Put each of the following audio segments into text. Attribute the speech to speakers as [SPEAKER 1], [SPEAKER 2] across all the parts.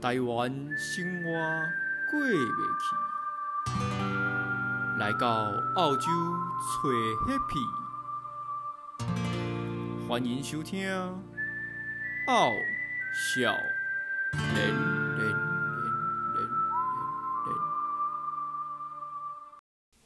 [SPEAKER 1] 台湾生活过袂去，来到澳洲找 Happy。欢迎收听《澳少年人》。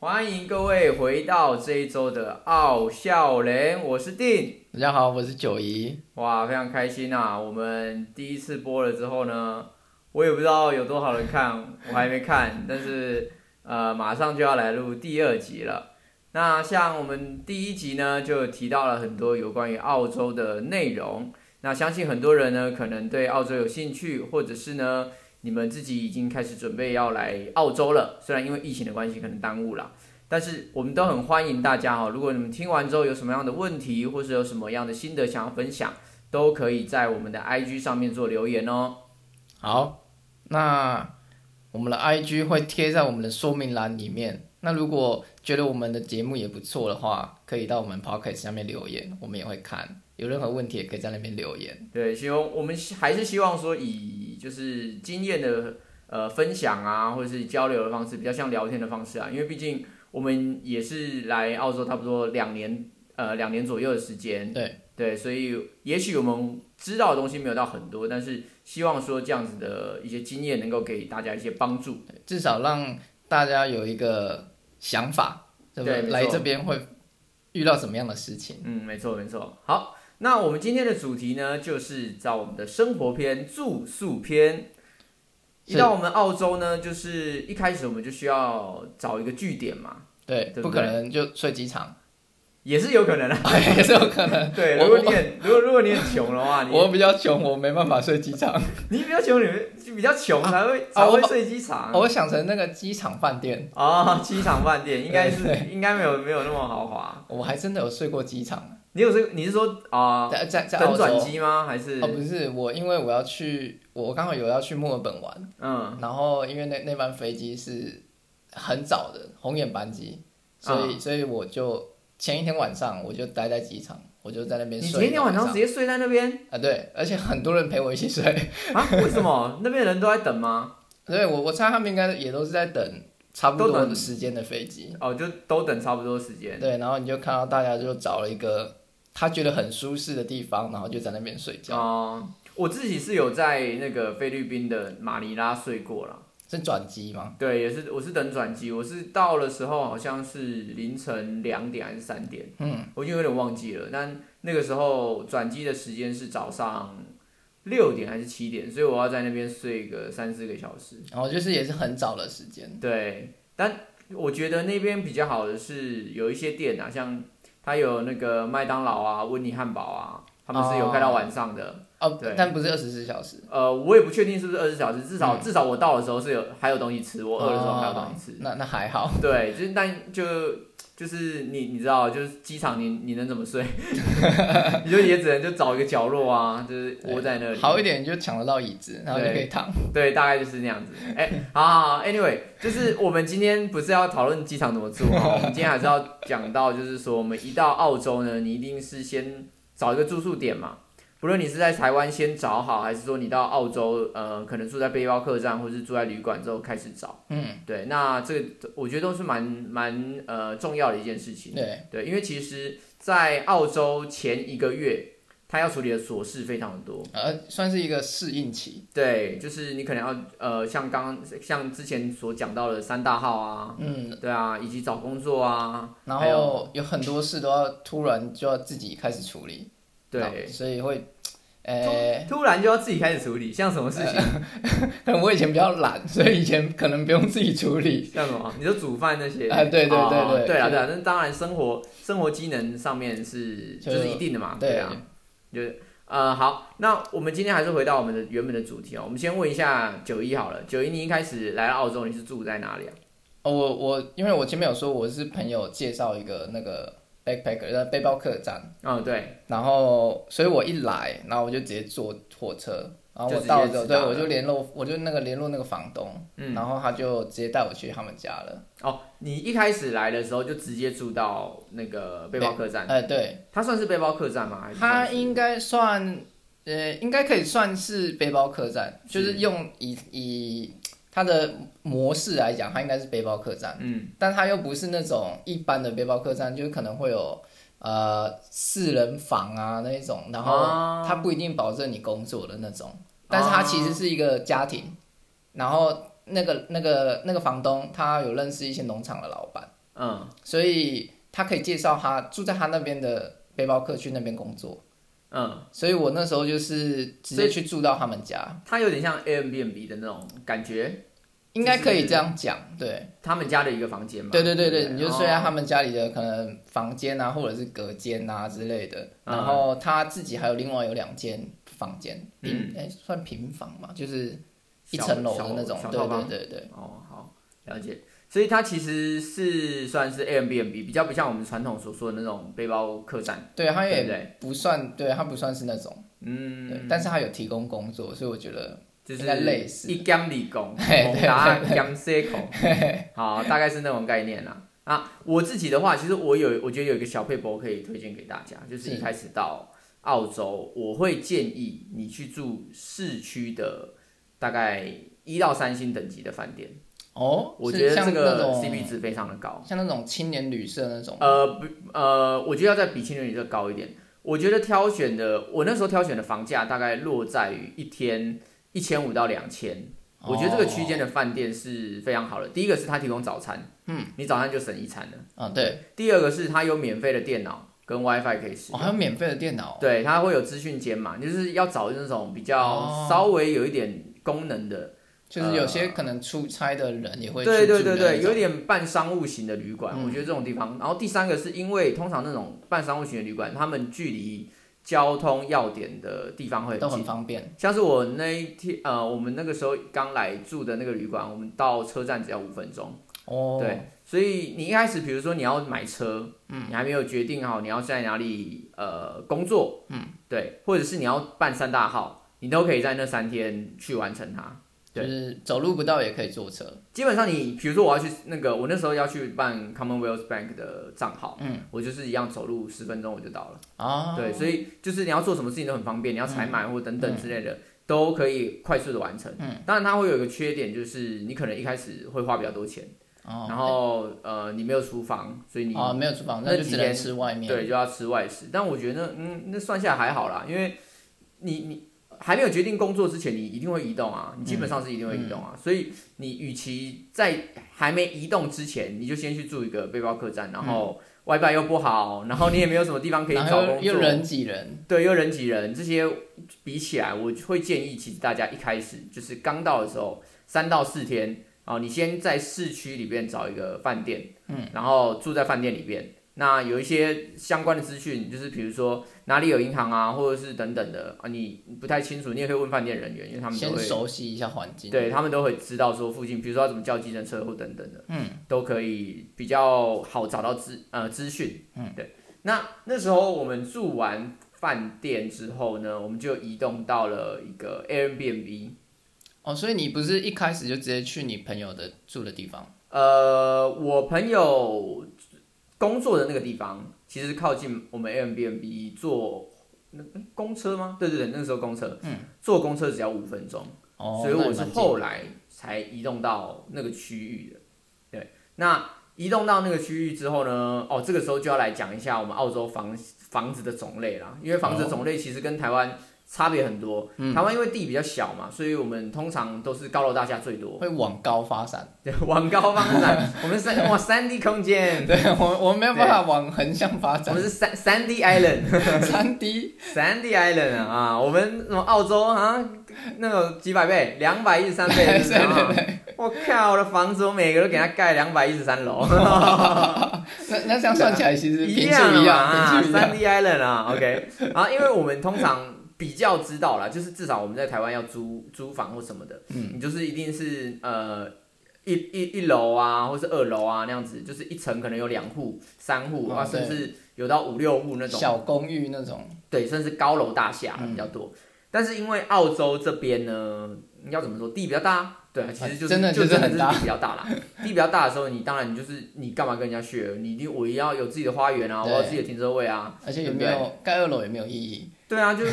[SPEAKER 1] 欢迎各位回到这一周的傲笑人，我是定。
[SPEAKER 2] 大家好，我是九姨。
[SPEAKER 1] 哇，非常开心啊！我们第一次播了之后呢，我也不知道有多少人看，我还没看，但是呃，马上就要来录第二集了。那像我们第一集呢，就提到了很多有关于澳洲的内容。那相信很多人呢，可能对澳洲有兴趣，或者是呢，你们自己已经开始准备要来澳洲了。虽然因为疫情的关系，可能耽误了，但是我们都很欢迎大家哈、哦。如果你们听完之后有什么样的问题，或是有什么样的心得想要分享，都可以在我们的 IG 上面做留言哦。
[SPEAKER 2] 好，那我们的 IG 会贴在我们的说明栏里面。那如果觉得我们的节目也不错的话，可以到我们 Podcast 下面留言，我们也会看。有任何问题也可以在那边留言。
[SPEAKER 1] 对，希望我们还是希望说以就是经验的呃分享啊，或者是交流的方式，比较像聊天的方式啊，因为毕竟我们也是来澳洲差不多两年呃两年左右的时间。
[SPEAKER 2] 对
[SPEAKER 1] 对，所以也许我们知道的东西没有到很多，但是希望说这样子的一些经验能够给大家一些帮助。
[SPEAKER 2] 对，至少让大家有一个想法，对不
[SPEAKER 1] 对没错
[SPEAKER 2] 来这边会遇到什么样的事情？
[SPEAKER 1] 嗯，没错没错。好，那我们今天的主题呢，就是在我们的生活篇、住宿篇。一
[SPEAKER 2] 是
[SPEAKER 1] 到我们澳洲呢，就是一开始我们就需要找一个据点嘛，
[SPEAKER 2] 对，
[SPEAKER 1] 对不对
[SPEAKER 2] 不可能就睡机场，
[SPEAKER 1] 也是有可能啊。
[SPEAKER 2] 也是有可能。
[SPEAKER 1] 对，
[SPEAKER 2] 我
[SPEAKER 1] 如果你很如果如果你很穷的话，你
[SPEAKER 2] 我比较穷，我没办法睡机场。
[SPEAKER 1] 你比较穷，你就比较穷才会、
[SPEAKER 2] 啊
[SPEAKER 1] 才
[SPEAKER 2] 我
[SPEAKER 1] 会睡机场
[SPEAKER 2] 哦我想成那个机场饭店，
[SPEAKER 1] 啊、机场饭店应该是
[SPEAKER 2] 对
[SPEAKER 1] 应该没有没有那么豪华。
[SPEAKER 2] 我还真的有睡过机场，
[SPEAKER 1] 你有这个你是说啊、
[SPEAKER 2] 在在在澳
[SPEAKER 1] 等
[SPEAKER 2] 洲
[SPEAKER 1] 转机吗？还是、
[SPEAKER 2] 哦，不是我，因为我要去，我刚好有要去墨尔本玩，
[SPEAKER 1] 嗯
[SPEAKER 2] 然后因为那那班飞机是很早的红眼班机，所
[SPEAKER 1] 嗯
[SPEAKER 2] 以、所以我就前一天晚上我就待在机场，我就在那边
[SPEAKER 1] 你
[SPEAKER 2] 睡一个。
[SPEAKER 1] 前一天晚上直
[SPEAKER 2] 上
[SPEAKER 1] 接睡在那边？
[SPEAKER 2] 啊，对，而且很多人陪我一起睡，
[SPEAKER 1] 啊？为什么那边人都在等吗？
[SPEAKER 2] 所以我我猜他们应该也都是在等差不
[SPEAKER 1] 都
[SPEAKER 2] 多
[SPEAKER 1] 等
[SPEAKER 2] 的时间的飞机。
[SPEAKER 1] 哦，就都等差不多时间。
[SPEAKER 2] 对，然后你就看到大家就找了一个他觉得很舒适的地方，然后就在那边睡觉。
[SPEAKER 1] 哦、我自己是有在那个菲律宾的马尼拉睡过啦。
[SPEAKER 2] 是转机吗？
[SPEAKER 1] 对，也是我是等转机，我是到的时候好像是凌晨两点还是三点，
[SPEAKER 2] 嗯，
[SPEAKER 1] 我已经有点忘记了。但那个时候转机的时间是早上六点还是七点，所以我要在那边睡个三四个小时。
[SPEAKER 2] 然后就是也是很早的时间。
[SPEAKER 1] 对，但我觉得那边比较好的是有一些店啊，像它有那个麦当劳啊、温妮汉堡啊，他们是有开到晚上的。
[SPEAKER 2] 哦
[SPEAKER 1] 对，
[SPEAKER 2] 但不是二十四小时。
[SPEAKER 1] 呃，我也不确定是不是二十小时，至少、至少我到的时候是有还有东西吃，我饿的时候还有东西吃
[SPEAKER 2] 嗯哦。那那还好，
[SPEAKER 1] 对，就是但就就是你你知道，就是机场你你能怎么 睡？ 你就也只能就找一个角落啊，就是窝在那里。
[SPEAKER 2] 好一点就抢得到椅子，然后就可以躺。
[SPEAKER 1] 对，大概就是那样子。哎、好好好，Anyway，就是我们今天不是要讨论机场怎么住哈，我们今天还是要讲到，就是说我们一到澳洲呢，你一定是先找一个住宿点嘛，不论你是在台湾先找好，还是说你到澳洲，呃，可能住在背包客栈或是住在旅馆之后开始找。
[SPEAKER 2] 嗯，
[SPEAKER 1] 对，那这个我觉得都是蛮蛮呃重要的一件事情。
[SPEAKER 2] 对，
[SPEAKER 1] 对，因为其实，在澳洲前一个月，他要处理的琐事非常多。
[SPEAKER 2] 呃，算是一个适应期。
[SPEAKER 1] 对，就是你可能要呃，像刚像之前所讲到的三大号啊，
[SPEAKER 2] 嗯，
[SPEAKER 1] 对啊，以及找工作啊，
[SPEAKER 2] 然
[SPEAKER 1] 还
[SPEAKER 2] 后有很多事都要突然就要自己开始处理。然后
[SPEAKER 1] 对，
[SPEAKER 2] 所以会，呃，
[SPEAKER 1] 突然就要自己开始处理，像什么事情，
[SPEAKER 2] 可能我以前比较懒， 所以以前可能不用自己处理。
[SPEAKER 1] 像什么，你说煮饭那些，
[SPEAKER 2] 哎对对对
[SPEAKER 1] 哦
[SPEAKER 2] 对
[SPEAKER 1] 对啊
[SPEAKER 2] 就
[SPEAKER 1] 对啊，那当然生活生活机能上面是就
[SPEAKER 2] 就是
[SPEAKER 1] 一定的嘛，对
[SPEAKER 2] 对
[SPEAKER 1] 啊，就是呃好，那我们今天还是回到我们的原本的主题哦，我们先问一下九一好了，九一你一开始来到澳洲你是住在哪里啊？
[SPEAKER 2] 哦，我我因为我前面有说我是朋友介绍一个那个 backpacker 呃背包客栈，
[SPEAKER 1] 嗯，对，
[SPEAKER 2] 然后所以我一来，然后我就直接坐火车，然后
[SPEAKER 1] 就
[SPEAKER 2] 我
[SPEAKER 1] 直接
[SPEAKER 2] 到了之后，
[SPEAKER 1] 知
[SPEAKER 2] 对
[SPEAKER 1] 道
[SPEAKER 2] 我
[SPEAKER 1] 了
[SPEAKER 2] 就联络，我就那个联络那个房东，
[SPEAKER 1] 嗯
[SPEAKER 2] 然后他就直接带我去他们家了。
[SPEAKER 1] 哦，你一开始来的时候就直接住到那个背包客栈，
[SPEAKER 2] 哎，对，
[SPEAKER 1] 它算是背包客栈吗？还是
[SPEAKER 2] 他
[SPEAKER 1] 算是
[SPEAKER 2] 应该算呃，应该可以算是背包客栈，就是用以以它的模式来讲，它应该是背包客栈，
[SPEAKER 1] 嗯，
[SPEAKER 2] 但它又不是那种一般的背包客栈，就是可能会有呃四人房啊那一种，然后
[SPEAKER 1] 哦
[SPEAKER 2] 它不一定保证你工作的那种，但是它其实是一个家庭，然后那个那个那个房东他有认识一些农场的老板。
[SPEAKER 1] 嗯
[SPEAKER 2] 所以他可以介绍他住在他那边的背包客去那边工作，
[SPEAKER 1] 嗯，
[SPEAKER 2] 所以我那时候就是直
[SPEAKER 1] 所
[SPEAKER 2] 接
[SPEAKER 1] 以
[SPEAKER 2] 去住到他们家，
[SPEAKER 1] 它有点像 Airbnb 的那种感觉，
[SPEAKER 2] 应该可以这样讲，对，
[SPEAKER 1] 他们家的一个房间嘛。
[SPEAKER 2] 对对对对，
[SPEAKER 1] 不
[SPEAKER 2] 你就睡在他
[SPEAKER 1] 哦
[SPEAKER 2] 们家里的可能房间啊，或者是隔间啊之类的，
[SPEAKER 1] 嗯
[SPEAKER 2] 然后他自己还有另外有两间房间，平
[SPEAKER 1] 嗯
[SPEAKER 2] 哎算平房嘛，就是一
[SPEAKER 1] 小
[SPEAKER 2] 层楼的
[SPEAKER 1] 小
[SPEAKER 2] 那种，
[SPEAKER 1] 小
[SPEAKER 2] 对
[SPEAKER 1] 套
[SPEAKER 2] 对
[SPEAKER 1] 房
[SPEAKER 2] 对对，
[SPEAKER 1] 哦，好，了解。所以它其实是算是 Airbnb，比较不像我们传统所说的那种背包客栈，
[SPEAKER 2] 对他
[SPEAKER 1] 对不
[SPEAKER 2] 也
[SPEAKER 1] 对？
[SPEAKER 2] 不算，对他不算是那种，对
[SPEAKER 1] 嗯，，
[SPEAKER 2] 但是他有提供工作，所以我觉得
[SPEAKER 1] 就是
[SPEAKER 2] 应该类似
[SPEAKER 1] 一江理工，
[SPEAKER 2] 嘿
[SPEAKER 1] 猛
[SPEAKER 2] 对
[SPEAKER 1] 达
[SPEAKER 2] 对对
[SPEAKER 1] 江塞口，好，大概是那种概念啦。啊，我自己的话，其实我有，我觉得有一个小配博可以推荐给大家，就是一
[SPEAKER 2] 是
[SPEAKER 1] 开始到澳洲，我会建议你去住市区的大概一到三星等级的饭店，
[SPEAKER 2] 哦，
[SPEAKER 1] 我
[SPEAKER 2] 是
[SPEAKER 1] 觉得这
[SPEAKER 2] 像那
[SPEAKER 1] 个
[SPEAKER 2] 种
[SPEAKER 1] CP 值非常的高。
[SPEAKER 2] 像那种青年旅社那种，
[SPEAKER 1] 呃，不，呃，我觉得要在比青年旅社高一点。我觉得挑选的，我那时候挑选的房价大概落在于一天一千五到两千。我觉得这个区间的饭店是非常好的。第一个是它提供早餐，嗯，你早餐就省一餐了。
[SPEAKER 2] 啊，对，
[SPEAKER 1] 第二个是它有免费的电脑跟 WiFi 可以使
[SPEAKER 2] 哦，
[SPEAKER 1] 用。
[SPEAKER 2] 还有免费的电脑，
[SPEAKER 1] 对，它会有资讯间嘛，就是要找那种比
[SPEAKER 2] 哦
[SPEAKER 1] 较稍微有一点功能的，
[SPEAKER 2] 就是有些可能出差的人也会去
[SPEAKER 1] 呃对对
[SPEAKER 2] 住的
[SPEAKER 1] 对
[SPEAKER 2] 那
[SPEAKER 1] 对，
[SPEAKER 2] 种
[SPEAKER 1] 有点半商务型的旅馆，
[SPEAKER 2] 嗯
[SPEAKER 1] 我觉得这种地方。然后第三个是因为通常那种半商务型的旅馆，他们距离交通要点的地方会
[SPEAKER 2] 都
[SPEAKER 1] 很
[SPEAKER 2] 很
[SPEAKER 1] 近。
[SPEAKER 2] 方便，
[SPEAKER 1] 像是我那一天，呃，我们那个时候刚来住的那个旅馆，我们到车站只要五分钟。
[SPEAKER 2] 哦，
[SPEAKER 1] 对，所以你一开始，比如说你要买车，嗯，你还没有决定好你要在哪里呃工作，嗯，对，或者是你要办三大号，你都可以在那三天去完成它。对
[SPEAKER 2] 就是走路不到也可以坐车，
[SPEAKER 1] 基本上你，比如说我要去那个，我那时候要去办 Commonwealth Bank 的账号，
[SPEAKER 2] 嗯，
[SPEAKER 1] 我就是一样走路十分钟我就到了，
[SPEAKER 2] 啊，
[SPEAKER 1] 对，所以就是你要做什么事情都很方便，你要采买
[SPEAKER 2] 嗯
[SPEAKER 1] 或等等之类的、都可以快速的完成，嗯，当然它会有一个缺点就是你可能一开始会花比较多钱，
[SPEAKER 2] 哦，
[SPEAKER 1] 然后呃你没有厨房，所以你、
[SPEAKER 2] 哦，没有厨房，
[SPEAKER 1] 那
[SPEAKER 2] 那就
[SPEAKER 1] 几
[SPEAKER 2] 只能
[SPEAKER 1] 天
[SPEAKER 2] 吃外面，
[SPEAKER 1] 对就要吃外食，但我觉得嗯那算下来还好啦，因为你你。还没有决定工作之前，你一定会移动啊，你基
[SPEAKER 2] 嗯
[SPEAKER 1] 本上是一定会移动啊，所以你与其在还没移动之前，你就先去住一个背包客栈，然后 WiFi 又不好，然后你也没有什么地方可以
[SPEAKER 2] 嗯然
[SPEAKER 1] 找
[SPEAKER 2] 后
[SPEAKER 1] 工
[SPEAKER 2] 又又
[SPEAKER 1] 作，
[SPEAKER 2] 人挤人，
[SPEAKER 1] 对，又人挤人，这些比起来，我会建议其实大家一开始就是刚到的时候，三到四天啊，你先在市区里边找一个饭店，嗯，然后住在饭店里边。那有一些相关的资讯，就是比如说哪里有银行啊，或者是等等的啊，你不太清楚，你也可以问饭店人员，因为他们都
[SPEAKER 2] 先
[SPEAKER 1] 会
[SPEAKER 2] 熟悉一下环境，
[SPEAKER 1] 对他们都会知道说附近，比如说要怎么叫计程车或等等的，
[SPEAKER 2] 嗯，
[SPEAKER 1] 都可以比较好找到资呃资讯，嗯，对。那那时候我们住完饭店之后呢，我们就移动到了一个 Airbnb，
[SPEAKER 2] 哦，所以你不是一开始就直接去你朋友的住的地方，
[SPEAKER 1] 呃，我朋友工作的那个地方其实靠近我们 Airbnb 坐。那诶公车吗？对对对，那个时候公车，嗯，坐公车只要五分钟，
[SPEAKER 2] 哦，
[SPEAKER 1] 所以
[SPEAKER 2] 那
[SPEAKER 1] 我
[SPEAKER 2] 也
[SPEAKER 1] 是
[SPEAKER 2] 蛮近
[SPEAKER 1] 后来才移动到那个区域的。对，那移动到那个区域之后呢，哦，这个时候就要来讲一下我们澳洲房房子的种类啦，因为房子
[SPEAKER 2] 哦
[SPEAKER 1] 的种类其实跟台湾差别很多。
[SPEAKER 2] 嗯
[SPEAKER 1] 台湾因为地比较小嘛，所以我们通常都是高楼大厦最多，
[SPEAKER 2] 会往高发展，
[SPEAKER 1] 对，往高方展，我们三哇三 D 空间，
[SPEAKER 2] 对我我没有办法往横向发
[SPEAKER 1] 我
[SPEAKER 2] 展
[SPEAKER 1] 们，是三三 D island。
[SPEAKER 2] 三 D
[SPEAKER 1] 三 D Island 啊啊，我们什么澳洲啊，那种几百倍，两百一十 三倍，
[SPEAKER 2] 对
[SPEAKER 1] 是不是啊我靠，我的房子我每个都给他盖两百一十三楼，
[SPEAKER 2] 那 那这样算起来，其实
[SPEAKER 1] 啊一
[SPEAKER 2] 平
[SPEAKER 1] 样
[SPEAKER 2] 数
[SPEAKER 1] 的
[SPEAKER 2] 一
[SPEAKER 1] 嘛
[SPEAKER 2] 样，
[SPEAKER 1] 啊，
[SPEAKER 2] 平数一样
[SPEAKER 1] 三。D Island 啊，OK，啊，因为我们通常比较知道啦，就是至少我们在台湾要租租房或什么的，嗯，你就是一定是呃。一一一楼啊，或是二楼啊，那样子，就是一层可能有两户、三户、啊，
[SPEAKER 2] 哦对
[SPEAKER 1] 甚至有到五六户那种
[SPEAKER 2] 小公寓那种，
[SPEAKER 1] 对，甚至高楼大厦比较
[SPEAKER 2] 嗯
[SPEAKER 1] 多。但是因为澳洲这边呢，要怎么说，地比较大，对啊，其实就是、
[SPEAKER 2] 真的
[SPEAKER 1] 就
[SPEAKER 2] 就是
[SPEAKER 1] 真的
[SPEAKER 2] 很大
[SPEAKER 1] 地比较大啦。地比较大的时候，你当然你就是你干嘛跟人家学？你一定我一定要有自己的花园啊，我
[SPEAKER 2] 对
[SPEAKER 1] 要自己的停车位啊。
[SPEAKER 2] 而且也没有盖二楼也没有意义，
[SPEAKER 1] 对啊，就是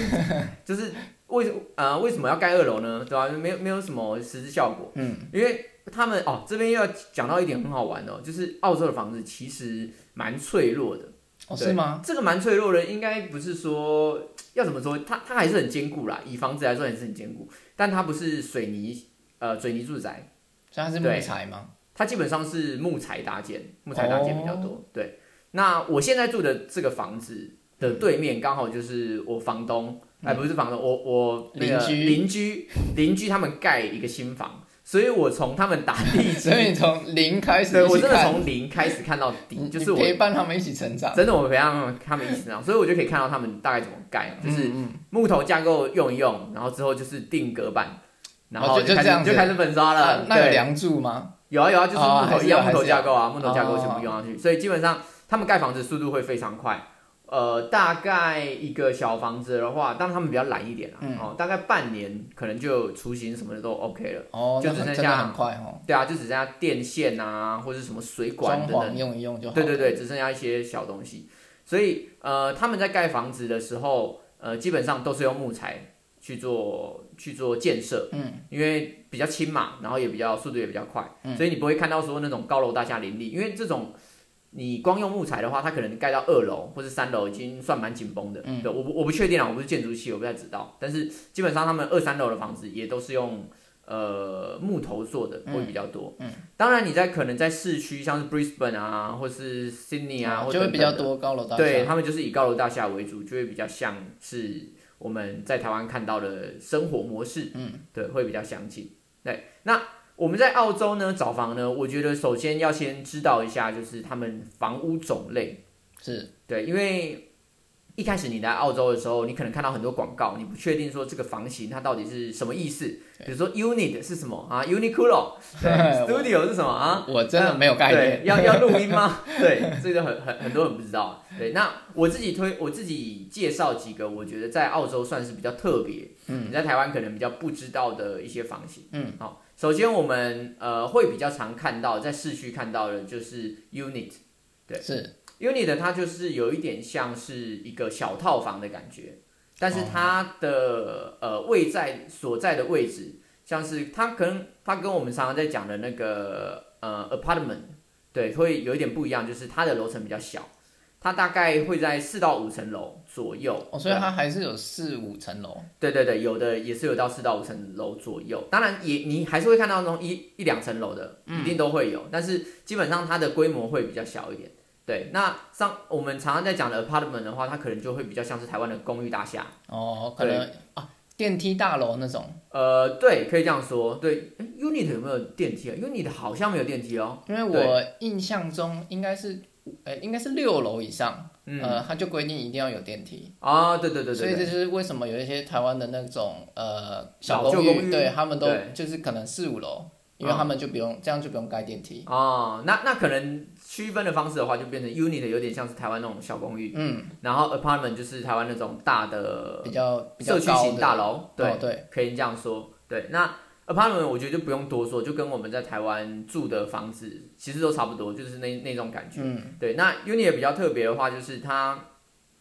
[SPEAKER 1] 就是为呃为什么要盖二楼呢？对吧、就没有没有什么实质效果。
[SPEAKER 2] 嗯，
[SPEAKER 1] 因为他们哦这边又要讲到一点很好玩的哦、就是澳洲的房子其实蛮脆弱的。
[SPEAKER 2] 哦，
[SPEAKER 1] 对
[SPEAKER 2] 是吗？
[SPEAKER 1] 这个蛮脆弱的，应该不是说要怎么说，它它还是很坚固啦，以房子来说也是很坚固，但它不是水泥呃水泥住宅，
[SPEAKER 2] 所以它是
[SPEAKER 1] 对
[SPEAKER 2] 木材吗？
[SPEAKER 1] 它基本上是木材搭建，木材搭建比较多。
[SPEAKER 2] 哦
[SPEAKER 1] 对，那我现在住的这个房子的对面刚好就是我房东，哎、不是房东，我我那个
[SPEAKER 2] 嗯邻居
[SPEAKER 1] 邻居邻居他们盖一个新房，所以我从他们打地基
[SPEAKER 2] 所，以你从零开始
[SPEAKER 1] 对
[SPEAKER 2] 一
[SPEAKER 1] 我
[SPEAKER 2] 起
[SPEAKER 1] 真的
[SPEAKER 2] 看，
[SPEAKER 1] 从零开始看到底，
[SPEAKER 2] 你
[SPEAKER 1] 就是
[SPEAKER 2] 你
[SPEAKER 1] 我
[SPEAKER 2] 陪伴他们一起成长，
[SPEAKER 1] 真的我培养他们意识到，所以我就可以看到他们大概怎么盖，就是
[SPEAKER 2] 嗯
[SPEAKER 1] 木头架构用一用，然后之后就是定格板，然后
[SPEAKER 2] 哦就
[SPEAKER 1] 开
[SPEAKER 2] 就这样
[SPEAKER 1] 始
[SPEAKER 2] 子
[SPEAKER 1] 就开始粉刷
[SPEAKER 2] 那
[SPEAKER 1] 了。
[SPEAKER 2] 那有
[SPEAKER 1] 对，
[SPEAKER 2] 梁柱吗？
[SPEAKER 1] 有啊有啊，就是
[SPEAKER 2] 哦
[SPEAKER 1] 木
[SPEAKER 2] 还
[SPEAKER 1] 头
[SPEAKER 2] 是
[SPEAKER 1] 一样
[SPEAKER 2] 有
[SPEAKER 1] 木头
[SPEAKER 2] 还是有
[SPEAKER 1] 架构啊，木头架构
[SPEAKER 2] 哦
[SPEAKER 1] 全部用上去，所以基本上他们盖房子速度会非常快。呃，大概一个小房子的话，当然他们比较懒一点啊，
[SPEAKER 2] 嗯
[SPEAKER 1] 哦，大概半年可能就雏形什么的都 OK 了。
[SPEAKER 2] 哦，
[SPEAKER 1] 就
[SPEAKER 2] 那
[SPEAKER 1] 只
[SPEAKER 2] 很
[SPEAKER 1] 剩
[SPEAKER 2] 真
[SPEAKER 1] 下
[SPEAKER 2] 的很快哦，
[SPEAKER 1] 对啊，就只剩下电线啊，或者什么水管等
[SPEAKER 2] 装
[SPEAKER 1] 等
[SPEAKER 2] 潢用一用就好。
[SPEAKER 1] 对对对，只剩下一些小东西。所以呃，他们在盖房子的时候，呃，基本上都是用木材去做去做建设，
[SPEAKER 2] 嗯，
[SPEAKER 1] 因为比较轻嘛，然后也比较速度也比较快，
[SPEAKER 2] 嗯
[SPEAKER 1] 所以你不会看到说那种高楼大厦林立，因为这种。你光用木材的话，它可能盖到二楼或是三楼已经算蛮紧绷的。
[SPEAKER 2] 嗯
[SPEAKER 1] 对，我不我不确定啊，我不是建筑系，我不太知道。但是基本上他们二三楼的房子也都是用呃木头做的
[SPEAKER 2] 嗯
[SPEAKER 1] 会比较多。当然，你在可能在市区，像是 Brisbane 啊，或是 Sydney 啊，或
[SPEAKER 2] 嗯就会
[SPEAKER 1] 等等
[SPEAKER 2] 比较
[SPEAKER 1] 的。
[SPEAKER 2] 多高楼大厦。
[SPEAKER 1] 对，啊他们就是以高楼大厦为主，就会比较像是我们在台湾看到的生活模式。
[SPEAKER 2] 嗯，
[SPEAKER 1] 对，会比较相近。对，那我们在澳洲呢找房呢，我觉得首先要先知道一下，就是他们房屋种类。
[SPEAKER 2] 是
[SPEAKER 1] 对，因为一开始你来澳洲的时候，你可能看到很多广告，你不确定说这个房型它到底是什么意思。比如说 unit 是什么啊，Uniqlo，对 ，studio 是什么啊？
[SPEAKER 2] 我真的没有概念。
[SPEAKER 1] 对，要要录音 吗？对，这个很很很多人不知道。对，那我自己推，我自己介绍几个，我觉得在澳洲算是比较特别，
[SPEAKER 2] 嗯
[SPEAKER 1] 你在台湾可能比较不知道的一些房型。
[SPEAKER 2] 嗯，
[SPEAKER 1] 好，首先我们呃会比较常看到，在市区看到的就是 unit。对
[SPEAKER 2] 是
[SPEAKER 1] unit 它就是有一点像是一个小套房的感觉，但
[SPEAKER 2] 哦
[SPEAKER 1] 是它的、呃位在所在的位置，像是它可能它跟我们常常在讲的那个呃 apartment，对，会有一点不一样，就是它的楼层比较小，它大概会在四到五层楼左右。
[SPEAKER 2] 哦，所以
[SPEAKER 1] 对
[SPEAKER 2] 它还是有四五层楼。
[SPEAKER 1] 对对对，有的也是有到四到五层楼左右，当然也你还是会看到那种一一两层楼的，一定都会有，但是基本上它的规模会比较小一点。对，那上我们常常在讲的 apartment 的话，它可能就会比较像是台湾的公寓大厦。
[SPEAKER 2] 哦，可能啊，电梯大楼那种，
[SPEAKER 1] 呃，对，可以这样说。对诶，unit 有没有电梯啊？unit 好像没有电梯哦。
[SPEAKER 2] 因为我印象中应该是，呃，应该是六楼以上，
[SPEAKER 1] 嗯
[SPEAKER 2] 呃，它就规定一定要有电梯。
[SPEAKER 1] 啊，对对对对
[SPEAKER 2] 所以
[SPEAKER 1] 对
[SPEAKER 2] 这就是为什么有一些台湾的那种呃小
[SPEAKER 1] 老旧
[SPEAKER 2] 寓，
[SPEAKER 1] 公寓
[SPEAKER 2] 对他们都
[SPEAKER 1] 对
[SPEAKER 2] 就是可能四五楼，因为
[SPEAKER 1] 嗯
[SPEAKER 2] 他们就不用、这样就不用盖电梯。
[SPEAKER 1] 哦，那那可能区分的方式的话，就变成 unit 有点像是台湾那种小公寓，
[SPEAKER 2] 嗯，
[SPEAKER 1] 然后 apartment 就是台湾那种大的
[SPEAKER 2] 比较比较
[SPEAKER 1] 呃社区
[SPEAKER 2] 高
[SPEAKER 1] 型
[SPEAKER 2] 的
[SPEAKER 1] 大楼。对，
[SPEAKER 2] 哦对，
[SPEAKER 1] 可以这样说。对，那 apartment 我觉得就不用多说，就跟我们在台湾住的房子其实都差不多，就是那那种感觉。
[SPEAKER 2] 嗯，
[SPEAKER 1] 对，那 unit 也比较特别的话，就是它，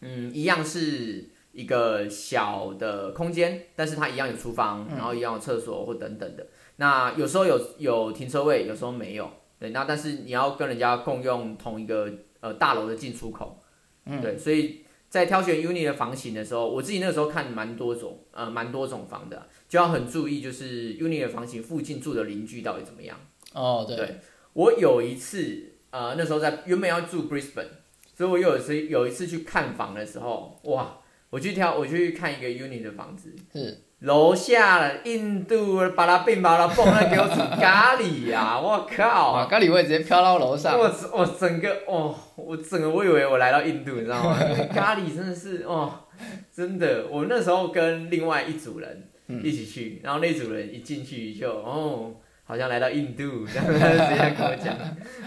[SPEAKER 1] 嗯，一样是一个小的空间，但是它一样有厨房，
[SPEAKER 2] 嗯
[SPEAKER 1] 然后一样有厕所或等等的。那有时候有有停车位，有时候没有。对，那但是你要跟人家共用同一个呃大楼的进出口。
[SPEAKER 2] 嗯
[SPEAKER 1] 对，所以在挑选 unit 的房型的时候，我自己那个时候看蛮多种，呃，蛮多种房的，就要很注意就是 unit 的房型附近住的邻居到底怎么样。
[SPEAKER 2] 哦对，
[SPEAKER 1] 对我有一次，呃，那时候在原本要住 Brisbane，所以我有一次有一次去看房的时候，哇，我去挑我去看一个 unit 的房子，
[SPEAKER 2] 是
[SPEAKER 1] 楼下印度巴拉并巴拉蹦，那给我煮咖喱呀、我
[SPEAKER 2] 哇，
[SPEAKER 1] 靠！
[SPEAKER 2] 咖喱味直接飘到楼上，
[SPEAKER 1] 我整我整个哦，我整个我以为我来到印度，你知道 吗？咖喱真的是哦，真的，我那时候跟另外一组人
[SPEAKER 2] 嗯
[SPEAKER 1] 一起去，然后那组人一进去就哦，好像来到印度，这样他就 直接跟我讲。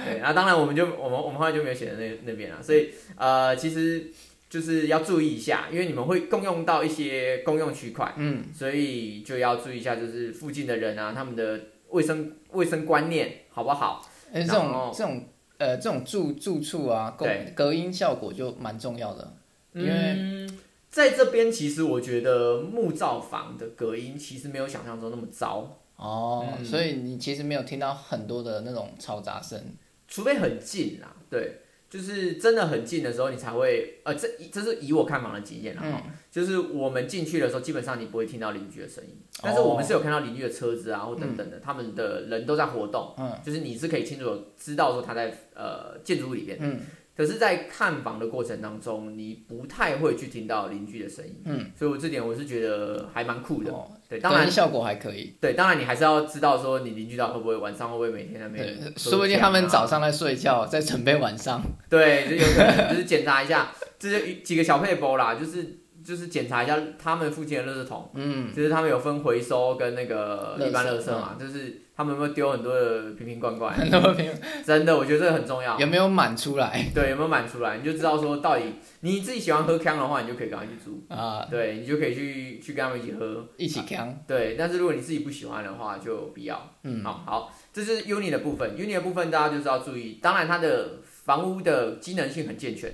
[SPEAKER 1] 对，然后当然我们就我们我们后来就没有选择那那边了，所以呃，其实就是要注意一下，因为你们会共用到一些公用区块，
[SPEAKER 2] 嗯，
[SPEAKER 1] 所以就要注意一下，就是附近的人啊，他们的卫生卫生观念好不好？
[SPEAKER 2] 而且这
[SPEAKER 1] 然
[SPEAKER 2] 种
[SPEAKER 1] 后
[SPEAKER 2] 这种呃这种住住处啊，隔
[SPEAKER 1] 对
[SPEAKER 2] 隔音效果就蛮重要的，因为
[SPEAKER 1] 嗯在这边其实我觉得木造房的隔音其实没有想象中那么糟，
[SPEAKER 2] 哦，
[SPEAKER 1] 嗯
[SPEAKER 2] 所以你其实没有听到很多的那种嘈杂声，
[SPEAKER 1] 除非很近啦，对，就是真的很近的时候你才会，呃，这这是以我看房的经验啦，
[SPEAKER 2] 嗯，
[SPEAKER 1] 就是我们进去的时候基本上你不会听到邻居的声音，但
[SPEAKER 2] 哦
[SPEAKER 1] 是我们是有看到邻居的车子啊或等等的，他们的人都在活动，
[SPEAKER 2] 嗯，
[SPEAKER 1] 就是你是可以清楚地知道说他在呃建筑物里面，
[SPEAKER 2] 嗯，
[SPEAKER 1] 可是，在看房的过程当中，你不太会去听到邻居的声音，
[SPEAKER 2] 嗯，
[SPEAKER 1] 所以我这点我是觉得还蛮酷的，
[SPEAKER 2] 哦，
[SPEAKER 1] 对，嗯当
[SPEAKER 2] 隔
[SPEAKER 1] 然
[SPEAKER 2] 音效果还可以，
[SPEAKER 1] 对，当然你还是要知道说你邻居到底会不会晚上会不会每天在那边
[SPEAKER 2] 对
[SPEAKER 1] 喝酒啊、，
[SPEAKER 2] 说不定他们早上在睡觉，在准备晚上，
[SPEAKER 1] 对，就有可能就是检查一下，这就一几个小配包啦，就是就是检查一下他们附近的垃圾桶，
[SPEAKER 2] 嗯，
[SPEAKER 1] 就是他们有分回收跟那个
[SPEAKER 2] 垃圾
[SPEAKER 1] 一般垃圾嘛，就是他们有没有丢很多的瓶瓶罐罐，
[SPEAKER 2] 很多朋友
[SPEAKER 1] 真的我觉得这个很重要，
[SPEAKER 2] 有没有满出来
[SPEAKER 1] 对，有没有满出来，你就知道说到底你自己喜欢喝康的话，你就可以赶快去煮，
[SPEAKER 2] 啊？
[SPEAKER 1] 对你就可以去去跟他们一起喝，
[SPEAKER 2] 一起扛，
[SPEAKER 1] 对，但是如果你自己不喜欢的话，就不要。
[SPEAKER 2] 嗯，
[SPEAKER 1] 好好，这是 Uni 的部分，Uni 的部分大家就是要注意，当然它的房屋的机能性很健全，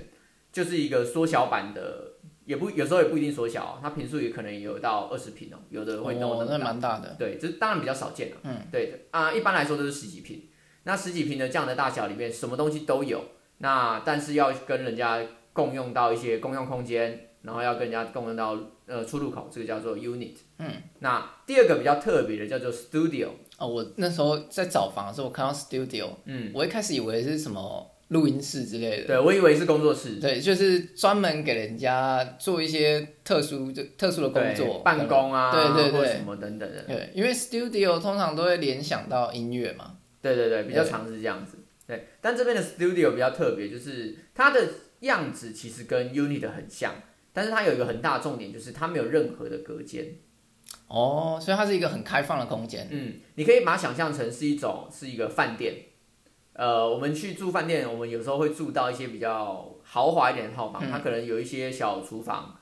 [SPEAKER 1] 就是一个缩小版的，也不有时候也不一定缩小，哦它平数也可能也有到二十平哦，有的会弄
[SPEAKER 2] 哦，
[SPEAKER 1] 得
[SPEAKER 2] 那
[SPEAKER 1] 那么大，
[SPEAKER 2] 蛮大的，
[SPEAKER 1] 对，这当然比较少见了、
[SPEAKER 2] 嗯，
[SPEAKER 1] 对的啊、一般来说都是十几平，那十几平的这样的大小里面，什么东西都有，那但是要跟人家共用到一些公用空间，然后要跟人家共用到呃出入口，这个叫做 Unit，
[SPEAKER 2] 嗯，
[SPEAKER 1] 那第二个比较特别的叫做 Studio，
[SPEAKER 2] 哦，我那时候在找房的时候，我看到 studio，
[SPEAKER 1] 嗯。
[SPEAKER 2] 我一开始以为是什么录音室之类的，
[SPEAKER 1] 对，我以为是工作室，
[SPEAKER 2] 对，就是专门给人家做一些特殊就特殊的工
[SPEAKER 1] 对
[SPEAKER 2] 作，
[SPEAKER 1] 办公啊，
[SPEAKER 2] 对对
[SPEAKER 1] 或者
[SPEAKER 2] 对
[SPEAKER 1] 什么等等的，
[SPEAKER 2] 对，因为 studio 通常都会联想到音乐嘛，
[SPEAKER 1] 对对对，比较
[SPEAKER 2] 对
[SPEAKER 1] 常是这样子。对，但这边的 studio 比较特别，就是它的样子其实跟 unit 很像，但是它有一个很大的重点，就是它没有任何的隔间。
[SPEAKER 2] 哦，所以它是一个很开放的空间，
[SPEAKER 1] 嗯，你可以把它想象成是一种是一个饭店。呃，我们去住饭店，我们有时候会住到一些比较豪华一点的套房，
[SPEAKER 2] 嗯
[SPEAKER 1] 它可能有一些小厨房，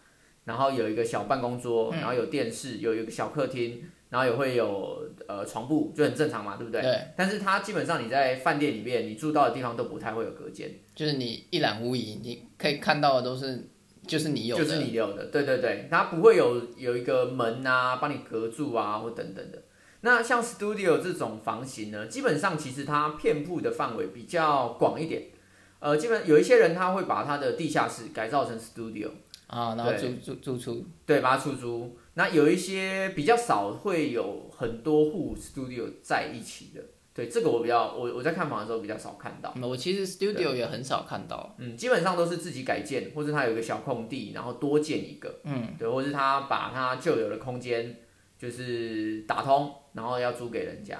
[SPEAKER 1] 然后有一个小办公桌，
[SPEAKER 2] 嗯
[SPEAKER 1] 然后有电视，有一个小客厅，然后也会有呃床铺，就很正常嘛，对不对？
[SPEAKER 2] 对，
[SPEAKER 1] 但是它基本上你在饭店里面，你住到的地方都不太会有隔间，
[SPEAKER 2] 就是你一览无遗，你可以看到的都是就是你有
[SPEAKER 1] 就
[SPEAKER 2] 的，
[SPEAKER 1] 是你留的，对对对，它不会有有一个门啊，帮你隔住啊，或等等的。那像 studio 这种房型呢，基本上其实它遍布的范围比较广一点，呃，基本有一些人他会把他的地下室改造成 studio，
[SPEAKER 2] 啊，然后租
[SPEAKER 1] 对
[SPEAKER 2] 租租出，
[SPEAKER 1] 对，把它出租。那有一些比较少会有很多户 studio 在一起的，对，这个我比较我我在看房的时候比较少看到。
[SPEAKER 2] 嗯我其实 studio 也很少看到，
[SPEAKER 1] 嗯，基本上都是自己改建，或是他有一个小空地，然后多建一个，
[SPEAKER 2] 嗯，
[SPEAKER 1] 对，或是他把他旧有的空间就是打通，然后要租给人家。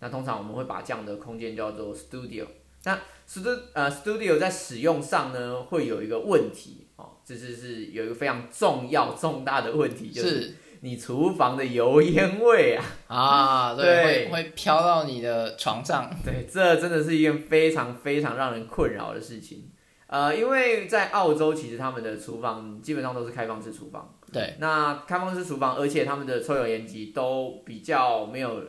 [SPEAKER 1] 那通常我们会把这样的空间叫做 studio。那 stu 呃 studio 在使用上呢，会有一个问题哦，这是是有一个非常重要重大的问题，就是
[SPEAKER 2] 是
[SPEAKER 1] 你厨房的油烟味啊，
[SPEAKER 2] 啊，
[SPEAKER 1] 对
[SPEAKER 2] 会会飘到你的床上，
[SPEAKER 1] 对，这真的是一件非常非常让人困扰的事情。呃，因为在澳洲，其实他们的厨房基本上都是开放式厨房。
[SPEAKER 2] 对，
[SPEAKER 1] 那开放式厨房，而且他们的抽油烟机都比较没有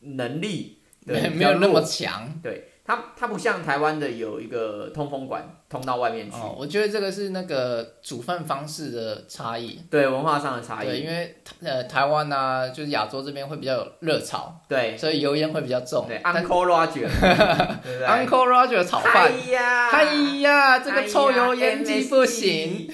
[SPEAKER 1] 能力，对，
[SPEAKER 2] 没
[SPEAKER 1] 比
[SPEAKER 2] 没
[SPEAKER 1] 较
[SPEAKER 2] 有那么
[SPEAKER 1] 弱。
[SPEAKER 2] 强。
[SPEAKER 1] 对，它它不像台湾的有一个通风管通到外面去，
[SPEAKER 2] 哦，我觉得这个是那个煮饭方式的差异，
[SPEAKER 1] 对文化上的差
[SPEAKER 2] 对，
[SPEAKER 1] 异。
[SPEAKER 2] 因为呃台湾啊，就是亚洲这边会比较有热潮，
[SPEAKER 1] 对
[SPEAKER 2] 所以油烟会比较重。
[SPEAKER 1] 对
[SPEAKER 2] 哦但
[SPEAKER 1] ，Uncle Roger，对不对
[SPEAKER 2] Uncle Roger 的炒饭，
[SPEAKER 1] 嗨呀，哎
[SPEAKER 2] 哎呀，这个臭油烟机不行。。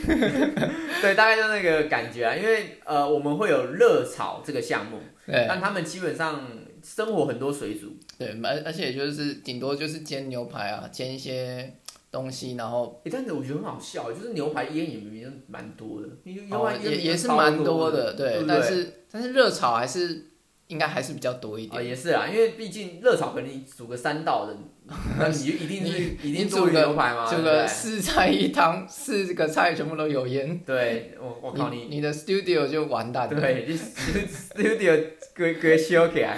[SPEAKER 1] 对，大概就那个感觉啊，因为呃，我们会有热炒这个项目，
[SPEAKER 2] 对
[SPEAKER 1] 但他们基本上生活很多水煮，
[SPEAKER 2] 对，而而且就是顶多就是煎牛排啊，煎一些东西，然后
[SPEAKER 1] 哎诶但是我觉得很好笑，就是牛排烟也明明蛮多的，牛牛
[SPEAKER 2] 哦
[SPEAKER 1] 排烟
[SPEAKER 2] 也也是
[SPEAKER 1] 超
[SPEAKER 2] 蛮
[SPEAKER 1] 多
[SPEAKER 2] 的，
[SPEAKER 1] 对
[SPEAKER 2] 对
[SPEAKER 1] 不，对
[SPEAKER 2] 但是但是热炒还是应该还是比较多一
[SPEAKER 1] 啊，
[SPEAKER 2] 点。
[SPEAKER 1] 也是啊，因为毕竟热炒可能你煮个三道的，那你就一定是一定多于
[SPEAKER 2] 你煮个
[SPEAKER 1] 牛排嘛，
[SPEAKER 2] 这
[SPEAKER 1] 对不
[SPEAKER 2] 个四菜一汤，四个菜全部都有烟，
[SPEAKER 1] 对对，我我靠
[SPEAKER 2] 你
[SPEAKER 1] 你，
[SPEAKER 2] 你的 studio 就完蛋了。
[SPEAKER 1] 对，你 studio 规规修起来，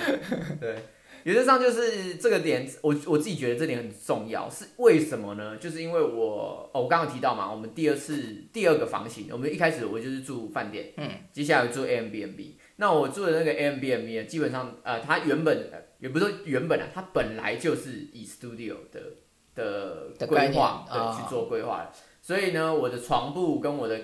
[SPEAKER 1] 对，原则上就是这个点，我我自己觉得这点很重要，是为什么呢？就是因为我哦，我刚刚提到嘛，我们第二次第二个房型，我们一开始我就是住饭店，
[SPEAKER 2] 嗯，
[SPEAKER 1] 接下来住 a m b n b 那我住的那个 a m b n b 呢，基本上呃，它原本呃也不是说原本啊，它本来就是以 studio 的
[SPEAKER 2] 的
[SPEAKER 1] 的
[SPEAKER 2] 概
[SPEAKER 1] 规
[SPEAKER 2] 念
[SPEAKER 1] 划对
[SPEAKER 2] 啊
[SPEAKER 1] 去做规划的，所以呢，我的床铺跟我的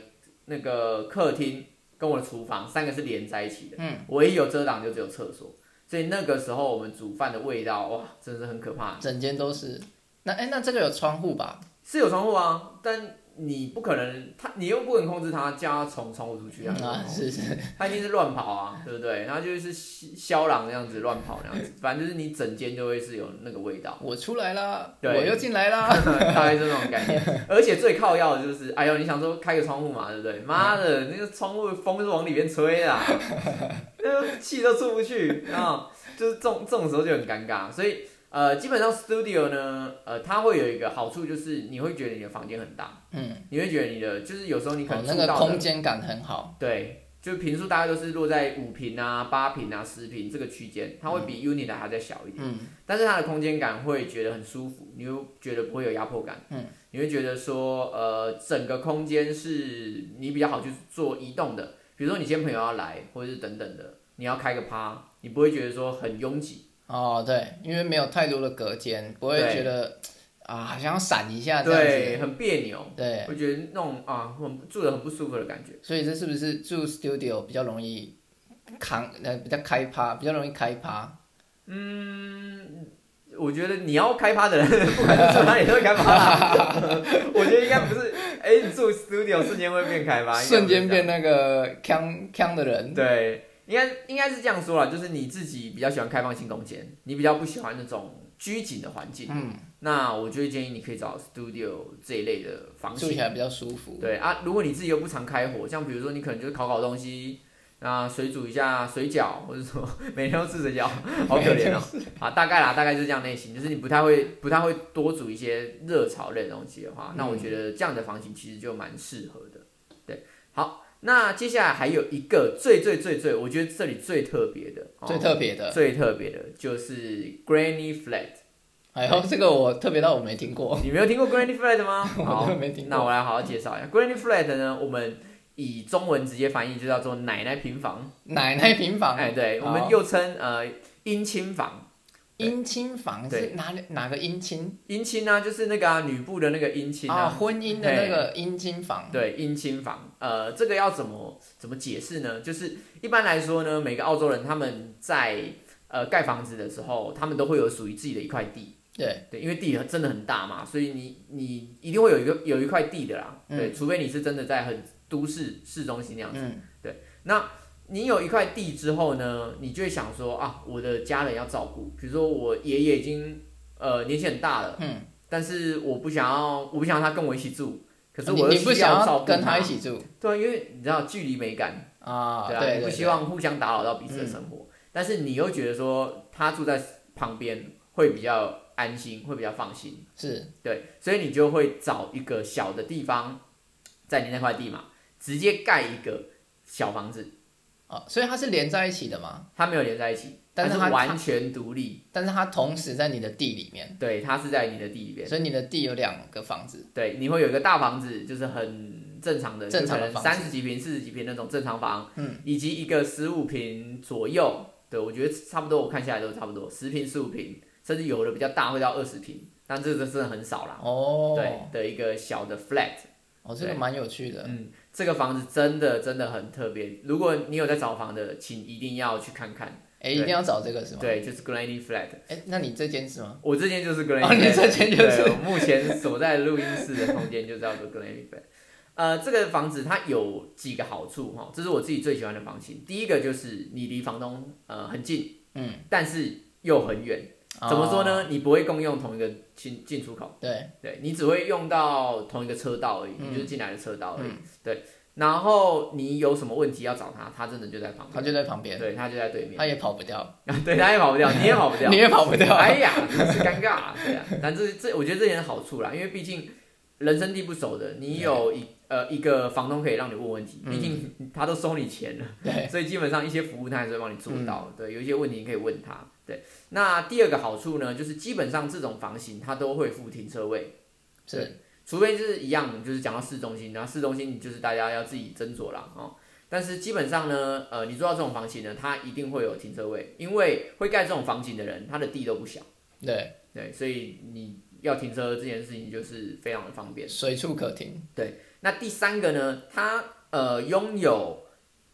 [SPEAKER 1] 那个客厅跟我的厨房三个是连在一起的，嗯，唯一有遮挡就只有厕所，所以那个时候我们煮饭的味道哇，真的是很可怕，
[SPEAKER 2] 整间都是。那哎、那这个有窗户吧？
[SPEAKER 1] 是有窗户啊，但你不可能，他你又不能控制他，叫他从窗户出去啊，
[SPEAKER 2] 啊，是是，
[SPEAKER 1] 他一定是乱跑啊，对不对？然后就是肖朗那样子乱跑那样子，反正就是你整间就会是有那个味道。
[SPEAKER 2] 我出来啦，我
[SPEAKER 1] 对
[SPEAKER 2] 又进来啦。
[SPEAKER 1] 大概是那种概念。而且最靠要的就是，哎呦，你想说开个窗户嘛，对不对？妈的，那个窗户风是往里面吹的、啊，那个气都出不去 啊，就是这种这种时候就很尴尬。所以呃，基本上 studio 呢，呃，它会有一个好处就是你会觉得你的房间很大，
[SPEAKER 2] 嗯，
[SPEAKER 1] 你会觉得你的就是有时候你可
[SPEAKER 2] 哦
[SPEAKER 1] 能，
[SPEAKER 2] 那
[SPEAKER 1] 住
[SPEAKER 2] 个
[SPEAKER 1] 到
[SPEAKER 2] 空
[SPEAKER 1] 的
[SPEAKER 2] 间感很好。
[SPEAKER 1] 对。就平数大概都是落在五平啊、八平啊、十平这个区间，它会比 unit 还要再小一点。
[SPEAKER 2] 嗯，
[SPEAKER 1] 但是它的空间感会觉得很舒服，你会觉得不会有压迫感，
[SPEAKER 2] 嗯，
[SPEAKER 1] 你会觉得说，呃，整个空间是你比较好去做移动的，比如说你今天朋友要来，或者是等等的，你要开个趴，你不会觉得说很拥挤，
[SPEAKER 2] 哦，对，因为没有太多的隔间，不会
[SPEAKER 1] 对
[SPEAKER 2] 觉得啊，好像要闪一下这
[SPEAKER 1] 对，
[SPEAKER 2] 样子。
[SPEAKER 1] 很别扭，
[SPEAKER 2] 对，
[SPEAKER 1] 会觉得那种啊，很住的很不舒服的感觉，
[SPEAKER 2] 所以这是不是住 studio 比较容易扛呃比较开趴，比较容易开趴？
[SPEAKER 1] 我觉得你要开趴的人，不管是住哪里都会开趴啦，我觉得应该不是，哎、住 studio 瞬间会变开趴，应该
[SPEAKER 2] 瞬
[SPEAKER 1] 不是
[SPEAKER 2] 间
[SPEAKER 1] 这样
[SPEAKER 2] 变那个锵锵的人。
[SPEAKER 1] 对，应该应该是这样说啦，就是你自己比较喜欢开放性空间，你比较不喜欢那种拘谨的环境。
[SPEAKER 2] 嗯，
[SPEAKER 1] 那我就会建议你可以找 studio 这一类的房
[SPEAKER 2] 住起
[SPEAKER 1] 型。
[SPEAKER 2] 来比较舒服。
[SPEAKER 1] 对啊，如果你自己又不常开火，像比如说你可能就是烤烤东西。那水煮一下水饺，或者说 每天都吃水饺，好可怜哦！啊，大概啦，大概就是这样类型，就是你不太会不太会多煮一些热炒类的东西的话，
[SPEAKER 2] 嗯
[SPEAKER 1] 那我觉得这样的房型其实就蛮适合的。对，好，那接下来还有一个最最最最，我觉得这里最特别的，哦、
[SPEAKER 2] 最特别的。
[SPEAKER 1] 最特别的就是 Granny Flat，
[SPEAKER 2] 哎呦，这个我特别到我没听过。
[SPEAKER 1] 你没有听过 Granny Flat 吗？
[SPEAKER 2] 我
[SPEAKER 1] 好
[SPEAKER 2] 真的，没听
[SPEAKER 1] 那
[SPEAKER 2] 过。
[SPEAKER 1] 我来好好介绍一下 Granny Flat 呢，我们以中文直接翻译就叫做奶奶平房，
[SPEAKER 2] 奶奶平房，
[SPEAKER 1] 哎，对，我
[SPEAKER 2] 啊好
[SPEAKER 1] 们又称呃姻亲房，
[SPEAKER 2] 姻亲房是
[SPEAKER 1] 对
[SPEAKER 2] 哪里哪个姻亲
[SPEAKER 1] 姻亲呢、就是那个、啊、女部的那个姻亲
[SPEAKER 2] 啊？
[SPEAKER 1] 啊，
[SPEAKER 2] 婚姻的那个姻亲房。
[SPEAKER 1] 对，姻亲房，呃，这个要怎么怎么解释呢？就是一般来说呢，每个澳洲人他们在呃盖房子的时候，他们都会有属于自己的一块地，
[SPEAKER 2] 对，
[SPEAKER 1] 对，因为地真的很大嘛，所以你你一定会有一个有一块地的啦，
[SPEAKER 2] 嗯
[SPEAKER 1] 对，除非你是真的在很都市市中心那样子。
[SPEAKER 2] 嗯，
[SPEAKER 1] 你有一块地之后呢，你就会想说啊，我的家人要照顾，比如说我爷爷已经呃年纪很大了，
[SPEAKER 2] 嗯，
[SPEAKER 1] 但是我不想要，我不想要他跟我一起住，可是
[SPEAKER 2] 哦你
[SPEAKER 1] 我又
[SPEAKER 2] 嗯你不
[SPEAKER 1] 需照
[SPEAKER 2] 想要
[SPEAKER 1] 顾
[SPEAKER 2] 跟他一，起住
[SPEAKER 1] 对，啊因为你知道距离美感，
[SPEAKER 2] 啊？
[SPEAKER 1] 对啊，
[SPEAKER 2] 对
[SPEAKER 1] 你不
[SPEAKER 2] 对，嗯
[SPEAKER 1] 希望互相打扰到彼此的生活，但是你又觉得说他住在旁边会比较安心，会比较放心，
[SPEAKER 2] 是
[SPEAKER 1] 对，所以你就会找一个小的地方，在你那块地嘛，直接盖一个小房子，
[SPEAKER 2] 哦，所以它是连在一起的嘛，
[SPEAKER 1] 它没有连在一起，
[SPEAKER 2] 但是
[SPEAKER 1] 是
[SPEAKER 2] 它
[SPEAKER 1] 完全独立，
[SPEAKER 2] 但是它同时在你的地里面，
[SPEAKER 1] 对，它是在你的地里边，
[SPEAKER 2] 所以你的地有两个房子，
[SPEAKER 1] 对，你会有一个大房子，就是很正常的，
[SPEAKER 2] 正常的房子
[SPEAKER 1] 三十几平、四十几平那种正常房，
[SPEAKER 2] 嗯，
[SPEAKER 1] 以及一个十五平左右，对我觉得差不多，我看下来都差不多，十平、十五平，甚至有的比较大会到二十平，但这个真的很少啦，
[SPEAKER 2] 哦，
[SPEAKER 1] 对，的一个小的 flat。
[SPEAKER 2] 哦，这个
[SPEAKER 1] 对
[SPEAKER 2] 蛮有趣的，
[SPEAKER 1] 嗯，这个房子真的真的很特别。如果你有在找房的，请一定要去看看。
[SPEAKER 2] 哎，一定要找这个是吗？，
[SPEAKER 1] 对，就是 Granny Flat。
[SPEAKER 2] 哎，那你这间是吗？
[SPEAKER 1] 我这间就是 Granny，、
[SPEAKER 2] 哦你这间 就是
[SPEAKER 1] 对我目前所在录音室的空间就叫做 Granny Flat。呃，这个房子它有几个好处哈，这是我自己最喜欢的房型。第一个就是你离房东呃很近，
[SPEAKER 2] 嗯，
[SPEAKER 1] 但是又很远。
[SPEAKER 2] 哦
[SPEAKER 1] 怎么说？呢？你不会共用同一个进进出口。
[SPEAKER 2] 对，
[SPEAKER 1] 对你只会用到同一个车道而已，
[SPEAKER 2] 嗯
[SPEAKER 1] 你就是进来的车道而已。
[SPEAKER 2] 嗯
[SPEAKER 1] 对，然后你有什么问题要找他，他真的就在旁
[SPEAKER 2] 它
[SPEAKER 1] 边，
[SPEAKER 2] 就在旁边，
[SPEAKER 1] 对他就在对面，
[SPEAKER 2] 它也跑不掉，
[SPEAKER 1] 对他也跑不掉，你也跑不掉
[SPEAKER 2] 你，也跑不掉，
[SPEAKER 1] 哎呀，真是尴尬。对啊，但这这我觉得这点好处啦，因为毕竟人生地不熟的，你有一呃一个房东可以让你问问题，
[SPEAKER 2] 嗯哎
[SPEAKER 1] 毕竟他都收你钱了。
[SPEAKER 2] 对，
[SPEAKER 1] 所以基本上一些服务他还是会帮你做到。对，有一些问题你可以问他。对，那第二个好处呢，就是基本上这种房型它都会附停车位，
[SPEAKER 2] 是
[SPEAKER 1] 对，除非就是一样，就是讲到市中心，然后市中心就是大家要自己斟酌啦哦。但是基本上呢，呃，你做到这种房型呢，它一定会有停车位，因为会盖这种房型的人，他的地都不小，
[SPEAKER 2] 对，
[SPEAKER 1] 对，所以你要停车这件事情就是非常的方便。
[SPEAKER 2] 随处可停，
[SPEAKER 1] 那第三个呢，它呃拥有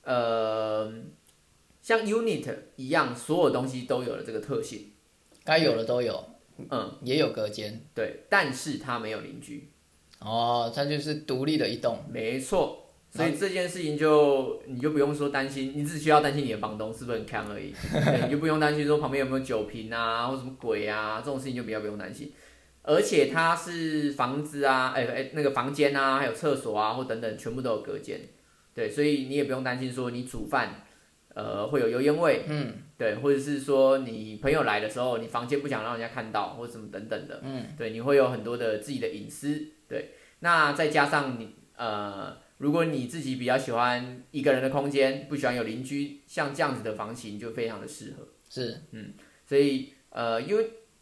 [SPEAKER 1] 呃像 unit 一样所有东西都有了这个特性，
[SPEAKER 2] 该有的都有，
[SPEAKER 1] 嗯，
[SPEAKER 2] 也有隔间
[SPEAKER 1] 对，但是它没有邻居，
[SPEAKER 2] 哦，它就是独立的一栋，
[SPEAKER 1] 没错。所以这件事情就你就不用说担心，你只需要担心你的房东是不是很看而 已，对你就不用担心说旁边有没有酒瓶啊或什么鬼啊这种事情就比较不用担心。而且它是房子啊，哎、哎、那个房间啊，还有厕所啊或等等，全部都有隔间，对，所以你也不用担心说你煮饭，呃会有油烟味，
[SPEAKER 2] 嗯，
[SPEAKER 1] 对，或者是说你朋友来的时候，你房间不想让人家看到，或者什么等等的，
[SPEAKER 2] 嗯，
[SPEAKER 1] 对，你会有很多的自己的隐私，对，那再加上你呃，如果你自己比较喜欢一个人的空间，不喜欢有邻居，像这样子的房型就非常的适合，
[SPEAKER 2] 是
[SPEAKER 1] 所以呃 U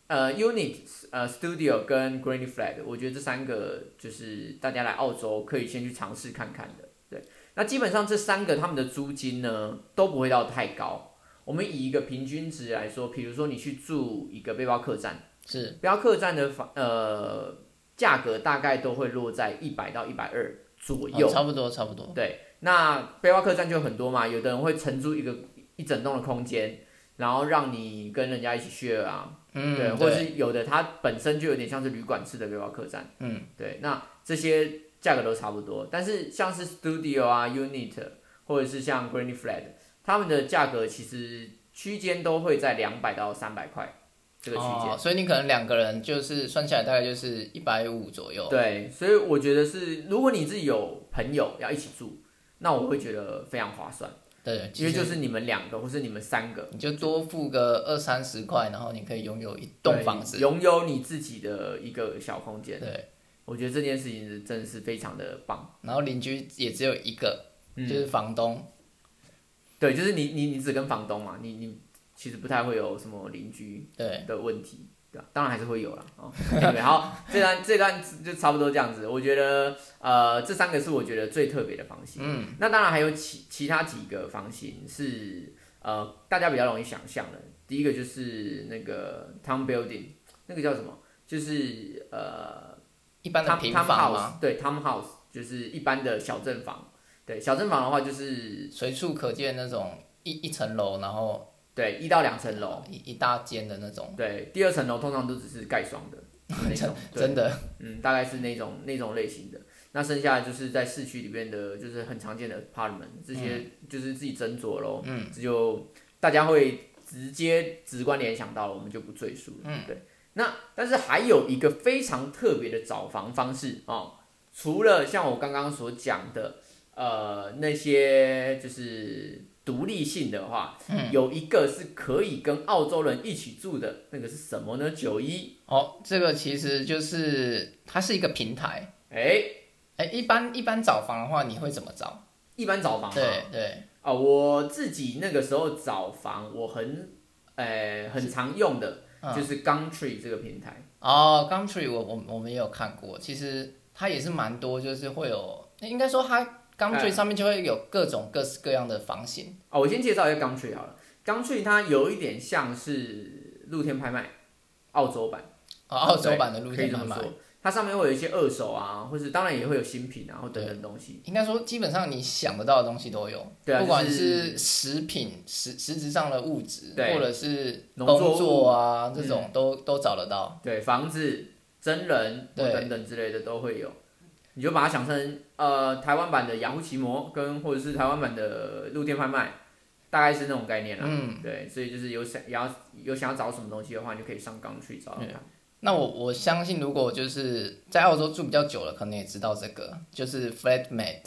[SPEAKER 1] 呃 Unit 呃 Studio 跟 Granny Flat，我觉得这三个就是大家来澳洲可以先去尝试看看的，对，那基本上这三个他们的租金呢都不会到太高。我们以一个平均值来说，比如说你去住一个背包客栈，
[SPEAKER 2] 是
[SPEAKER 1] 背包客栈的房呃价格大概都会落在一百到一百二左右。
[SPEAKER 2] 哦差不多差不多，
[SPEAKER 1] 对，那背包客栈就有很多嘛，有的人会承租一个一整栋的空间，然后让你跟人家一起 share 啊，
[SPEAKER 2] 嗯，
[SPEAKER 1] 对，
[SPEAKER 2] 对，
[SPEAKER 1] 或者是有的它本身就有点像是旅馆式的背包客栈，
[SPEAKER 2] 嗯，
[SPEAKER 1] 对，那这些价格都差不多，但是像是 Studio 啊、Unit 或者是像 Granny Flat，他们的价格其实区间都会在两百到三百块这个区间
[SPEAKER 2] 哦，。所以你可能两个人就是算起来大概就是一百五左右，
[SPEAKER 1] 对，所以我觉得是，如果你自己有朋友要一起住，那我会觉得非常划算，
[SPEAKER 2] 对，
[SPEAKER 1] 因为就
[SPEAKER 2] 其实
[SPEAKER 1] 是你们两个或是你们三个
[SPEAKER 2] 你就多付个二三十块，然后你可以拥有一栋
[SPEAKER 1] 对
[SPEAKER 2] 房子，
[SPEAKER 1] 拥有你自己的一个小空间，
[SPEAKER 2] 对，
[SPEAKER 1] 我觉得这件事情是真的是非常的棒。
[SPEAKER 2] 然后邻居也只有一个，就
[SPEAKER 1] 嗯，
[SPEAKER 2] 是房东，
[SPEAKER 1] 对，就是你你你只跟房东嘛，你你其实不太会有什么邻居
[SPEAKER 2] 对，
[SPEAKER 1] 的问题，对吧、当然还是会有啦。哦，对，好， 这段这段就差不多这样子。我觉得呃，这三个是我觉得最特别的房型。
[SPEAKER 2] 嗯，
[SPEAKER 1] 那当然还有其其他几个房型是呃大家比较容易想象的。第一个就是那个 town building，那个叫什么？就是呃
[SPEAKER 2] 一般的
[SPEAKER 1] town
[SPEAKER 2] 平
[SPEAKER 1] town
[SPEAKER 2] 房
[SPEAKER 1] house，
[SPEAKER 2] 嘛，
[SPEAKER 1] 对 town house 就是一般的小镇房。对小镇房的话，就是
[SPEAKER 2] 随处可见那种一一层楼，然后
[SPEAKER 1] 对一到两层楼，
[SPEAKER 2] 一一大间的那种，
[SPEAKER 1] 对第二层楼通常都只是盖双的那种，对
[SPEAKER 2] 真的，
[SPEAKER 1] 嗯，大概是那种那种类型的。那剩下的就是在市区里边的，就是很常见的 apartment，这些就是自己斟酌咯。
[SPEAKER 2] 嗯，
[SPEAKER 1] 这就大家会直接直观联想到了，我们就不赘述了。
[SPEAKER 2] 嗯，
[SPEAKER 1] 对。那但是还有一个非常特别的找房方式哦，除了像我刚刚所讲的，呃，那些就是独立性的话，
[SPEAKER 2] 嗯
[SPEAKER 1] 有一个是可以跟澳洲人一起住的，那个是什么呢？九一，
[SPEAKER 2] 哦，这个其实就是它是一个平台，
[SPEAKER 1] 哎，
[SPEAKER 2] 哎，一般一般找房的话，你会怎么找？
[SPEAKER 1] 一般找房嘛
[SPEAKER 2] 对对，
[SPEAKER 1] 啊、我自己那个时候找房，我很，呃，很常用的
[SPEAKER 2] 嗯
[SPEAKER 1] 就是 Gumtree 这个平台。
[SPEAKER 2] 哦，Gumtree 我我我们也有看过，其实它也是蛮多，就是会有，应该说它 Gumtree
[SPEAKER 1] 哎
[SPEAKER 2] 上面就会有各种各式各样的房型，
[SPEAKER 1] 啊、我先介绍一下 Gumtree 好了。Gumtree 它有一点像是露天拍卖，澳洲版，
[SPEAKER 2] 哦，澳洲版的
[SPEAKER 1] 对
[SPEAKER 2] 露
[SPEAKER 1] 可以
[SPEAKER 2] 天
[SPEAKER 1] 这
[SPEAKER 2] 拍
[SPEAKER 1] 么
[SPEAKER 2] 卖，
[SPEAKER 1] 说。它上面会有一些二手啊，或是当然也会有新品啊，或等等东西。
[SPEAKER 2] 应该说基本上你想得到的东西都有，
[SPEAKER 1] 对啊
[SPEAKER 2] 不管
[SPEAKER 1] 就是
[SPEAKER 2] 是食品实实质上的物质，
[SPEAKER 1] 对
[SPEAKER 2] 或者是
[SPEAKER 1] 农
[SPEAKER 2] 工
[SPEAKER 1] 作物
[SPEAKER 2] 作啊这种
[SPEAKER 1] 嗯
[SPEAKER 2] 都、都找得到。
[SPEAKER 1] 对，房子、真人或
[SPEAKER 2] 对
[SPEAKER 1] 等等之类的都会有。你就把它想成呃台湾版的雅虎奇摩，跟或者是台湾版的露天拍卖，大概是那种概念啦。
[SPEAKER 2] 嗯，
[SPEAKER 1] 对，啊所以就是有想要有想要找什么东西的话，你就可以上刚去找找看。
[SPEAKER 2] 那我我相信，如果就是在澳洲住比较久了，可能也知道这个，就是 flatmate。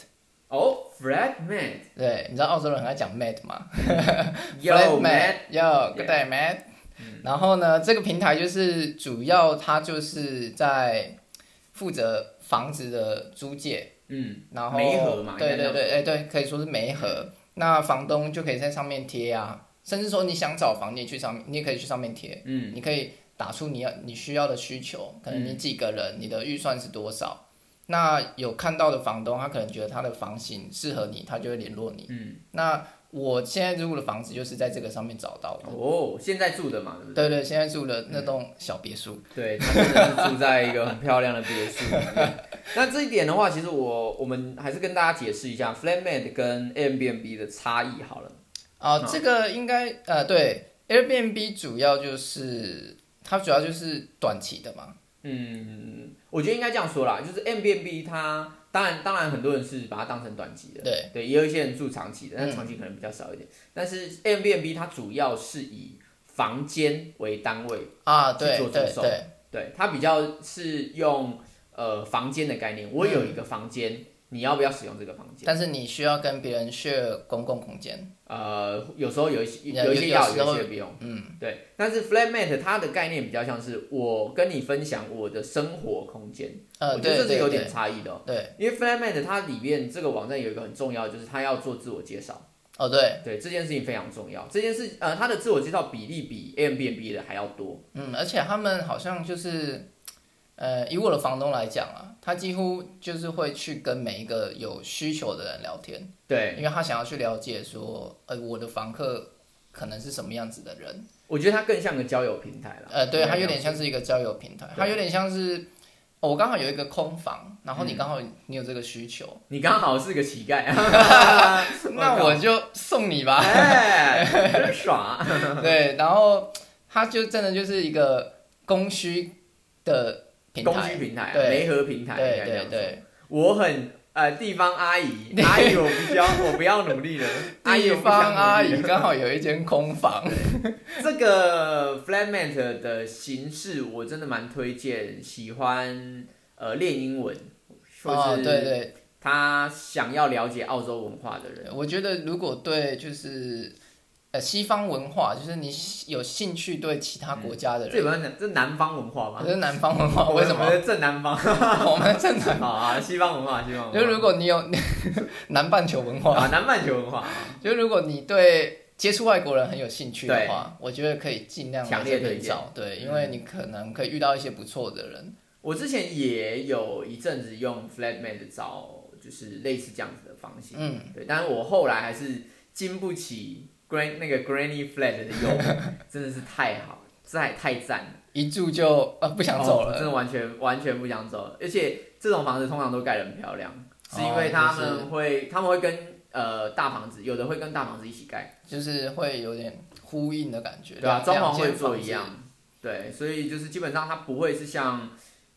[SPEAKER 1] 哦、f r e d Mad，
[SPEAKER 2] 对，你知道澳洲人很爱讲 mate 吗？
[SPEAKER 1] Yo Mad，
[SPEAKER 2] Yo Good day Mad。然
[SPEAKER 1] 嗯
[SPEAKER 2] 后呢，这个平台就是主要它就是在负责房子的租借，
[SPEAKER 1] 嗯，
[SPEAKER 2] 然后
[SPEAKER 1] 媒合嘛
[SPEAKER 2] 对
[SPEAKER 1] 应该
[SPEAKER 2] 对
[SPEAKER 1] 叫嗯
[SPEAKER 2] 对，哎对，可以说是媒合。那房东就可以在上面贴啊，甚至说你想找房，你也去上面，你也可以去上面贴，
[SPEAKER 1] 嗯，
[SPEAKER 2] 你可以打出你要你需要的需求，可能你几个
[SPEAKER 1] 嗯
[SPEAKER 2] 人，你的预算是多少。那有看到的房东，他可能觉得他的房型适合你，他就会联络你。
[SPEAKER 1] 嗯，
[SPEAKER 2] 那我现在住的房子就是在这个上面找到的。
[SPEAKER 1] 哦，现在住的嘛，对不对？
[SPEAKER 2] 对对，现在住的那栋小别墅，
[SPEAKER 1] 嗯
[SPEAKER 3] 对，他真的是住在一个很漂亮的别墅里面。
[SPEAKER 1] 那这一点的话，其实我我们还是跟大家解释一下 Flatmate 跟 Airbnb 的差异好了。
[SPEAKER 2] 啊、这个应该呃，对，Airbnb 主要就是它主要就是短期的嘛，
[SPEAKER 1] 嗯，我觉得应该这样说啦，就是 Airbnb 它当然当然很多人是把它当成短期的，
[SPEAKER 2] 对
[SPEAKER 1] 对，嗯也有一些人住长期的，但长期可能比较少一点。但是 Airbnb 它主要是以房间为单位，
[SPEAKER 2] 啊，
[SPEAKER 1] 去
[SPEAKER 2] 对
[SPEAKER 1] 做
[SPEAKER 2] 对
[SPEAKER 1] 出售
[SPEAKER 2] 对，
[SPEAKER 1] 对，它比较是用呃房间的概念，我有一个房间，你要不要使用这个房间？
[SPEAKER 2] 但是你需要跟别人 share 公共空间，
[SPEAKER 1] 呃，有时候有一些
[SPEAKER 2] 有
[SPEAKER 1] 有一些要，
[SPEAKER 2] 有时候
[SPEAKER 1] 有一些不用。嗯，对。但是 flatmate 它的概念比较像是我跟你分享我的生活空间，
[SPEAKER 2] 呃，
[SPEAKER 1] 我觉得
[SPEAKER 2] 对
[SPEAKER 1] 这是有
[SPEAKER 2] 对
[SPEAKER 1] 点
[SPEAKER 2] 对，
[SPEAKER 1] 差异的、哦。
[SPEAKER 2] 对，
[SPEAKER 1] 因为 flatmate 它里面这个网站有一个很重要，就是它要做自我介绍。
[SPEAKER 2] 哦对，
[SPEAKER 1] 对，这件事情非常重要。这件事呃，它的自我介绍比例比 Airbnb 的还要多。
[SPEAKER 2] 嗯，而且他们好像就是，呃，以我的房东来讲啊，他几乎就是会去跟每一个有需求的人聊天，
[SPEAKER 1] 对，
[SPEAKER 2] 因为他想要去了解说，呃，我的房客可能是什么样子的人，
[SPEAKER 1] 我觉得它更像个交友平台啊了。
[SPEAKER 2] 呃，对，
[SPEAKER 1] 应该
[SPEAKER 2] 它有
[SPEAKER 1] 这样
[SPEAKER 2] 点像是一个交友平台，
[SPEAKER 1] 对
[SPEAKER 2] 它有点像是。哦我刚好有一个空房，
[SPEAKER 1] 嗯
[SPEAKER 2] 然后你刚好你有这个 需求，
[SPEAKER 1] 你刚好是个乞丐，
[SPEAKER 2] 那我就送 你吧。
[SPEAKER 1] 哎，真爽。
[SPEAKER 2] 对，然后它就真的就是一个供需的平
[SPEAKER 1] 供需
[SPEAKER 2] 台，
[SPEAKER 1] 平台、啊，
[SPEAKER 2] 对
[SPEAKER 1] 媒合平台，应
[SPEAKER 2] 对
[SPEAKER 1] 该这样
[SPEAKER 2] 对
[SPEAKER 1] 说
[SPEAKER 2] 对，
[SPEAKER 1] 我很呃，地方阿 姨，阿姨我不需要，我不要努力了。阿姨
[SPEAKER 2] 地
[SPEAKER 1] 我不想努
[SPEAKER 2] 方
[SPEAKER 1] 力
[SPEAKER 2] 阿
[SPEAKER 1] 了
[SPEAKER 2] 姨刚好有一间空 房，
[SPEAKER 1] 这个 flatmate 的形式，我真的蛮推荐，喜欢呃练英文，或
[SPEAKER 2] 哦，对
[SPEAKER 1] 是
[SPEAKER 2] 对，
[SPEAKER 1] 他想要了解澳洲文化的人。
[SPEAKER 2] 我觉得如果对就是呃西方文化，就是你有兴趣对其他国家的
[SPEAKER 1] 这
[SPEAKER 2] 人，
[SPEAKER 1] 不是嗯这南方文化
[SPEAKER 2] 可
[SPEAKER 1] 吗？
[SPEAKER 2] 是南方文化 为什
[SPEAKER 1] 我
[SPEAKER 2] 么
[SPEAKER 1] 们的正南方？
[SPEAKER 2] 我们正常？
[SPEAKER 1] 好啊，西方文化，西方文化。
[SPEAKER 2] 就如果你有南半球文 化，
[SPEAKER 1] 啊，南半球文化，
[SPEAKER 2] 就如果你对接触外国人很有兴趣的
[SPEAKER 1] 对
[SPEAKER 2] 话，我觉得可以尽量
[SPEAKER 1] 强烈
[SPEAKER 2] 往这边
[SPEAKER 1] 推荐嗯
[SPEAKER 2] 找，对，因为你可能可以遇到一些不错的人。
[SPEAKER 1] 我之前也有一阵子用 flatmate 找，就是类似这样子的方型。
[SPEAKER 2] 嗯，
[SPEAKER 1] 对，但是我后来还是经不起 gran 那个 granny flat 的 诱惑，真的是太好，太太赞了，
[SPEAKER 2] 一住就呃不想走
[SPEAKER 1] 哦
[SPEAKER 2] 了。
[SPEAKER 1] 真的完全完全不想走了。而且这种房子通常都盖得很漂亮，是因为
[SPEAKER 2] 哦
[SPEAKER 1] 他
[SPEAKER 2] 就是
[SPEAKER 1] 们会、他们会跟呃大房子，有的会跟大房子一起盖，
[SPEAKER 2] 就是会有点呼应的感觉，
[SPEAKER 1] 对吧、
[SPEAKER 2] 两
[SPEAKER 1] 装潢
[SPEAKER 2] 两
[SPEAKER 1] 会
[SPEAKER 2] 间
[SPEAKER 1] 做
[SPEAKER 2] 房
[SPEAKER 1] 一
[SPEAKER 2] 子
[SPEAKER 1] 样，对，所以就是基本上它不会是像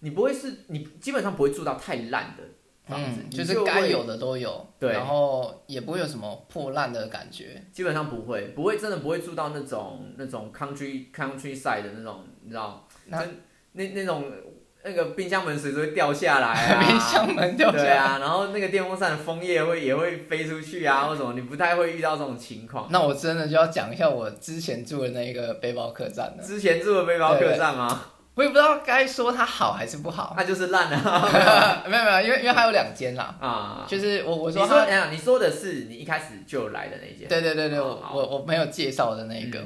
[SPEAKER 1] 你不会是你基本上不会住到太烂的房子，
[SPEAKER 2] 嗯，
[SPEAKER 1] 你
[SPEAKER 2] 就是该
[SPEAKER 1] 会
[SPEAKER 2] 有的都有，
[SPEAKER 1] 对
[SPEAKER 2] 然后也不会有什么破烂的感觉，
[SPEAKER 1] 基本上不会，不会真的不会住到那种那种 country countryside 的那种，你知道，
[SPEAKER 2] 那
[SPEAKER 1] 真那那种那个冰箱门随时会掉下来啊，
[SPEAKER 2] 冰箱 门掉下
[SPEAKER 1] 对
[SPEAKER 2] 来。
[SPEAKER 1] 啊，然后那个电风扇的枫叶会也会飞出去啊，或什么，你不太会遇到这种情况。
[SPEAKER 2] 那我真的就要讲一下我之前住的那个背包客栈了，
[SPEAKER 1] 之前住的背包客栈吗？
[SPEAKER 2] 我也不知道该说它好还是不 好，
[SPEAKER 1] 那就是烂啊
[SPEAKER 2] 没有没有，因为因为它有两间啦，
[SPEAKER 1] 啊！
[SPEAKER 2] 就是我我
[SPEAKER 1] 你
[SPEAKER 2] 说
[SPEAKER 1] 说，
[SPEAKER 2] 它，
[SPEAKER 1] 哎呀，你说的是你一开始就来的那间，
[SPEAKER 2] 对对对对，
[SPEAKER 1] 哦
[SPEAKER 2] 我
[SPEAKER 1] 好嗯
[SPEAKER 2] 我我没有介绍的那一个，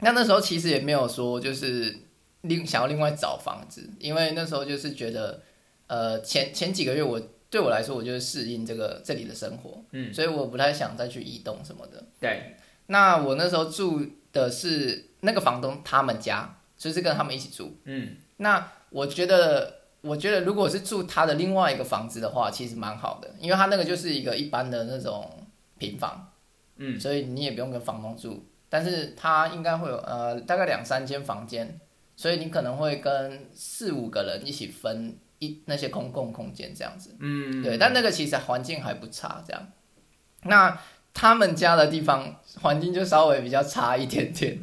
[SPEAKER 2] 那那时候其实也没有说就是另想要另外找房子，因为那时候就是觉得，呃，前前几个月我对我来说，我就是适应这个这里的生活，
[SPEAKER 1] 嗯，
[SPEAKER 2] 所以我不太想再去移动什么的。
[SPEAKER 1] 对，
[SPEAKER 2] 那我那时候住的是那个房东他们家，就是跟他们一起住。
[SPEAKER 1] 嗯，
[SPEAKER 2] 那我觉得。我觉得如果是住他的另外一个房子的话，其实蛮好的，因为他那个就是一个一般的那种平房，
[SPEAKER 1] 嗯，
[SPEAKER 2] 所以你也不用跟房东住，但是他应该会有呃大概两三间房间，所以你可能会跟四五个人一起分一那些公共空间这样子，
[SPEAKER 1] 嗯，
[SPEAKER 2] 对，但那个其实环境还不差，这样。那他们家的地方环境就稍微比较差一点点，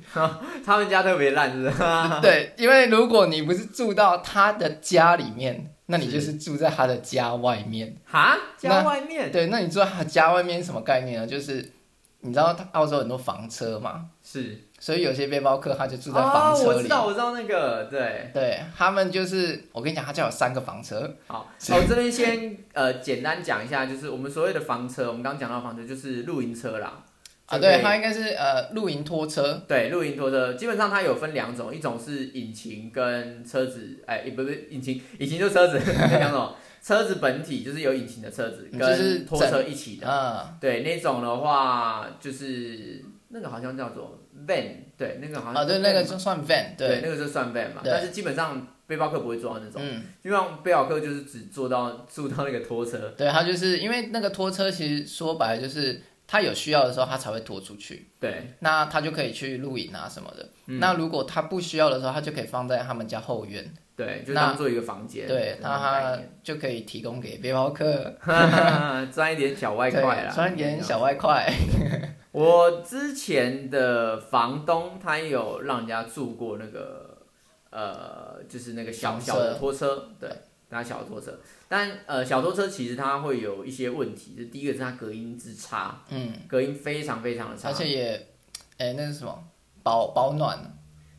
[SPEAKER 1] 他们家特别烂，是不是？
[SPEAKER 2] 对，因为如果你不是住到他的家里面，那你就是住在他的家外面。
[SPEAKER 1] 哈，家
[SPEAKER 2] 那
[SPEAKER 1] 外面
[SPEAKER 2] 对，那你住在他家外面是什么概念呢？就是你知道他澳洲很多房车嘛，
[SPEAKER 1] 是
[SPEAKER 2] 所以有些背包客他就住在房
[SPEAKER 1] 哦，
[SPEAKER 2] 车
[SPEAKER 1] 我知
[SPEAKER 2] 里。
[SPEAKER 1] 道，我知道那个，对，
[SPEAKER 2] 对他们就是，我跟你讲，他家有三个房车，
[SPEAKER 1] 好，
[SPEAKER 2] 所
[SPEAKER 1] 我、这边先呃简单讲一下，就是我们所谓的房车，我们刚刚讲到的房车就是露营车啦。
[SPEAKER 2] 啊，
[SPEAKER 1] 就可以
[SPEAKER 2] 对，他应该是呃露营拖车，
[SPEAKER 1] 对，露营拖车基本上它有分两种， 一种是引擎跟车子，哎、也不是引擎，引擎就车子，两种。车子本体就是有引擎的车子，
[SPEAKER 2] 嗯就是
[SPEAKER 1] 跟拖车一起的。
[SPEAKER 2] 嗯，
[SPEAKER 1] 对，那种的话就是那个好像叫做 van，对，那个好像
[SPEAKER 2] 啊，对，
[SPEAKER 1] 叫
[SPEAKER 2] 那个
[SPEAKER 1] van 嘛
[SPEAKER 2] 就算 van，
[SPEAKER 1] 对，
[SPEAKER 2] 对，
[SPEAKER 1] 那个就算 van 嘛。
[SPEAKER 2] 对
[SPEAKER 1] 但是基本上背包客不会做到那种，
[SPEAKER 2] 嗯，
[SPEAKER 1] 基本上背包客就是只做到住到那个拖车。
[SPEAKER 2] 对，他就是因为那个拖车，其实说白了就是他有需要的时候他才会拖出去，
[SPEAKER 1] 对，
[SPEAKER 2] 那他就可以去露营啊什么的。
[SPEAKER 1] 嗯
[SPEAKER 2] 那如果他不需要的时候，他就可以放在他们家后院，
[SPEAKER 1] 对，就
[SPEAKER 2] 那
[SPEAKER 1] 当做一个房间。
[SPEAKER 2] 对，那他
[SPEAKER 1] 那
[SPEAKER 2] 就可以提供给背包客，
[SPEAKER 1] 种概念 赚一点小外
[SPEAKER 2] 对
[SPEAKER 1] 快啦，
[SPEAKER 2] 赚一点小外快，
[SPEAKER 1] 我之前的房东他也有让人家住过那个，呃，就是那个小
[SPEAKER 2] 房
[SPEAKER 1] 小的
[SPEAKER 2] 车
[SPEAKER 1] 拖车，对，那小的拖车。但呃，小拖车其实它会有一些问题，就第一个是它隔音之差，
[SPEAKER 2] 嗯，
[SPEAKER 1] 隔音非常非常的
[SPEAKER 2] 而
[SPEAKER 1] 差，
[SPEAKER 2] 且也，哎，那是什么保保暖，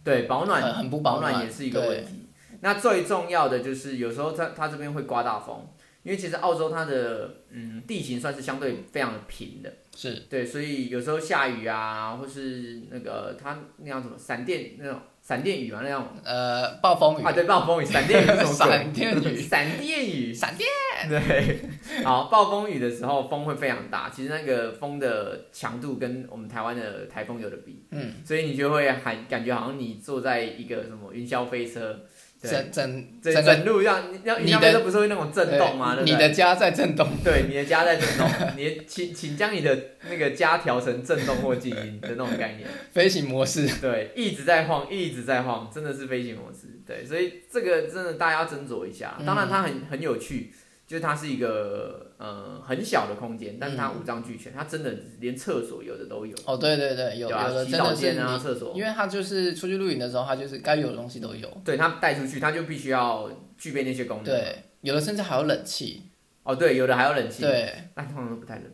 [SPEAKER 1] 对，保暖、
[SPEAKER 2] 很很不
[SPEAKER 1] 保
[SPEAKER 2] 保暖
[SPEAKER 1] 也是一个
[SPEAKER 2] 对
[SPEAKER 1] 问题。那最重要的就是有时候它它这边会刮大风，因为其实澳洲它的嗯地形算是相对非常平的。
[SPEAKER 2] 是
[SPEAKER 1] 对，所以有时候下雨啊，或是那个它那叫什么闪电那种闪电雨嘛，那种
[SPEAKER 2] 呃暴风雨
[SPEAKER 1] 啊，，对，暴风雨、闪电雨 是什么鬼
[SPEAKER 2] 闪电雨
[SPEAKER 1] 闪电雨，
[SPEAKER 2] 闪电，
[SPEAKER 1] 对，好，暴风雨的时候风会非常大，其实那个风的强度跟我们台湾的台风有的比，
[SPEAKER 2] 嗯，
[SPEAKER 1] 所以你就会喊感觉好像你坐在一个什么云霄飞车，对，
[SPEAKER 2] 整整
[SPEAKER 1] 整
[SPEAKER 2] 整个
[SPEAKER 1] 整路让让云
[SPEAKER 2] 你
[SPEAKER 1] 霄飞
[SPEAKER 2] 的
[SPEAKER 1] 车不是会那种震动吗？对
[SPEAKER 2] 对
[SPEAKER 1] 不
[SPEAKER 2] 你
[SPEAKER 1] 对？
[SPEAKER 2] 的家在震动，
[SPEAKER 1] 对，你的家在震动， 你请请将你的那个家调成震动或静音的那种概念。
[SPEAKER 2] 飞行模式，
[SPEAKER 1] 对，一直在晃，一直在晃，真的是飞行模式。对，所以这个真的大家要斟酌一
[SPEAKER 2] 嗯
[SPEAKER 1] 下。当然，它很很有趣，就是它是一个呃很小的空间，但是
[SPEAKER 2] 嗯
[SPEAKER 1] 它五脏俱全，它真的连厕所有的都有，
[SPEAKER 2] 哦，对对对，有
[SPEAKER 1] 对吧
[SPEAKER 2] 有的
[SPEAKER 1] 洗
[SPEAKER 2] 真
[SPEAKER 1] 澡
[SPEAKER 2] 的是
[SPEAKER 1] 间
[SPEAKER 2] 你
[SPEAKER 1] 啊、厕所，
[SPEAKER 2] 因为他就是出去露营的时候，他就是该有的东西都有。
[SPEAKER 1] 对，它带出去，它就必须要具备那些功能。，
[SPEAKER 2] 对，有的甚至还有冷气。
[SPEAKER 1] 哦，对，有的还有嗯冷气，
[SPEAKER 2] 对，
[SPEAKER 1] 但通常都不太冷。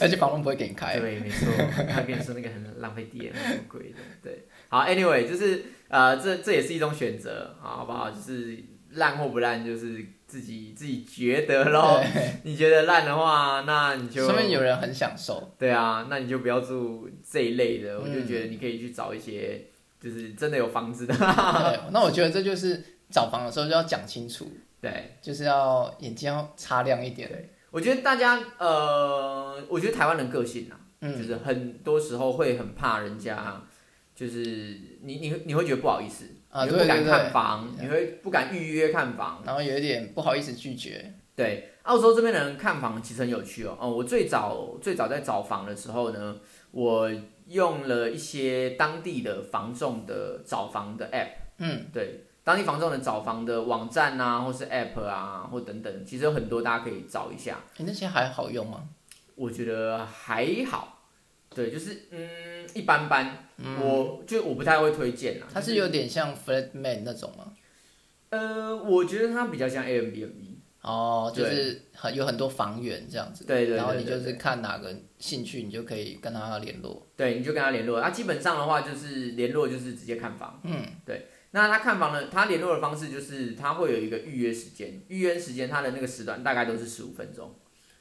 [SPEAKER 2] 而且房东不会给你开。
[SPEAKER 1] 对，没 错，他跟你说那个很浪费电，很贵的。对，好，anyway，就是呃，这这也是一种选择，好好不好？就是烂或不烂，就是自己自己觉得咯。
[SPEAKER 2] 对，
[SPEAKER 1] 你觉得烂的话，那你就
[SPEAKER 2] 说明有人很享 受。
[SPEAKER 1] 对啊，那你就不要住这一类的。我就
[SPEAKER 2] 嗯
[SPEAKER 1] 觉得你可以去找一些就是真的有房子的。
[SPEAKER 2] 对，那我觉得这就是找房的时候就要讲清楚，
[SPEAKER 1] 对，
[SPEAKER 2] 就是要眼睛要擦亮一点。
[SPEAKER 1] 我觉得大家呃，我觉得台湾人个性啊，就
[SPEAKER 2] 嗯，
[SPEAKER 1] 是很多时候会很怕人家，就是你你你会觉得不好意思，
[SPEAKER 2] 啊
[SPEAKER 1] 你会不
[SPEAKER 2] 对
[SPEAKER 1] 敢
[SPEAKER 2] 对
[SPEAKER 1] 看
[SPEAKER 2] 对
[SPEAKER 1] 房，你会不敢预约看房。
[SPEAKER 2] 然后有一点不好意思拒绝。
[SPEAKER 1] 对，澳洲这边的人看房其实很有趣哦。哦，我最早最早在找房的时候呢，我用了一些当地的房仲的找房的 app，
[SPEAKER 2] 嗯，
[SPEAKER 1] 对，当地房仲的找房的网站啊，或是 app 啊，或等等，其实有很多大家可以找一下。
[SPEAKER 2] 你那些还好用吗？
[SPEAKER 1] 我觉得还好，对，就是嗯一般般，我就我不太会推荐啦。
[SPEAKER 2] 嗯它是有点像 Flatman 那种吗？
[SPEAKER 1] 呃，我觉得它比较像 Airbnb，
[SPEAKER 2] 哦，就是很有很多房源这样子。
[SPEAKER 1] 对对对
[SPEAKER 2] 然后你
[SPEAKER 1] 对对
[SPEAKER 2] 就是看哪个兴趣，你就可以跟他联络。
[SPEAKER 1] 对，你就跟他联络。他、基本上的话就是联络就是直接看房，
[SPEAKER 2] 嗯，
[SPEAKER 1] 对。那他看房呢，他联络的方式就是他会有一个预约时间，预约时间他的那个时段大概都是十五分钟，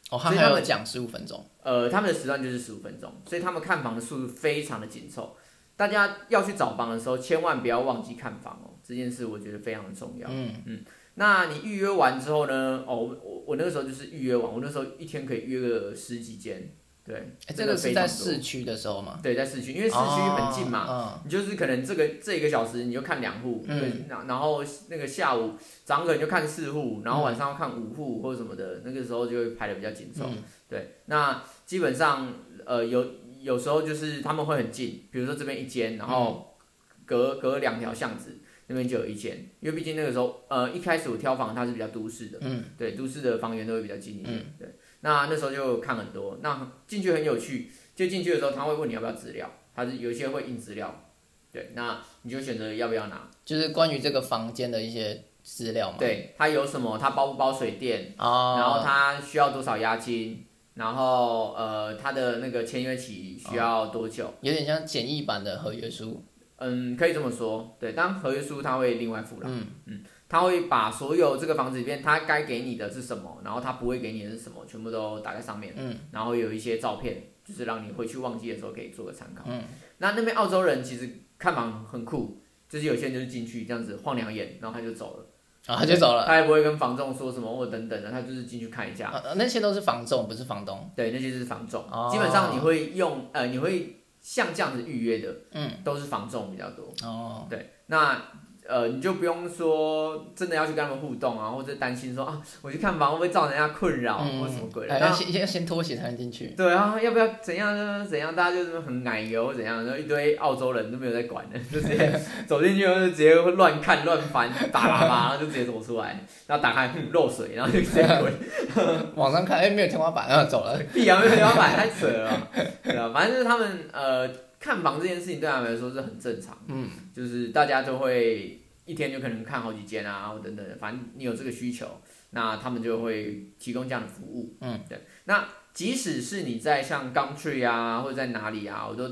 [SPEAKER 2] 哦，他
[SPEAKER 1] 所以
[SPEAKER 2] 还
[SPEAKER 1] 他
[SPEAKER 2] 有
[SPEAKER 1] 们
[SPEAKER 2] 讲十五分钟。
[SPEAKER 1] 呃，他们的时段就是十五分钟，所以他们看房的速度非常的紧凑。大家要去找房的时候，千万不要忘记看房哦，这件事我觉得非常的重要。
[SPEAKER 2] 嗯，
[SPEAKER 1] 那你预约完之后呢？哦，我我我那个时候就是预约完，我那时候一天可以约个十几间，对，
[SPEAKER 2] 哎，这
[SPEAKER 1] 真
[SPEAKER 2] 个
[SPEAKER 1] 的
[SPEAKER 2] 是
[SPEAKER 1] 非
[SPEAKER 2] 在
[SPEAKER 1] 常
[SPEAKER 2] 市
[SPEAKER 1] 多。
[SPEAKER 2] 区的时候吗？
[SPEAKER 1] 对，在市区，因为市区很近嘛，
[SPEAKER 2] 哦
[SPEAKER 1] 你就是可能这个这一个小时你就看两户，
[SPEAKER 2] 嗯
[SPEAKER 1] 对，然然后那个下午早上可能就看四户，然
[SPEAKER 2] 嗯
[SPEAKER 1] 后晚上要看五户或者什么的，那个时候就会排的比较紧凑。
[SPEAKER 2] 嗯
[SPEAKER 1] 对，那基本上呃有有时候就是他们会很近，比如说这边一间，然
[SPEAKER 2] 嗯
[SPEAKER 1] 后隔隔两条巷子那边就有一间，因为毕竟那个时候呃一开始我挑房它是比较都市的，
[SPEAKER 2] 嗯，
[SPEAKER 1] 对，都市的房源都会比较近一点，对。那那时候就看很多，那进去很有趣，就进去的时候他会问你要不要资料，他是有一些会印资料，对，那你就选择要不要拿，
[SPEAKER 2] 嗯，就是关于这个房间的一些资料嘛。，
[SPEAKER 1] 对，它有什么，它包不包水电，
[SPEAKER 2] 哦，
[SPEAKER 1] 然后它需要多少押金，然后呃，它的那个签约期需要多久？
[SPEAKER 2] 有点像简易版的合约书。
[SPEAKER 1] 嗯，可以这么说，对，当然合约书它会另外付了，
[SPEAKER 2] 嗯，
[SPEAKER 1] 它会把所有这个房子里面它该给你的是什么，然后它不会给你的是什么，全部都打在上面，
[SPEAKER 2] 嗯，
[SPEAKER 1] 然后有一些照片，就是让你回去忘记的时候可以做个参考，嗯，那那边澳洲人其实看房很酷，就是有些人就是进去这样子晃两眼，然后他就走了。
[SPEAKER 2] 啊，他就走了。
[SPEAKER 1] 他也不会跟房仲说什么或等等的，他就是进去看一下。
[SPEAKER 2] 啊那些都是房仲，不是房东。
[SPEAKER 1] 对，那就是房仲。
[SPEAKER 2] 哦
[SPEAKER 1] 基本上你会用呃，你会像这样子预约的，
[SPEAKER 2] 嗯，
[SPEAKER 1] 都是房仲比较多。
[SPEAKER 2] 哦，
[SPEAKER 1] 对，那呃，你就不用说真的要去跟他们互动啊，或者担心说啊，我去看房会不会造成人家困扰、
[SPEAKER 2] 嗯，
[SPEAKER 1] 或什么鬼的。
[SPEAKER 2] 哎
[SPEAKER 1] 那
[SPEAKER 2] 要先要先脱鞋才能进去。
[SPEAKER 1] 对啊，要不要怎样呢？怎样？大家就是很奶油怎样，然后一堆澳洲人都没有在管的，就直 接走进去，然后就直接乱看乱翻，打喇叭，然后就直接走出来，然后打开嗯漏水，然后就直接滚，
[SPEAKER 2] 网上看，哎，没有天花板，啊，走了。
[SPEAKER 1] 屁啊！没有要买太扯了吧，对啊，反正就是他们呃看房这件事情对他们来说是很正常，
[SPEAKER 2] 嗯，
[SPEAKER 1] 就是大家都会一天就可能看好几间啊，或等等的，反正你有这个需求，那他们就会提供这样的服务。
[SPEAKER 2] 嗯，
[SPEAKER 1] 对。那即使是你在像 Gumtree 啊，或者在哪里啊，我都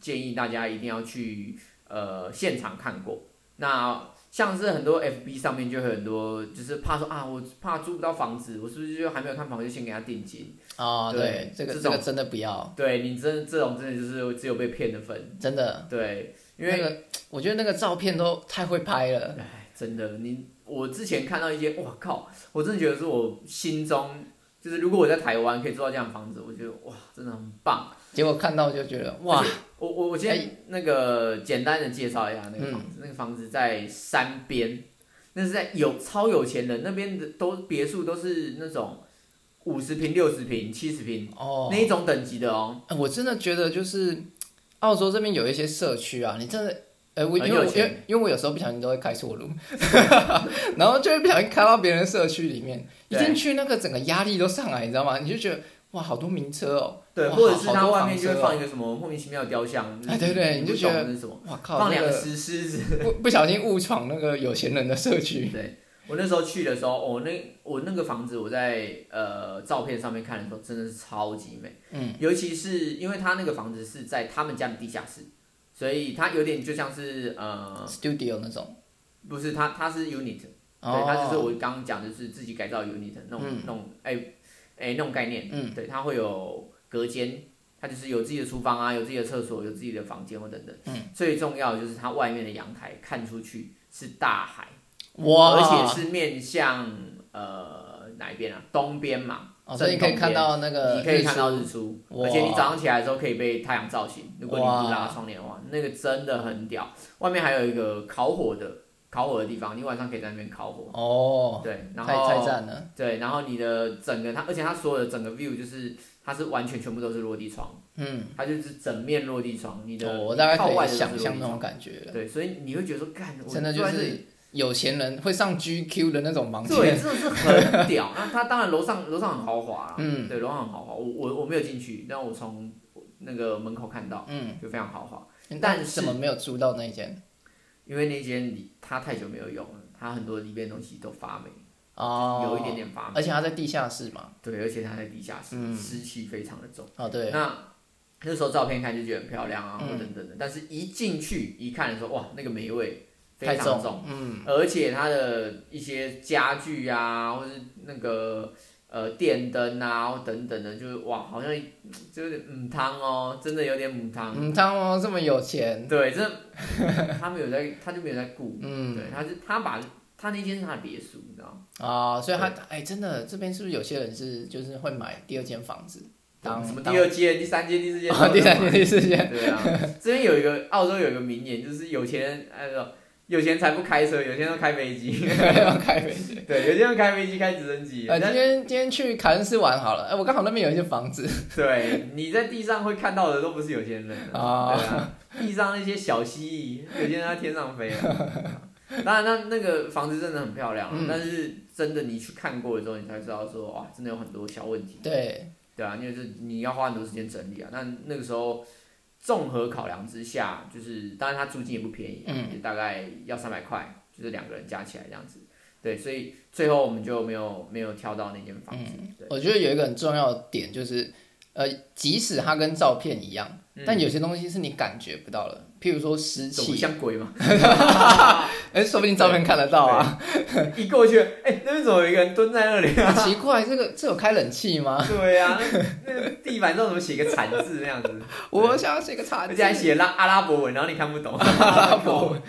[SPEAKER 1] 建议大家一定要去呃现场看过。那像是很多 FB 上面就会很多，就是怕说啊，我怕租不到房子，我是不是就还没有看房我就先给他定金？
[SPEAKER 2] 哦，对
[SPEAKER 1] 对，
[SPEAKER 2] 这个
[SPEAKER 1] 这
[SPEAKER 2] 这
[SPEAKER 1] 种
[SPEAKER 2] 个真的不要，
[SPEAKER 1] 对你真这种真的就是只有被骗的份。
[SPEAKER 2] 真的，
[SPEAKER 1] 对，因为
[SPEAKER 2] 那个我觉得那个照片都太会拍了。
[SPEAKER 1] 哎，真的，你我之前看到一些，哇靠，我真的觉得是我心中，就是如果我在台湾可以住到这样的房子，我觉得哇，真的很棒。
[SPEAKER 2] 结果看到就觉得哇哎
[SPEAKER 1] 而，且，我我我今天那个简单的介绍一下那个
[SPEAKER 2] 嗯
[SPEAKER 1] 房子，那个房子在山边，那是在有超有钱人那边的都别墅都是那种五十平、六十平、七十平
[SPEAKER 2] 哦
[SPEAKER 1] 那，一种等级的哦，
[SPEAKER 2] 我真的觉得就是澳洲这边有一些社区啊，你真的。呃，我因
[SPEAKER 1] 很
[SPEAKER 2] 为
[SPEAKER 1] 有
[SPEAKER 2] 我因
[SPEAKER 1] 钱
[SPEAKER 2] 为因为我有时候不小心都会开错路， 然后就会不小心开到别人的社区里面，一
[SPEAKER 1] 对
[SPEAKER 2] 进去那个整个压力都上来，你知道吗？你就觉得哇，好多名车哦，
[SPEAKER 1] 对，
[SPEAKER 2] 哇
[SPEAKER 1] 或者是
[SPEAKER 2] 好
[SPEAKER 1] 它
[SPEAKER 2] 多
[SPEAKER 1] 外
[SPEAKER 2] 房
[SPEAKER 1] 面就
[SPEAKER 2] 车
[SPEAKER 1] 会
[SPEAKER 2] 哦
[SPEAKER 1] 放一个什么莫名其妙的雕像，
[SPEAKER 2] 哎对对
[SPEAKER 1] 你
[SPEAKER 2] 你
[SPEAKER 1] 不
[SPEAKER 2] 就觉
[SPEAKER 1] 懂
[SPEAKER 2] 得
[SPEAKER 1] 那是什么，
[SPEAKER 2] 哇靠，
[SPEAKER 1] 放两
[SPEAKER 2] 那
[SPEAKER 1] 个
[SPEAKER 2] 个
[SPEAKER 1] 石 狮子。
[SPEAKER 2] 不不小心误闯那个有钱人的社 区，
[SPEAKER 1] 对我那时候去的时候，我、那我那个房子，我在呃照片上面看的时候，真的是超级美。
[SPEAKER 2] 嗯，
[SPEAKER 1] 尤其是因为他那个房子是在他们家的地下室，所以它有点就像是呃，
[SPEAKER 2] studio 那种，
[SPEAKER 1] 不是它它是 unit，、
[SPEAKER 2] 哦
[SPEAKER 1] 对，，它就是我刚刚讲就是自己改造 unit 那种、
[SPEAKER 2] 嗯
[SPEAKER 1] 那种哎哎那种概念，
[SPEAKER 2] 嗯
[SPEAKER 1] 对，它会有隔间。它就是有自己的厨房啊，有自己的厕所，有自己的房间或等等。
[SPEAKER 2] 嗯，
[SPEAKER 1] 最重要的就是它外面的阳台看出去是大海，
[SPEAKER 2] 哦哇，
[SPEAKER 1] 而且是面向呃哪一边啊？东边嘛，
[SPEAKER 2] 哦，所以你可以看到那个，
[SPEAKER 1] 你可以看到日，出，
[SPEAKER 2] 哇
[SPEAKER 1] 而且你早上起来的时候可以被太阳照醒。如果你
[SPEAKER 2] 哇
[SPEAKER 1] 不拉窗帘的话，那个真的很屌。外面还有一个烤火的烤火的地方，你晚上可以在那边烤火。
[SPEAKER 2] 哦，
[SPEAKER 1] 对，然
[SPEAKER 2] 太太
[SPEAKER 1] 后
[SPEAKER 2] 赞了，
[SPEAKER 1] 对，然后你的整个它，而且它所有的整个 view 就是它是完全全部都是落地窗，
[SPEAKER 2] 嗯，
[SPEAKER 1] 它就是整面落地窗，你的
[SPEAKER 2] 哦我大概
[SPEAKER 1] 靠
[SPEAKER 2] 可
[SPEAKER 1] 外
[SPEAKER 2] 以
[SPEAKER 1] 的都是
[SPEAKER 2] 想
[SPEAKER 1] 落
[SPEAKER 2] 象
[SPEAKER 1] 地
[SPEAKER 2] 那种
[SPEAKER 1] 窗。
[SPEAKER 2] 感觉了，
[SPEAKER 1] 对，所以你会觉得说，干，我
[SPEAKER 2] 真的
[SPEAKER 1] 住
[SPEAKER 2] 就
[SPEAKER 1] 在这里
[SPEAKER 2] 是有钱人会上 GQ 的那种盲
[SPEAKER 1] 对，
[SPEAKER 2] 店，
[SPEAKER 1] 真的是很屌。那他当然楼上楼上很豪华啦，啊
[SPEAKER 2] 嗯
[SPEAKER 1] 对，楼上很豪华。我我我没有进去，但我从那个门口看到，
[SPEAKER 2] 嗯，
[SPEAKER 1] 就非常豪华。
[SPEAKER 2] 但
[SPEAKER 1] 但是
[SPEAKER 2] 怎么没有租到那一间？
[SPEAKER 1] 因为那间里它太久没有用了，它很多里面的东西都发霉，
[SPEAKER 2] 哦，
[SPEAKER 1] 有一点，点发霉。
[SPEAKER 2] 而且它在地下室嘛，
[SPEAKER 1] 对，而且它在地下室，
[SPEAKER 2] 嗯
[SPEAKER 1] 湿气非常的重。
[SPEAKER 2] 哦，对，
[SPEAKER 1] 那那时候照片看就觉得很漂亮啊，
[SPEAKER 2] 嗯
[SPEAKER 1] 或等等的，但是一进去一看的时候，哇，那个霉味非
[SPEAKER 2] 太
[SPEAKER 1] 常
[SPEAKER 2] 重，
[SPEAKER 1] 重
[SPEAKER 2] 嗯，
[SPEAKER 1] 而且它的一些家具啊，或是那个呃电灯啊，等等的，就是哇，好像就有点母汤哦，真的有点母汤。
[SPEAKER 2] 嗯，他们这么有钱，
[SPEAKER 1] 对，这 他们有在，他就没有在顾。
[SPEAKER 2] 嗯，
[SPEAKER 1] 对，他就他把他那间是他的别墅，你知道吗？
[SPEAKER 2] 啊，所以他，哎，真的，这边是不是有些人是就是会买第二间房子当
[SPEAKER 1] 什么
[SPEAKER 2] 当
[SPEAKER 1] 第二间、第三间、第四间、
[SPEAKER 2] 哦，第三间、第四 间，
[SPEAKER 1] 对 啊，这边有一个澳洲有一个名言，就是有钱人哎，不有钱才不开车，有钱人都开飞 机。
[SPEAKER 2] 要开飞机。
[SPEAKER 1] 对，有些人开飞机、开直升机。
[SPEAKER 2] 呃，
[SPEAKER 1] 但
[SPEAKER 2] 今天今天去凯恩斯玩好了，哎、我刚好那边有一间房子，
[SPEAKER 1] 对，你在地上会看到的都不是有钱人啊
[SPEAKER 2] 啊
[SPEAKER 1] 对啊，地上那些小蜥蜴，有些人在天上飞啊。 当然，那那个房子真的很漂亮啊、
[SPEAKER 2] 嗯
[SPEAKER 1] 但是真的你去看过了之后，你才知道说哇，真的有很多小问题。
[SPEAKER 2] 对，
[SPEAKER 1] 对啊，因为这你要花很多时间整理啊。那那个时候综合考量之下，就是当然它租金也不便宜啊，
[SPEAKER 2] 嗯
[SPEAKER 1] 也大概要三百块，就是两个人加起来这样子。对，所以最后我们就没有没有挑到那
[SPEAKER 2] 嗯
[SPEAKER 1] 间房子。对，
[SPEAKER 2] 我觉得有一个很重要的点就是，呃，即使它跟照片一样，但有些东西是你感觉不到的，譬如说湿
[SPEAKER 1] 嗯怎么
[SPEAKER 2] 气，
[SPEAKER 1] 像鬼 吗？
[SPEAKER 2] 哎、说不定照片看得到啊。
[SPEAKER 3] 一过去，哎、那边怎么有一个人蹲在 那里？
[SPEAKER 2] 奇怪，这个这有开冷气吗？
[SPEAKER 3] 对呀、啊，那那地板上怎么写个惨字那样子？
[SPEAKER 2] 我想要写个茶
[SPEAKER 3] 而且还写拉阿拉伯文，然后你看不懂。
[SPEAKER 2] 阿拉伯 文。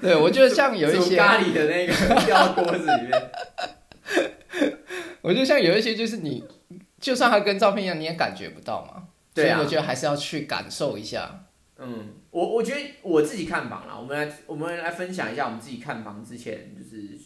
[SPEAKER 2] 对，我觉得像有一
[SPEAKER 3] 煮
[SPEAKER 2] 些，
[SPEAKER 3] 咖喱的那个掉到锅子里面，
[SPEAKER 2] 我觉得像有一些就是你，就算它跟照片一样，你也感觉不到嘛。
[SPEAKER 1] 对啊
[SPEAKER 2] 所以我觉得还是要去感受一下。
[SPEAKER 1] 嗯，我我觉得我自己看房啦，我们来我们来分享一下我们自己看房之前就是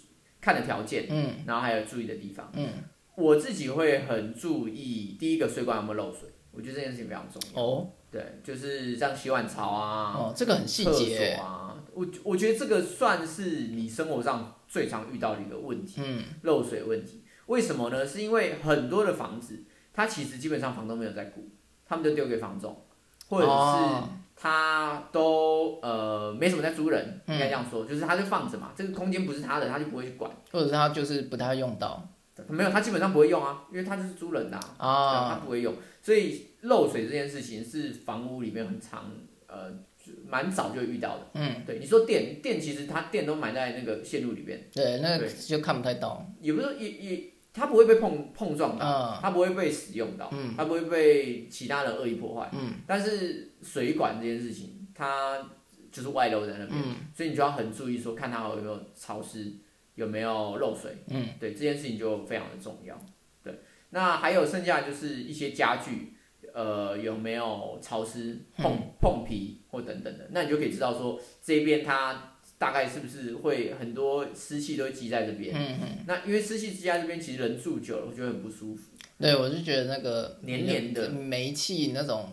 [SPEAKER 1] 看的条件，
[SPEAKER 2] 嗯
[SPEAKER 1] 然后还有注意的地方。
[SPEAKER 2] 嗯，
[SPEAKER 1] 我自己会很注意第一个水管有没有漏水，我觉得这件事情非常重要。
[SPEAKER 2] 哦
[SPEAKER 1] 对，就是像洗碗槽啊、
[SPEAKER 2] 哦，这个很细
[SPEAKER 1] 厕
[SPEAKER 2] 节
[SPEAKER 1] 所。啊，我我觉得这个算是你生活上最常遇到的一个问题，
[SPEAKER 2] 嗯
[SPEAKER 1] 漏水问题。为什么呢？是因为很多的房子，它其实基本上房东没有在顾，他们就丢给房仲，或者是
[SPEAKER 2] 哦
[SPEAKER 1] 他都呃没什么在租人，
[SPEAKER 2] 嗯
[SPEAKER 1] 应该这样说，就是他就放着嘛，这个空间不是他的，他就不会去管。
[SPEAKER 2] 或者是他就是不太用到
[SPEAKER 1] 没有，他基本上不会用啊，因为他就是租人的、啊。对他
[SPEAKER 2] 啊。
[SPEAKER 1] 不会用，所以漏水这件事情是房屋里面很常呃就蛮早就遇到的。
[SPEAKER 2] 嗯，
[SPEAKER 1] 对，你说电电其实它电都埋在那个线路里面，
[SPEAKER 2] 对，那
[SPEAKER 1] 对
[SPEAKER 2] 就看不太到。
[SPEAKER 1] 也不是说也也它不会被碰碰撞到，
[SPEAKER 2] 嗯
[SPEAKER 1] 它不会被使用到，
[SPEAKER 2] 嗯
[SPEAKER 1] 它不会被其他人恶意破坏。
[SPEAKER 2] 嗯
[SPEAKER 1] 但是水管这件事情，它就是外露在那边，
[SPEAKER 2] 嗯
[SPEAKER 1] 所以你就要很注意说看它有没有潮湿，有没有漏水。
[SPEAKER 2] 嗯，
[SPEAKER 1] 对这件事情就非常的重要。对，那还有剩下的就是一些家具，呃，有没有潮湿、
[SPEAKER 2] 嗯
[SPEAKER 1] 碰碰皮或等等的，那你就可以知道说这边它大概是不是会很多湿气都会积在这边。
[SPEAKER 2] 嗯嗯，
[SPEAKER 1] 那因为湿气积在这边，其实人住久了会觉得很不舒服，
[SPEAKER 2] 对，我就觉得那个
[SPEAKER 1] 黏黏的
[SPEAKER 2] 煤气那种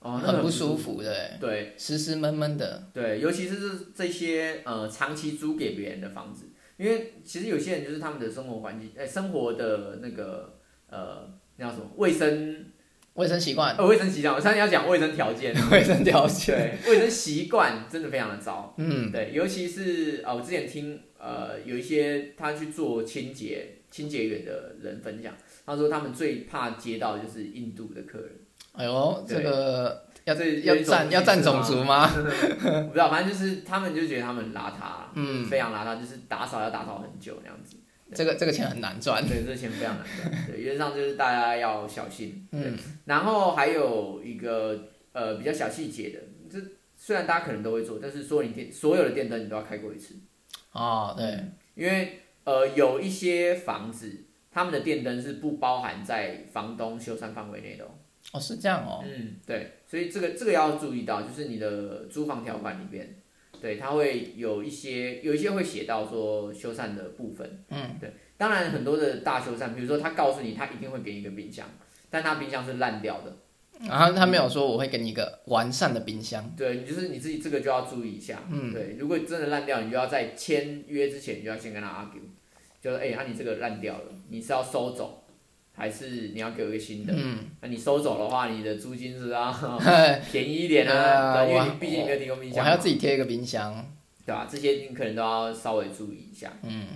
[SPEAKER 1] 哦，那
[SPEAKER 2] 很不舒
[SPEAKER 1] 舒。
[SPEAKER 2] 服的，
[SPEAKER 1] 对
[SPEAKER 2] 湿湿闷闷的。
[SPEAKER 1] 对，尤其是这这些呃长期租给别人的房子，因为其实有些人就是他们的生活环境，哎、生活的那个呃那叫什么卫生
[SPEAKER 2] 卫生习惯，
[SPEAKER 1] 呃，卫生习惯，我差点要 讲卫生条 件，
[SPEAKER 2] 卫生条件，
[SPEAKER 1] 对，卫生习惯真的非常的糟，
[SPEAKER 2] 嗯
[SPEAKER 1] 对，尤其是呃，我之前听呃有一些他去做清洁清洁员的人分享，他说他们最怕接到的就是印度的客人，
[SPEAKER 2] 哎呦，
[SPEAKER 1] 对
[SPEAKER 2] 这个要
[SPEAKER 1] 这有
[SPEAKER 2] 要
[SPEAKER 1] 一种
[SPEAKER 2] 占要占种族吗？
[SPEAKER 1] 我不知道，反正就是他们就觉得他们很邋遢，
[SPEAKER 2] 嗯，
[SPEAKER 1] 非常邋遢，就是打扫要打扫很久那样子，
[SPEAKER 2] 这个这个钱很难赚。
[SPEAKER 1] 对，这钱非常难赚，对，原则上就是大家要小心，对，
[SPEAKER 2] 嗯
[SPEAKER 1] 然后还有一个呃比较小细节的，这虽然大家可能都会做，但是所有你电所有的电灯你都要开过一次，
[SPEAKER 2] 哦，对，
[SPEAKER 1] 因为呃有一些房子他们的电灯是不包含在房东修缮范围内的、哦。
[SPEAKER 2] 哦是这样哦，
[SPEAKER 1] 嗯，对，所以这个这个要注意到，就是你的租房条款里边，对，它会有一些有一些会写到说修缮的部分，
[SPEAKER 2] 嗯，
[SPEAKER 1] 对，当然很多的大修缮，比如说他告诉你他一定会给你一个冰箱，但他冰箱是烂掉的。
[SPEAKER 2] 然后他没有说我会给你一个完善的冰箱，
[SPEAKER 1] 对，你就是你自己这个就要注意一下。
[SPEAKER 2] 嗯
[SPEAKER 1] 对，如果真的烂掉，你就要在签约之前，你就要先跟他 argue，就是哎，那、你这个烂掉了，你是要收走，还是你要给我一个新的？
[SPEAKER 2] 嗯，
[SPEAKER 1] 那、你收走的话，你的租金是不是 要
[SPEAKER 2] 嘿
[SPEAKER 1] 便宜一点啊，
[SPEAKER 2] 呃
[SPEAKER 1] 对，因为
[SPEAKER 2] 我
[SPEAKER 1] 你毕竟没有提供冰
[SPEAKER 2] 我
[SPEAKER 1] 箱
[SPEAKER 2] 还
[SPEAKER 1] 嘛，
[SPEAKER 2] 要自己贴一个冰箱，
[SPEAKER 1] 对吧、这些你可能都要稍微注意一下。
[SPEAKER 2] 嗯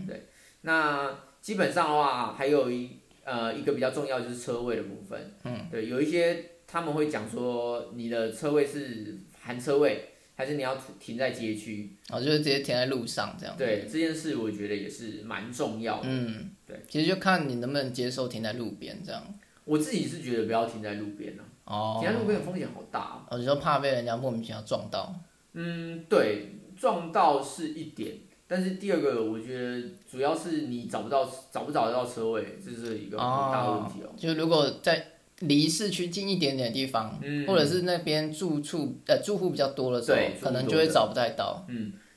[SPEAKER 1] 那基本上的话，还有一呃一个比较重要就是车位的部分。
[SPEAKER 2] 嗯，
[SPEAKER 1] 对，有一些他们会讲说你的车位是含车位，还是你要停在街区？
[SPEAKER 2] 我哦就是直接停在路上这样。
[SPEAKER 1] 对，这件事我觉得也是蛮重要的。
[SPEAKER 2] 嗯，
[SPEAKER 1] 对，
[SPEAKER 2] 其实就看你能不能接受停在路边这样。
[SPEAKER 1] 我自己是觉得不要停在路边啊，
[SPEAKER 2] 哦
[SPEAKER 1] 停，在路边的风险好大、啊。
[SPEAKER 2] 我就说怕被人家莫名其妙撞到。
[SPEAKER 1] 嗯，对，撞到是一点。但是第二个，我觉得主要是你找不到找不找得到车位，这是一个很大的问题哦。
[SPEAKER 2] 就如果在离市区近一点点的地方，
[SPEAKER 1] 嗯
[SPEAKER 2] 或者是那边住处呃住户比较多的时候
[SPEAKER 1] 对，
[SPEAKER 2] 可能
[SPEAKER 1] 住户
[SPEAKER 2] 就
[SPEAKER 1] 多
[SPEAKER 2] 会
[SPEAKER 1] 的
[SPEAKER 2] 找不太到。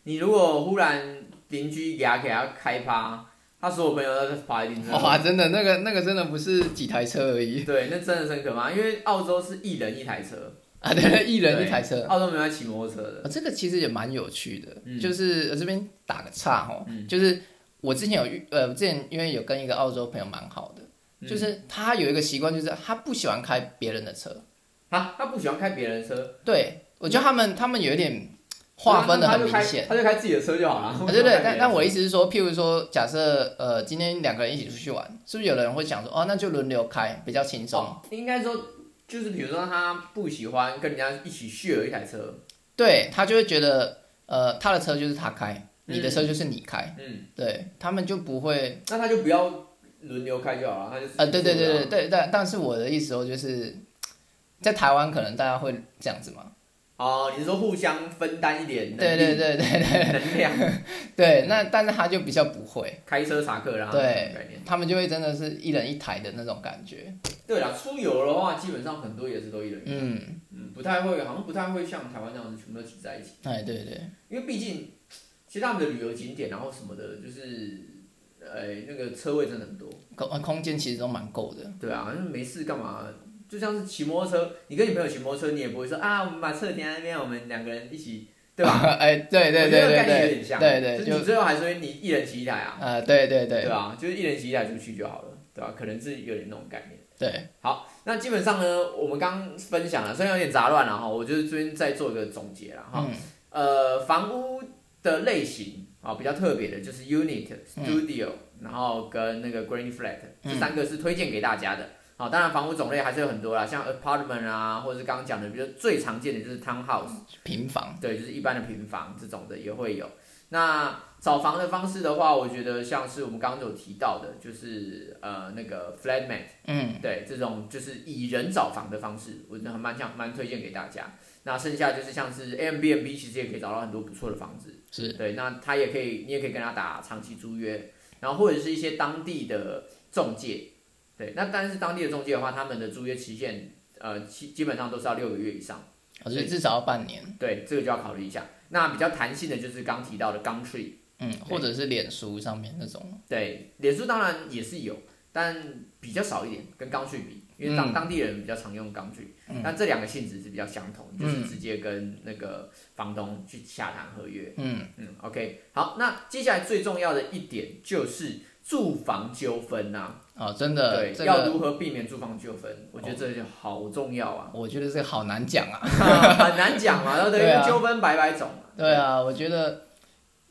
[SPEAKER 1] 你如果忽然邻居给他给他开趴，他所有朋友都在趴在地上，
[SPEAKER 2] 哇，真的，那个那个真的不是几台车而已
[SPEAKER 1] 对，那真的是很可怕。因为澳洲是一人一台车，
[SPEAKER 2] 啊，
[SPEAKER 1] 嗯
[SPEAKER 2] 对，一人一台车。
[SPEAKER 1] 澳洲没有在骑摩托车的。
[SPEAKER 2] 啊，这个其实也蛮有趣的，
[SPEAKER 1] 嗯
[SPEAKER 2] 就是我这边打个岔哦，就是我之前有遇呃，之前因为有跟一个澳洲朋友蛮好的，
[SPEAKER 1] 嗯
[SPEAKER 2] 就是他有一个习惯，就是他不喜欢开别人的车。
[SPEAKER 1] 啊，他不喜欢开别人的车，啊
[SPEAKER 2] 对，
[SPEAKER 1] 嗯
[SPEAKER 2] 我觉得他们他们有一点划分的很明显。
[SPEAKER 1] 他就开他就开自己的车就好了。
[SPEAKER 2] 啊、对对，但但我的意
[SPEAKER 1] 一
[SPEAKER 2] 思是说，譬如说，假设呃，今天两个人一起出去玩，是不是有人会想说，哦，那就轮流开比较轻松？
[SPEAKER 1] 哦，应该说就是比如说他不喜欢跟人家一起 share 一台车，
[SPEAKER 2] 对他就会觉得，呃，他的车就是他开，你的
[SPEAKER 1] 嗯
[SPEAKER 2] 车就是你开，
[SPEAKER 1] 嗯，
[SPEAKER 2] 对他们就不会，
[SPEAKER 1] 那他就不要轮流开就好了，他就
[SPEAKER 2] 呃，对对对对
[SPEAKER 1] 对，
[SPEAKER 2] 对，但但是我的意思说就是，在台湾可能大家会这样子嘛，
[SPEAKER 1] 哦，你是说互相分担一点能力
[SPEAKER 2] 对对对对对
[SPEAKER 1] 能量，
[SPEAKER 2] 对，那但是他就比较不会，
[SPEAKER 1] 开车查克拉
[SPEAKER 2] 对
[SPEAKER 1] 那种概念。
[SPEAKER 2] 他们就会真的是一人一台的那种感觉，
[SPEAKER 1] 对啦，出游的话基本上很多也是都一人一台，
[SPEAKER 2] 嗯，
[SPEAKER 1] 嗯，不太会，好像不太会像台湾那样子全部都挤在一起。
[SPEAKER 2] 哎，对对，
[SPEAKER 1] 因为毕竟，其实他们的旅游景点，然后什么的，就是，呃，那个车位真的很多。
[SPEAKER 2] 空呃空间其实都蛮够的，
[SPEAKER 1] 对啊，那没事干嘛？就像是骑摩托车，你跟你朋友骑摩托车，你也不会说啊，我们把车停在那边，我们两个人一起，对吧？
[SPEAKER 2] 哎，对对
[SPEAKER 1] 我觉
[SPEAKER 2] 对
[SPEAKER 1] 得
[SPEAKER 2] 对
[SPEAKER 1] 概念有
[SPEAKER 2] 对
[SPEAKER 1] 点像，
[SPEAKER 2] 对对
[SPEAKER 1] 就是
[SPEAKER 2] 就
[SPEAKER 1] 你最后还是会你一人骑一台啊，
[SPEAKER 2] 呃，对对对
[SPEAKER 1] 对啊，就是一人骑一台出去就好了，对吧、可能是有点那种概念。
[SPEAKER 2] 对，
[SPEAKER 1] 好，那基本上呢，我们刚刚分享了，虽然有点杂乱了哈，我就是这边再做一个总结了哈。
[SPEAKER 2] 嗯
[SPEAKER 1] 呃，房屋的类型啊、比较特别的就是 unit、
[SPEAKER 2] 嗯
[SPEAKER 1] studio，、然后跟那个 green flat 这
[SPEAKER 2] 嗯
[SPEAKER 1] 三个是推荐给大家的。好、当然房屋种类还是有很多啦，像 apartment 啊，或者是刚刚讲的，比如最常见的就是 townhouse，
[SPEAKER 2] 平房，
[SPEAKER 1] 对，就是一般的平房这种的也会有。那找房的方式的话，我觉得像是我们刚刚有提到的，就是呃那个 flatmate。
[SPEAKER 2] 嗯
[SPEAKER 1] 对，这种就是以人找房的方式，我真的很蛮想蛮推荐给大家。那剩下就是像是 Airbnb，其实也可以找到很多不错的房子。
[SPEAKER 2] 是，
[SPEAKER 1] 对，那他也可以，你也可以跟他打长期租约，然后或者是一些当地的中介。对，那但是当地的中介的话，他们的租约期限，呃，基基本上都是要六个月以上。
[SPEAKER 2] 我觉得至少要半年，
[SPEAKER 1] 对，这个就要考虑一下。那比较弹性的就是刚提到的 Gumtree，
[SPEAKER 2] 嗯，或者是脸书上面那种，
[SPEAKER 1] 对，脸书当然也是有，但比较少一点，跟刚去比，因为当、
[SPEAKER 2] 嗯
[SPEAKER 1] 当地人比较常用刚去，
[SPEAKER 2] 嗯
[SPEAKER 1] 但这两个性质是比较相同，就是
[SPEAKER 2] 嗯
[SPEAKER 1] 直接跟那个房东去洽谈合约。
[SPEAKER 2] 嗯，
[SPEAKER 1] 嗯，OK，好，那接下来最重要的一点就是住房纠纷呐，
[SPEAKER 2] 哦，真的，
[SPEAKER 1] 对，
[SPEAKER 2] 这
[SPEAKER 1] 要
[SPEAKER 2] 个哦
[SPEAKER 1] 如何避免住房纠纷？我觉得这就好重要 啊，
[SPEAKER 2] 我觉得这个好难讲啊。
[SPEAKER 1] 很难讲嘛，对不对？因
[SPEAKER 2] 对啊
[SPEAKER 1] 为纠纷百百种嘛。
[SPEAKER 2] 对啊，我觉得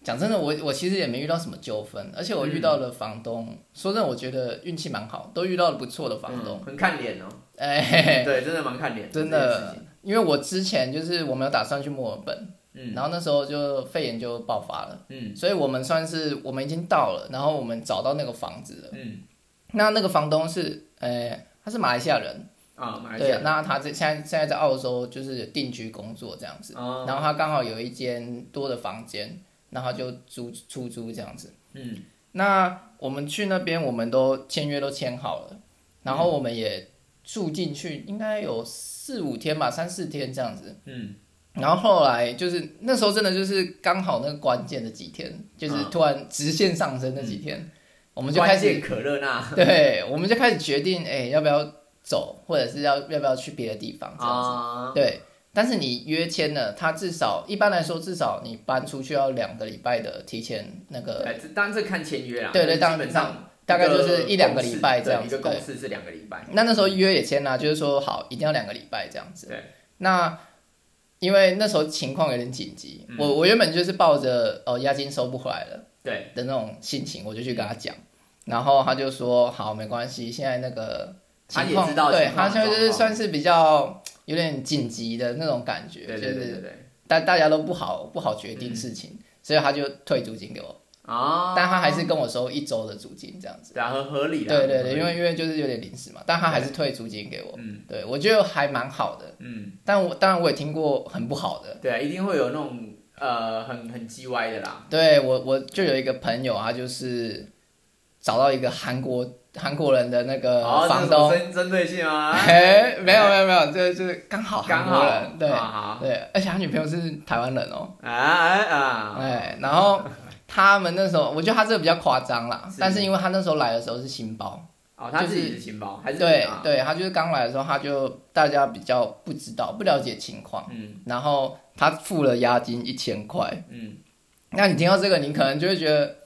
[SPEAKER 2] 讲真的，我我其实也没遇到什么纠纷，而且我遇
[SPEAKER 1] 嗯
[SPEAKER 2] 到了房东，说真的，我觉得运气蛮好，都遇到了不错的
[SPEAKER 1] 对，
[SPEAKER 2] 房东
[SPEAKER 1] 嗯。很看脸哦，
[SPEAKER 2] 哎、 嘿嘿
[SPEAKER 1] 对，真的蛮看脸，
[SPEAKER 2] 真
[SPEAKER 1] 这件事
[SPEAKER 2] 的
[SPEAKER 1] 情，
[SPEAKER 2] 因为我之前就是我没有打算去墨尔本，
[SPEAKER 1] 嗯
[SPEAKER 2] 然后那时候就肺炎就爆发了，
[SPEAKER 1] 嗯
[SPEAKER 2] 所以我们算是我们已经到了，然后我们找到那个房子了。
[SPEAKER 1] 嗯
[SPEAKER 2] 那那个房东是，呃、他是马来西亚人，
[SPEAKER 1] 啊，马来西亚
[SPEAKER 2] 对，那他这现在现在在澳洲就是定居工作这样子，
[SPEAKER 1] 哦
[SPEAKER 2] 然后他刚好有一间多的房间，然后他就租出租这样子。
[SPEAKER 1] 嗯
[SPEAKER 2] 那我们去那边，我们都签约都签好了，然后我们也住进去，应该有四五天吧，三四天这样子。
[SPEAKER 1] 嗯。
[SPEAKER 2] 然后后来就是那时候真的就是刚好那个关键的几天，就是
[SPEAKER 1] 嗯
[SPEAKER 2] 突然直线上升那几天，我
[SPEAKER 1] 我
[SPEAKER 2] 们就开始
[SPEAKER 1] 可乐那
[SPEAKER 2] 对，我们就开始决定，哎、要不要走，或者是要要不要去别的地方这样子。
[SPEAKER 1] 啊，
[SPEAKER 2] 对，但是你约签了，他至少一般来说至少你搬出去要两个礼拜的提前那个，
[SPEAKER 1] 哎，这当然这看签约啦，
[SPEAKER 2] 对对
[SPEAKER 1] 基
[SPEAKER 2] 当
[SPEAKER 1] 本上
[SPEAKER 2] 大概就是
[SPEAKER 1] 个
[SPEAKER 2] 一两个礼拜
[SPEAKER 1] 共识
[SPEAKER 2] 这样
[SPEAKER 1] 对
[SPEAKER 2] 子。
[SPEAKER 1] 一个
[SPEAKER 2] 对
[SPEAKER 1] 共，识是两个礼拜，
[SPEAKER 2] 那那时候约也签啦、就是说好一定要两个礼拜这样子。
[SPEAKER 1] 对，
[SPEAKER 2] 那。因为那时候情况有点紧急，
[SPEAKER 1] 嗯
[SPEAKER 2] 我我原本就是抱着哦押金收不回来了
[SPEAKER 1] 对，
[SPEAKER 2] 的那种心情，我就去跟他讲，然后他就说好没关系，现在那个情
[SPEAKER 1] 他也
[SPEAKER 2] 况
[SPEAKER 1] 知道
[SPEAKER 2] 对
[SPEAKER 1] 情况
[SPEAKER 2] 他
[SPEAKER 1] 的
[SPEAKER 2] 现在就是
[SPEAKER 1] 状况
[SPEAKER 2] 算是比较有点紧急的那种感觉，
[SPEAKER 1] 对对
[SPEAKER 2] 就
[SPEAKER 1] 对
[SPEAKER 2] 是
[SPEAKER 1] 对嗯对，
[SPEAKER 2] 但大家都不好不好决定事情，所以他就退租金给我，
[SPEAKER 1] 啊，
[SPEAKER 2] 但他还是跟我收一周的租金这样子。
[SPEAKER 1] 对啊，很合理啦，
[SPEAKER 2] 对对
[SPEAKER 1] 很合
[SPEAKER 2] 对，
[SPEAKER 1] 理
[SPEAKER 2] 因为因为就是有点临时嘛，但他还是退租金给我。
[SPEAKER 1] 嗯
[SPEAKER 2] 对，我觉得还蛮好的，
[SPEAKER 1] 嗯，
[SPEAKER 2] 但我当然我也听过很不好的。
[SPEAKER 1] 对啊，一定会有那种呃很很叽歪的啦，
[SPEAKER 2] 对我我就有一个朋友啊，就是找到一个韩国韩国人的那个
[SPEAKER 1] 哦，
[SPEAKER 2] 呃房
[SPEAKER 1] 这有
[SPEAKER 2] 东，
[SPEAKER 1] 针针对性啊，
[SPEAKER 2] 哎、没有没有没有，这就是刚好
[SPEAKER 1] 刚
[SPEAKER 2] 韩国
[SPEAKER 1] 好
[SPEAKER 2] 人，对、
[SPEAKER 1] 啊
[SPEAKER 2] 对，而且他女朋友是台湾人哦，
[SPEAKER 1] 好啊啊，
[SPEAKER 2] 哎，然后他们那时候，我觉得他这个比较夸张啦，
[SPEAKER 1] 是
[SPEAKER 2] 但是因为他那时候来的时候是新包，
[SPEAKER 1] 哦，他自
[SPEAKER 2] 就
[SPEAKER 1] 己
[SPEAKER 2] 是
[SPEAKER 1] 的情报还是
[SPEAKER 2] 对
[SPEAKER 1] 啊
[SPEAKER 2] 对，他就是刚来的时候，他就大家比较不知道、不了解情况，
[SPEAKER 1] 嗯
[SPEAKER 2] 然后他付了押金一千块，
[SPEAKER 1] 嗯，
[SPEAKER 2] 那你听到这个，你可能就会觉得，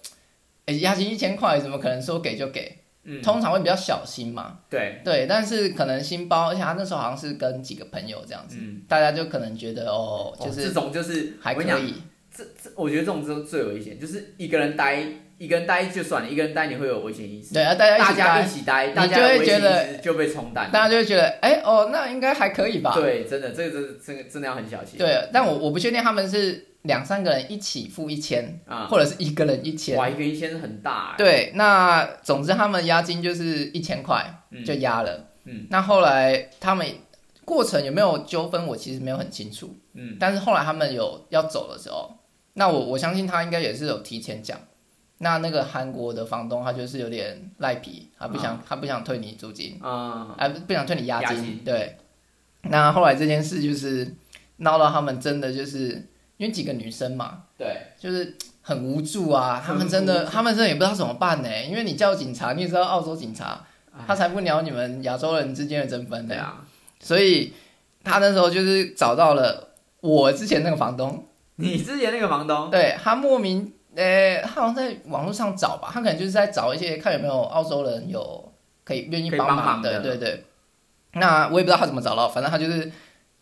[SPEAKER 2] 哎，押金一千块怎么可能说给就给？
[SPEAKER 1] 嗯
[SPEAKER 2] 通常会比较小心嘛，
[SPEAKER 1] 对，
[SPEAKER 2] 对，但是可能新包，而且他那时候好像是跟几个朋友这样子，
[SPEAKER 1] 嗯，
[SPEAKER 2] 大家就可能觉得哦，就
[SPEAKER 1] 哦这
[SPEAKER 2] 是
[SPEAKER 1] 种就是我
[SPEAKER 2] 还可
[SPEAKER 1] 跟你讲
[SPEAKER 2] 以，
[SPEAKER 1] 这这，我觉得这种真的最危险，就是一个人待一个人待就算了，一个人待你会有危险意识，
[SPEAKER 2] 对啊，大家一
[SPEAKER 1] 大
[SPEAKER 2] 起
[SPEAKER 1] 家
[SPEAKER 2] 待
[SPEAKER 1] 一，起待，
[SPEAKER 2] 你
[SPEAKER 1] 大家
[SPEAKER 2] 就
[SPEAKER 1] 的
[SPEAKER 2] 会
[SPEAKER 1] 危
[SPEAKER 2] 觉得
[SPEAKER 1] 险意识就被冲淡了。
[SPEAKER 2] 大家就会觉得，哎、哦，那应该还可以吧？
[SPEAKER 1] 对，真的，这个真的这个真的要很小心。
[SPEAKER 2] 对，但我我不确定他们是两三个人一起付一千、
[SPEAKER 1] 啊，
[SPEAKER 2] 或者是一个人一千。
[SPEAKER 1] 哇，一个一千很大、欸。
[SPEAKER 2] 对，那总之他们押金就是一千块
[SPEAKER 1] 嗯
[SPEAKER 2] 就押了。
[SPEAKER 1] 嗯，
[SPEAKER 2] 那后来他们过程有没有纠纷，我其实没有很清楚。
[SPEAKER 1] 嗯，
[SPEAKER 2] 但是后来他们有要走的时候，那我我相信他应该也是有提前讲。那那个韩国的房东他就是有点赖皮，他不想、他不想退你租金，
[SPEAKER 1] 啊、
[SPEAKER 2] 啊，不不想退你押
[SPEAKER 1] 押
[SPEAKER 2] 金。
[SPEAKER 1] 金
[SPEAKER 2] 对，那后来这件事就是闹到他们真的就是因为几个女生嘛，
[SPEAKER 1] 对，
[SPEAKER 2] 就是很无助啊，
[SPEAKER 1] 嗯
[SPEAKER 2] 他
[SPEAKER 1] 很
[SPEAKER 2] 们真的
[SPEAKER 1] 无助
[SPEAKER 2] 他们真的也不知道怎么办呢，因为你叫警察，你也知道澳洲警察
[SPEAKER 1] 哎
[SPEAKER 2] 他才不鸟你们亚洲人之间的争纷
[SPEAKER 1] 对
[SPEAKER 2] 呢，
[SPEAKER 1] 啊，
[SPEAKER 2] 所以他那时候就是找到了我之前那个房东，
[SPEAKER 1] 你之前那个房东，
[SPEAKER 2] 对他莫名。呃，他好像在网络上找吧，他可能就是在找一些看有没有澳洲人有可以愿意
[SPEAKER 1] 可以
[SPEAKER 2] 帮
[SPEAKER 1] 帮
[SPEAKER 2] 忙
[SPEAKER 1] 忙的
[SPEAKER 2] 对对对。那我也不知道他怎么找到，反正他就是，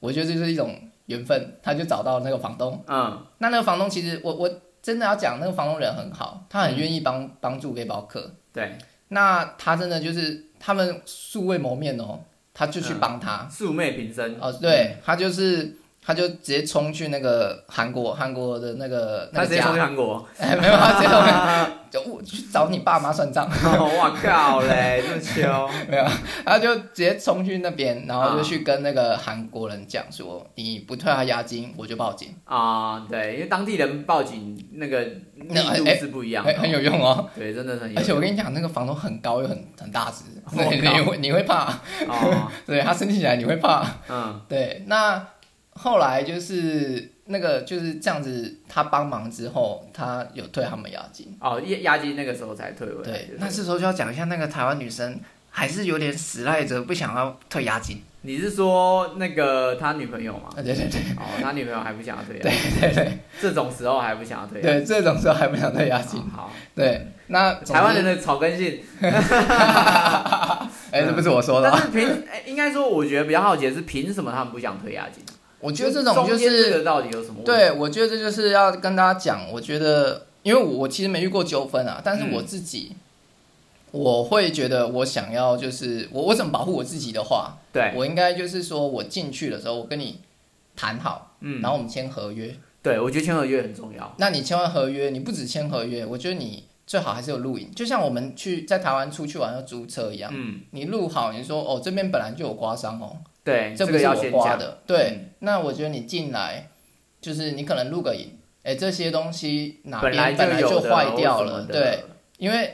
[SPEAKER 2] 我觉得这就是一种缘分，他就找到那个房东。
[SPEAKER 1] 嗯
[SPEAKER 2] 那那个房东其实我我真的要讲，那个房东人很好，他很
[SPEAKER 1] 嗯
[SPEAKER 2] 愿意帮帮助背包客。
[SPEAKER 1] 对，
[SPEAKER 2] 那他真的就是他们素未谋面哦，他就去
[SPEAKER 1] 嗯
[SPEAKER 2] 帮他。
[SPEAKER 1] 素昧平生，
[SPEAKER 2] 啊哦，对他就是他就直接冲去那个韩国韩国的那个那
[SPEAKER 1] 他
[SPEAKER 2] 个
[SPEAKER 1] 直接冲去
[SPEAKER 2] 家，
[SPEAKER 1] 韩 国，
[SPEAKER 2] 哎，没有他直接冲去就我去找你爸妈算账，
[SPEAKER 1] 哦 哇靠嘞，这么凶，
[SPEAKER 2] 没有，他就直接冲去那边，然后就
[SPEAKER 1] 啊
[SPEAKER 2] 去跟那个韩国人讲说，你不退他押金，我就报警。
[SPEAKER 1] 啊、对，因为当地人报警那个力
[SPEAKER 2] 那
[SPEAKER 1] 度
[SPEAKER 2] 哎
[SPEAKER 1] 是不一样的
[SPEAKER 2] 很
[SPEAKER 1] 哦、
[SPEAKER 2] 很有用哦，
[SPEAKER 1] 对，真的是很有
[SPEAKER 2] 而且我
[SPEAKER 1] 用
[SPEAKER 2] 跟你讲，那个房东很高又很 很大只，
[SPEAKER 1] 我靠
[SPEAKER 2] 你 你会你会怕，
[SPEAKER 1] 哦，
[SPEAKER 2] 对他生气起来你会怕。
[SPEAKER 1] 嗯
[SPEAKER 2] 对，那后来就是那个就是这样子，他帮忙之后，他有退他们押金。
[SPEAKER 1] 哦，押押金那个时候才退回来，
[SPEAKER 2] 对
[SPEAKER 1] 就，是
[SPEAKER 2] 那这时候就要讲一下那个台湾女生还是有点死赖着不想要退押金。
[SPEAKER 1] 你是说那个他女朋友吗？
[SPEAKER 2] 啊，对对对
[SPEAKER 1] 哦，他女朋友还不想要退
[SPEAKER 2] 对
[SPEAKER 1] 押，
[SPEAKER 2] 对对
[SPEAKER 1] 这种时候还不想要退押，
[SPEAKER 2] 对，这种时候还不想退押金
[SPEAKER 1] 哦。好，
[SPEAKER 2] 对，那 总之
[SPEAKER 1] 台湾人的草根性，
[SPEAKER 2] 哎，这不是我说的
[SPEAKER 1] 但
[SPEAKER 2] 啊，
[SPEAKER 1] 是凭 哎应该说，我觉得比较好奇的是，凭什么他们不想退押金？
[SPEAKER 2] 我觉得这种就
[SPEAKER 1] 中间
[SPEAKER 2] 是
[SPEAKER 1] 这个到底有什么问题？
[SPEAKER 2] 对，我觉得这就是要跟大家讲，我觉得因为我其实没遇过纠纷啊，但是
[SPEAKER 1] 嗯
[SPEAKER 2] 我自己、我会觉得我想要就是我我怎么保护我自己的话，
[SPEAKER 1] 对，
[SPEAKER 2] 我应该就是说我进去的时候我跟你谈好，
[SPEAKER 1] 嗯
[SPEAKER 2] 然，后我们签合约。
[SPEAKER 1] 对，我觉得签合约很重要。
[SPEAKER 2] 那你签完合约，你不只签合约，我觉得你最好还是有录影，就像我们去在台湾出去玩要租车一样，
[SPEAKER 1] 嗯，
[SPEAKER 2] 你录好，你说哦这边本来就有刮伤哦，
[SPEAKER 1] 对，
[SPEAKER 2] 这
[SPEAKER 1] 这
[SPEAKER 2] 不
[SPEAKER 1] 个
[SPEAKER 2] 是
[SPEAKER 1] 要
[SPEAKER 2] 我
[SPEAKER 1] 先
[SPEAKER 2] 花
[SPEAKER 1] 讲。嗯
[SPEAKER 2] 的。对，那我觉得你进来，就是你可能录个影，哎，这些东西哪
[SPEAKER 1] 本来
[SPEAKER 2] 边本来
[SPEAKER 1] 有
[SPEAKER 2] 就
[SPEAKER 1] 的
[SPEAKER 2] 坏掉
[SPEAKER 1] 或什
[SPEAKER 2] 了，
[SPEAKER 1] 么的
[SPEAKER 2] 对，，因为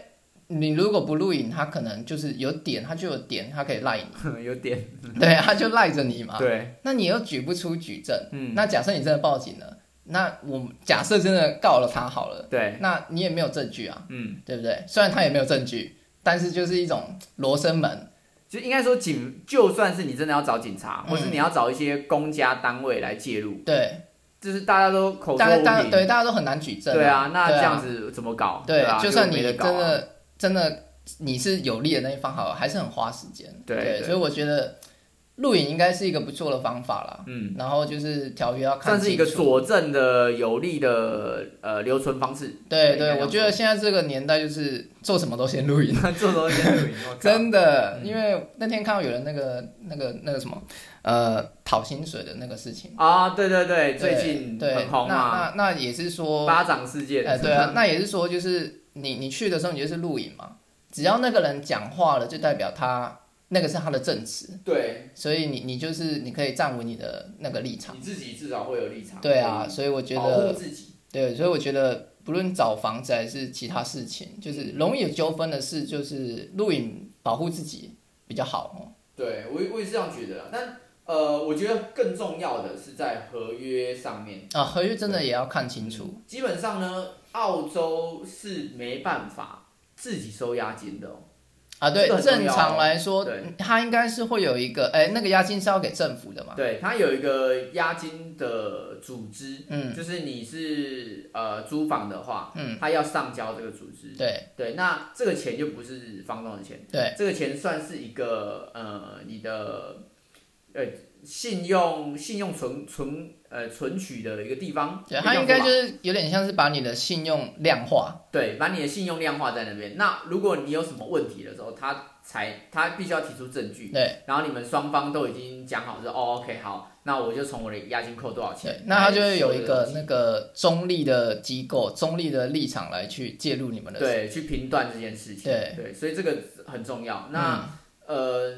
[SPEAKER 2] 你如果不录影，它可能就是有点，它就有点，它可以赖你，
[SPEAKER 1] 嗯有点
[SPEAKER 2] 对，它就赖着你嘛。
[SPEAKER 1] 对，
[SPEAKER 2] 那你又举不出举证，
[SPEAKER 1] 嗯，
[SPEAKER 2] 啊那假设你真的报警了，那我们假设真的告了他好了，
[SPEAKER 1] 对，
[SPEAKER 2] 那你也没有证据啊，
[SPEAKER 1] 嗯，
[SPEAKER 2] 对不对？虽然他也没有证据，但是就是一种罗生门，
[SPEAKER 1] 就应该说警，就算是你真的要找警察，
[SPEAKER 2] 嗯
[SPEAKER 1] 或是你要找一些公家单位来介入，
[SPEAKER 2] 对，
[SPEAKER 1] 就是大家都口说
[SPEAKER 2] 大家
[SPEAKER 1] 无
[SPEAKER 2] 大家
[SPEAKER 1] 凭，
[SPEAKER 2] 对大家都很难举证、
[SPEAKER 1] 对啊，那
[SPEAKER 2] 对
[SPEAKER 1] 这
[SPEAKER 2] 啊
[SPEAKER 1] 样子怎么搞？
[SPEAKER 2] 对，
[SPEAKER 1] 啊，
[SPEAKER 2] 就
[SPEAKER 1] 就
[SPEAKER 2] 算你
[SPEAKER 1] 没得
[SPEAKER 2] 真
[SPEAKER 1] 搞啊
[SPEAKER 2] 的真的你是有利的那一方，好了，还是很花时间。
[SPEAKER 1] 对对
[SPEAKER 2] 所以我觉得录影应该是一个不错的方法啦。
[SPEAKER 1] 嗯，
[SPEAKER 2] 然后就是条约要看
[SPEAKER 1] 算是一个
[SPEAKER 2] 清楚
[SPEAKER 1] 佐证的有力的呃留存方式。 对
[SPEAKER 2] 对
[SPEAKER 1] 应该
[SPEAKER 2] 对，
[SPEAKER 1] 这
[SPEAKER 2] 我
[SPEAKER 1] 样
[SPEAKER 2] 觉得现在这个年代就是做什么都先 录影，
[SPEAKER 1] 做什么先录影？我靠
[SPEAKER 2] 真的，
[SPEAKER 1] 嗯
[SPEAKER 2] 因为那天看到有人那个那个那个什么呃讨薪水的那个事情，
[SPEAKER 1] 啊，对对对，
[SPEAKER 2] 对
[SPEAKER 1] 最近
[SPEAKER 2] 对
[SPEAKER 1] 很红啊嘛，
[SPEAKER 2] 那那那也是说
[SPEAKER 1] 巴掌事件。
[SPEAKER 2] 呃，对啊，那也是说，就是你你去的时候，你就是录影嘛，只要那个人讲话了，就代表他那个是他的证词，
[SPEAKER 1] 对，
[SPEAKER 2] 所以你你就是你可以站稳你的那个立场。
[SPEAKER 1] 你自己至少会有立场。
[SPEAKER 2] 对啊，，所以我觉得，
[SPEAKER 1] 自己。
[SPEAKER 2] 对，所以我觉得，不论找房子还是其他事情，就是容易有纠纷的事，就是录影保护自己比较好哦。
[SPEAKER 1] 对我也我也是这样觉得啦，但呃，我觉得更重要的是在合约上面。
[SPEAKER 2] 啊，合约真的也要看清楚。
[SPEAKER 1] 基本上呢，澳洲是没办法自己收押金的、哦。
[SPEAKER 2] 啊，对
[SPEAKER 1] 这个，很重
[SPEAKER 2] 正
[SPEAKER 1] 要哦
[SPEAKER 2] 常来说
[SPEAKER 1] 对，
[SPEAKER 2] 他应该是会有一个，哎，那个押金是要给政府的嘛？
[SPEAKER 1] 对，它有一个押金的组织，
[SPEAKER 2] 嗯
[SPEAKER 1] 就是你是呃租房的话，
[SPEAKER 2] 嗯，
[SPEAKER 1] 它要上交这个组织。
[SPEAKER 2] 对
[SPEAKER 1] 对，那这个钱就不是房东的钱，
[SPEAKER 2] 对
[SPEAKER 1] 这个钱算是一个呃你的呃信用信用存存呃存取的一个地方，
[SPEAKER 2] 对，
[SPEAKER 1] 可以
[SPEAKER 2] 它
[SPEAKER 1] 这样
[SPEAKER 2] 应该
[SPEAKER 1] 说吧
[SPEAKER 2] 就是有点像是把你的信用量化，
[SPEAKER 1] 对，把你的信用量化在那边。那如果你有什么问题的时候，他才他必须要提出证据，
[SPEAKER 2] 对
[SPEAKER 1] 然后你们双方都已经讲好说，哦，OK，好，那我就从我的押金扣多少
[SPEAKER 2] 对
[SPEAKER 1] 钱，，
[SPEAKER 2] 那它就会有一
[SPEAKER 1] 来收这
[SPEAKER 2] 个那
[SPEAKER 1] 东西
[SPEAKER 2] 个中立的机构、中立的立场来去介入你们的，
[SPEAKER 1] 对去评断这件事情，
[SPEAKER 2] 对
[SPEAKER 1] 所以这个很重要。
[SPEAKER 2] 嗯，
[SPEAKER 1] 那、呃，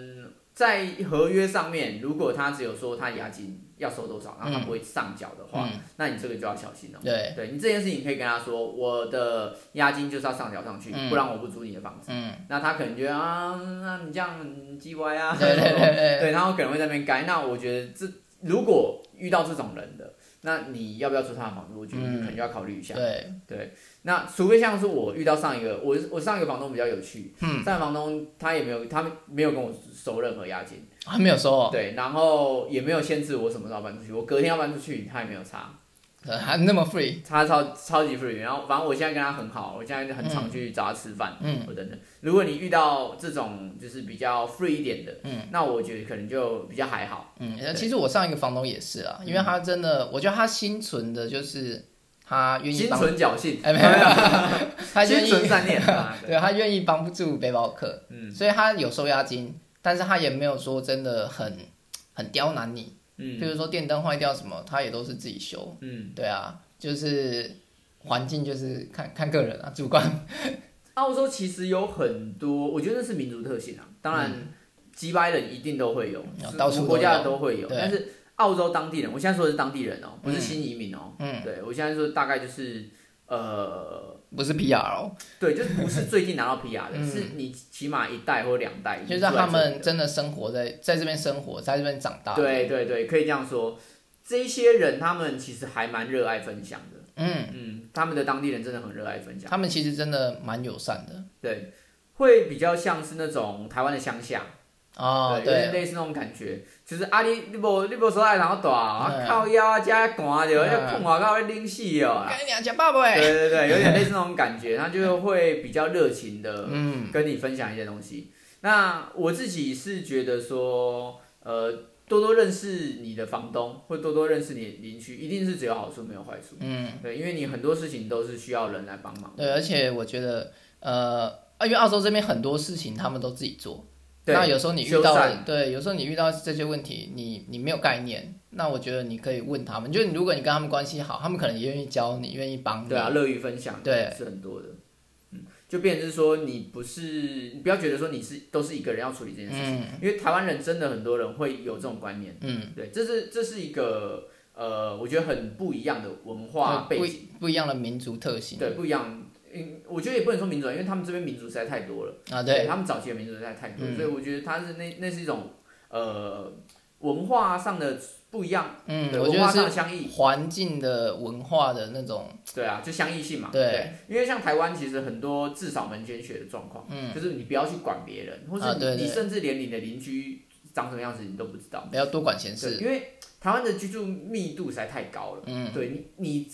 [SPEAKER 1] 在合约上面，如果他只有说他押金要收多少，然后他不会上缴的话，
[SPEAKER 2] 嗯
[SPEAKER 1] 那你这个就要小心了、
[SPEAKER 2] 对，
[SPEAKER 1] 对你这件事情可以跟他说，我的押金就是要上缴上去，
[SPEAKER 2] 嗯
[SPEAKER 1] 不然我不租你的房子。
[SPEAKER 2] 嗯，
[SPEAKER 1] 那他可能觉得啊，那你这样很鸡歪啊，
[SPEAKER 2] 对对对对，
[SPEAKER 1] 对，然后可能会在那边改。那我觉得这如果遇到这种人的，那你要不要租他的房子？我觉得
[SPEAKER 2] 嗯
[SPEAKER 1] 可能就要考虑一下。
[SPEAKER 2] 对，
[SPEAKER 1] 那除非像是我遇到上一个，我我上一个房东比较有趣，
[SPEAKER 2] 嗯
[SPEAKER 1] 上一个房东他也没有，他没有跟我收任何押金，
[SPEAKER 2] 还没有收哦，
[SPEAKER 1] 对，然后也没有限制我什么时候要搬出去，我隔天要搬出去，他也没有差，
[SPEAKER 2] 呃还那么 free，
[SPEAKER 1] 他超超级 free，然后反正我现在跟他很好，我现在很常去找他吃饭，
[SPEAKER 2] 嗯，
[SPEAKER 1] 我等等。如果你遇到这种就是比较 free 一点的，
[SPEAKER 2] 嗯，
[SPEAKER 1] 那我觉得可能就比较还好，
[SPEAKER 2] 嗯，
[SPEAKER 1] 对嗯
[SPEAKER 2] 其实我上一个房东也是啊，因为他真的，我觉得他心存的就是他愿意
[SPEAKER 1] 心
[SPEAKER 2] 帮，
[SPEAKER 1] 存侥幸，
[SPEAKER 2] 哎没有没他
[SPEAKER 1] 心
[SPEAKER 2] 愿
[SPEAKER 1] 存
[SPEAKER 2] 意，
[SPEAKER 1] 善 念，啊对
[SPEAKER 2] 对他愿意帮助背包客，
[SPEAKER 1] 嗯
[SPEAKER 2] 所以他有收押金，但是他也没有说真的很很刁难你，
[SPEAKER 1] 嗯
[SPEAKER 2] 譬如说电灯坏掉什么，他也都是自己修，
[SPEAKER 1] 嗯，
[SPEAKER 2] 对啊，就是环境就是看看个人啊，主观，
[SPEAKER 1] 澳洲其实有很多，我觉得那是民族特性啊。当然，几百人一定都会有，是
[SPEAKER 2] 嗯到处都有
[SPEAKER 1] 国家的都会有。
[SPEAKER 2] 对
[SPEAKER 1] 但是澳洲当地人，我现在说的是当地人哦、不是新移民哦、
[SPEAKER 2] 嗯，
[SPEAKER 1] 对我现在说大概就是呃，
[SPEAKER 2] 不是 PR 哦，
[SPEAKER 1] 对，就是不 是最近拿到 PR 的，
[SPEAKER 2] 嗯
[SPEAKER 1] 是你起码一代或两代已经
[SPEAKER 2] 就
[SPEAKER 1] 住
[SPEAKER 2] 是
[SPEAKER 1] 在这里的，
[SPEAKER 2] 他们真的生活在在这边生活，在这边长大，
[SPEAKER 1] 对，对对，可以这样说。这些人他们其实还蛮热爱分享的，
[SPEAKER 2] 嗯，
[SPEAKER 1] 嗯，他们的当地人真的很热爱分享，
[SPEAKER 2] 他们其实真的蛮友善的
[SPEAKER 1] 对，会比较像是那种台湾的乡下，
[SPEAKER 2] 哦，
[SPEAKER 1] 对，有点
[SPEAKER 2] 对，
[SPEAKER 1] 类似那种感觉，就是啊你你无你无所在然后大啊，
[SPEAKER 2] 嗯
[SPEAKER 1] 靠腰啊，加寒着，
[SPEAKER 2] 嗯
[SPEAKER 1] 要碰外口会冷死哦。
[SPEAKER 2] 跟你讲讲爸欸爸
[SPEAKER 1] 对对对，有点类似那种感觉，他就会比较热情的
[SPEAKER 2] 嗯
[SPEAKER 1] 跟你分享一些东西。那我自己是觉得说，呃，多多认识你的房东，或多多认识你的邻居，一定是只有好处没有坏处。
[SPEAKER 2] 嗯，
[SPEAKER 1] 对，因为你很多事情都是需要人来帮忙。
[SPEAKER 2] 对，而且我觉得呃，啊因为澳洲这边很多事情他们都自己做。
[SPEAKER 1] 对，
[SPEAKER 2] 那有时候你遇
[SPEAKER 1] 修
[SPEAKER 2] 到
[SPEAKER 1] 缮
[SPEAKER 2] 对，有时候你遇到这些问题，你你没有概念，那我觉得你可以问他们，就是如果你跟他们关系好，他们可能也愿意教你，愿意帮你。
[SPEAKER 1] 对啊，乐于分享，
[SPEAKER 2] 对
[SPEAKER 1] 是很多的。嗯，就变成是说，你不是，你不要觉得说你是都是一个人要处理这件事情，
[SPEAKER 2] 嗯
[SPEAKER 1] 因为台湾人真的很多人会有这种观念，
[SPEAKER 2] 嗯，
[SPEAKER 1] 对，这是这是一个呃，我觉得很不一样的文化
[SPEAKER 2] 对
[SPEAKER 1] 背
[SPEAKER 2] 不
[SPEAKER 1] 景，
[SPEAKER 2] 一不一样的民族特性。
[SPEAKER 1] 对，不一样。嗯，我觉得也不能说民族，因为他们这边民族实在太多了，
[SPEAKER 2] 啊，对，
[SPEAKER 1] 他们早期的民族实在太多，
[SPEAKER 2] 嗯
[SPEAKER 1] 所以我觉得它是那那是一种呃文化上的不一样，
[SPEAKER 2] 嗯，
[SPEAKER 1] 对
[SPEAKER 2] 我觉
[SPEAKER 1] 文化上
[SPEAKER 2] 得
[SPEAKER 1] 的
[SPEAKER 2] 是
[SPEAKER 1] 相异，
[SPEAKER 2] 环境的文化的那种，
[SPEAKER 1] 对啊，就相异性嘛。
[SPEAKER 2] 对
[SPEAKER 1] 因为像台湾其实很多至少门前雪的状况，
[SPEAKER 2] 嗯，
[SPEAKER 1] 就是你不要去管别人，或是你,、
[SPEAKER 2] 啊对对
[SPEAKER 1] 你甚至连你的邻居长什么样子你都不知道。
[SPEAKER 2] 不要多管闲
[SPEAKER 1] 对，
[SPEAKER 2] 事。
[SPEAKER 1] 因为台湾的居住密度实在太高了。
[SPEAKER 2] 嗯，
[SPEAKER 1] 对你，你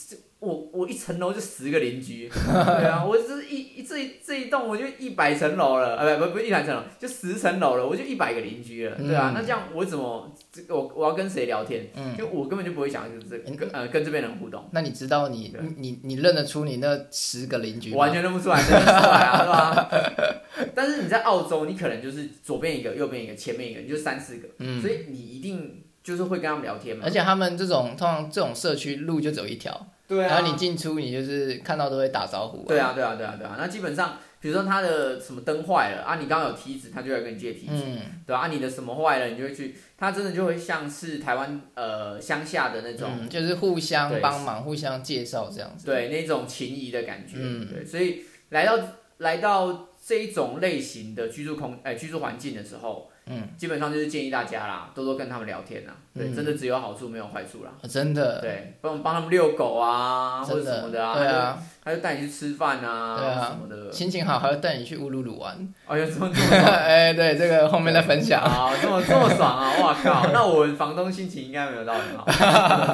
[SPEAKER 1] 我我一层楼就十个邻居， 对啊，我这一一这一这一栋我就一百层楼了，呃，不不不是一百层楼，就十层楼了，我就一百个邻居了，对啊
[SPEAKER 2] 嗯，
[SPEAKER 1] 那这样我怎么这个我我要跟谁聊天？
[SPEAKER 2] 嗯
[SPEAKER 1] 就我根本就不会想跟这跟呃跟这边人互动。
[SPEAKER 2] 那你知道你
[SPEAKER 1] 对
[SPEAKER 2] 你你你认得出你那十个邻居
[SPEAKER 1] 我
[SPEAKER 2] 吗？
[SPEAKER 1] 完全认不出来，认不出来啊，对吧？ 但是你在澳洲，你可能就是左边一个，右边一个，前面一个，你就三四个，
[SPEAKER 2] 嗯
[SPEAKER 1] 所，以你一定就是会跟他们聊天嘛
[SPEAKER 2] 而。且他们这种通常这种社区路就只有一条，
[SPEAKER 1] 对啊
[SPEAKER 2] 然后你进出你就是看到都会打招呼、
[SPEAKER 1] 对，啊，对啊，对啊，对啊。那基本上，比如说他的什么灯坏了啊，你刚刚有梯子，他就来跟你借梯子，
[SPEAKER 2] 嗯。
[SPEAKER 1] 对啊，啊你的什么坏了，你就会去，他真的就会像是台湾呃乡下的那种
[SPEAKER 2] 嗯，就是互相
[SPEAKER 1] 对
[SPEAKER 2] 帮忙、互相介绍这样子。
[SPEAKER 1] 对那种情谊的感觉，
[SPEAKER 2] 嗯
[SPEAKER 1] 对，所以来到来到这一种类型的居住空呃居住环境的时候，
[SPEAKER 2] 嗯，
[SPEAKER 1] 基本上就是建议大家啦，多多跟他们聊天啦，对，
[SPEAKER 2] 嗯
[SPEAKER 1] 真的只有好处没有坏处啦，
[SPEAKER 2] 啊，真的，
[SPEAKER 1] 对，帮帮他们遛狗啊或者
[SPEAKER 2] 真
[SPEAKER 1] 什么的啊，
[SPEAKER 2] 对啊，
[SPEAKER 1] 他就，他就带你去吃饭啊，
[SPEAKER 2] 对啊
[SPEAKER 1] 什么的，
[SPEAKER 2] 心情好还要带你去乌鲁鲁 玩。
[SPEAKER 1] 哎呦，这么这么爽
[SPEAKER 2] 哎，对，这个后面再分享。
[SPEAKER 1] 啊，这么这么爽啊！哇 靠，那我房东心情应该没有到很好。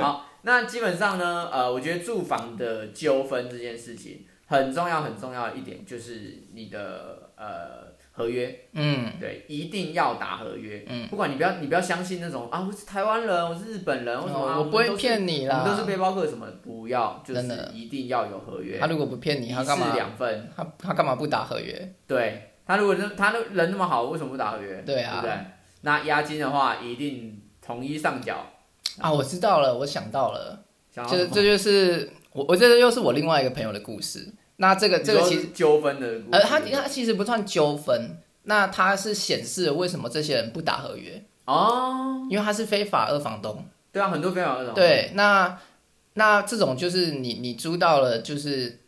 [SPEAKER 1] 好，那基本上呢，呃，我觉得住房的纠纷这件事情很重要，很重要的一点就是你的呃合约，
[SPEAKER 2] 嗯，
[SPEAKER 1] 对，一定要打合约。嗯，不管你不要你不要相信那种啊，我是台湾人，我是日本人，为什么啊、
[SPEAKER 2] 哦我不会
[SPEAKER 1] 们都是
[SPEAKER 2] 骗你
[SPEAKER 1] 我
[SPEAKER 2] 啦
[SPEAKER 1] 们。都是背包客什么的，不要，就
[SPEAKER 2] 真
[SPEAKER 1] 是
[SPEAKER 2] 的
[SPEAKER 1] 一定要有合约
[SPEAKER 2] 他，如果不骗你，
[SPEAKER 1] 一
[SPEAKER 2] 他干
[SPEAKER 1] 式
[SPEAKER 2] 嘛？
[SPEAKER 1] 两份。
[SPEAKER 2] 他他干嘛不打合约？
[SPEAKER 1] 对他如果那他那人那么好，为什么不打合约？
[SPEAKER 2] 对啊
[SPEAKER 1] 对不对？那押金的话，一定统一上缴。
[SPEAKER 2] 啊，我知道了，我想到了，
[SPEAKER 1] 想要
[SPEAKER 2] 就是
[SPEAKER 1] 什么
[SPEAKER 2] 这就是我我这又是我另外一个朋友的故事。那这个这个
[SPEAKER 1] 你说
[SPEAKER 2] 其实
[SPEAKER 1] 是纠纷的故事，
[SPEAKER 2] 呃，他他其实不算纠纷，那他是显示了为什么这些人不打合约，
[SPEAKER 1] 哦，
[SPEAKER 2] 因为他是非法二房东。
[SPEAKER 1] 对啊，很多非法那种，
[SPEAKER 2] 对，那那这种就是你你租到了，就是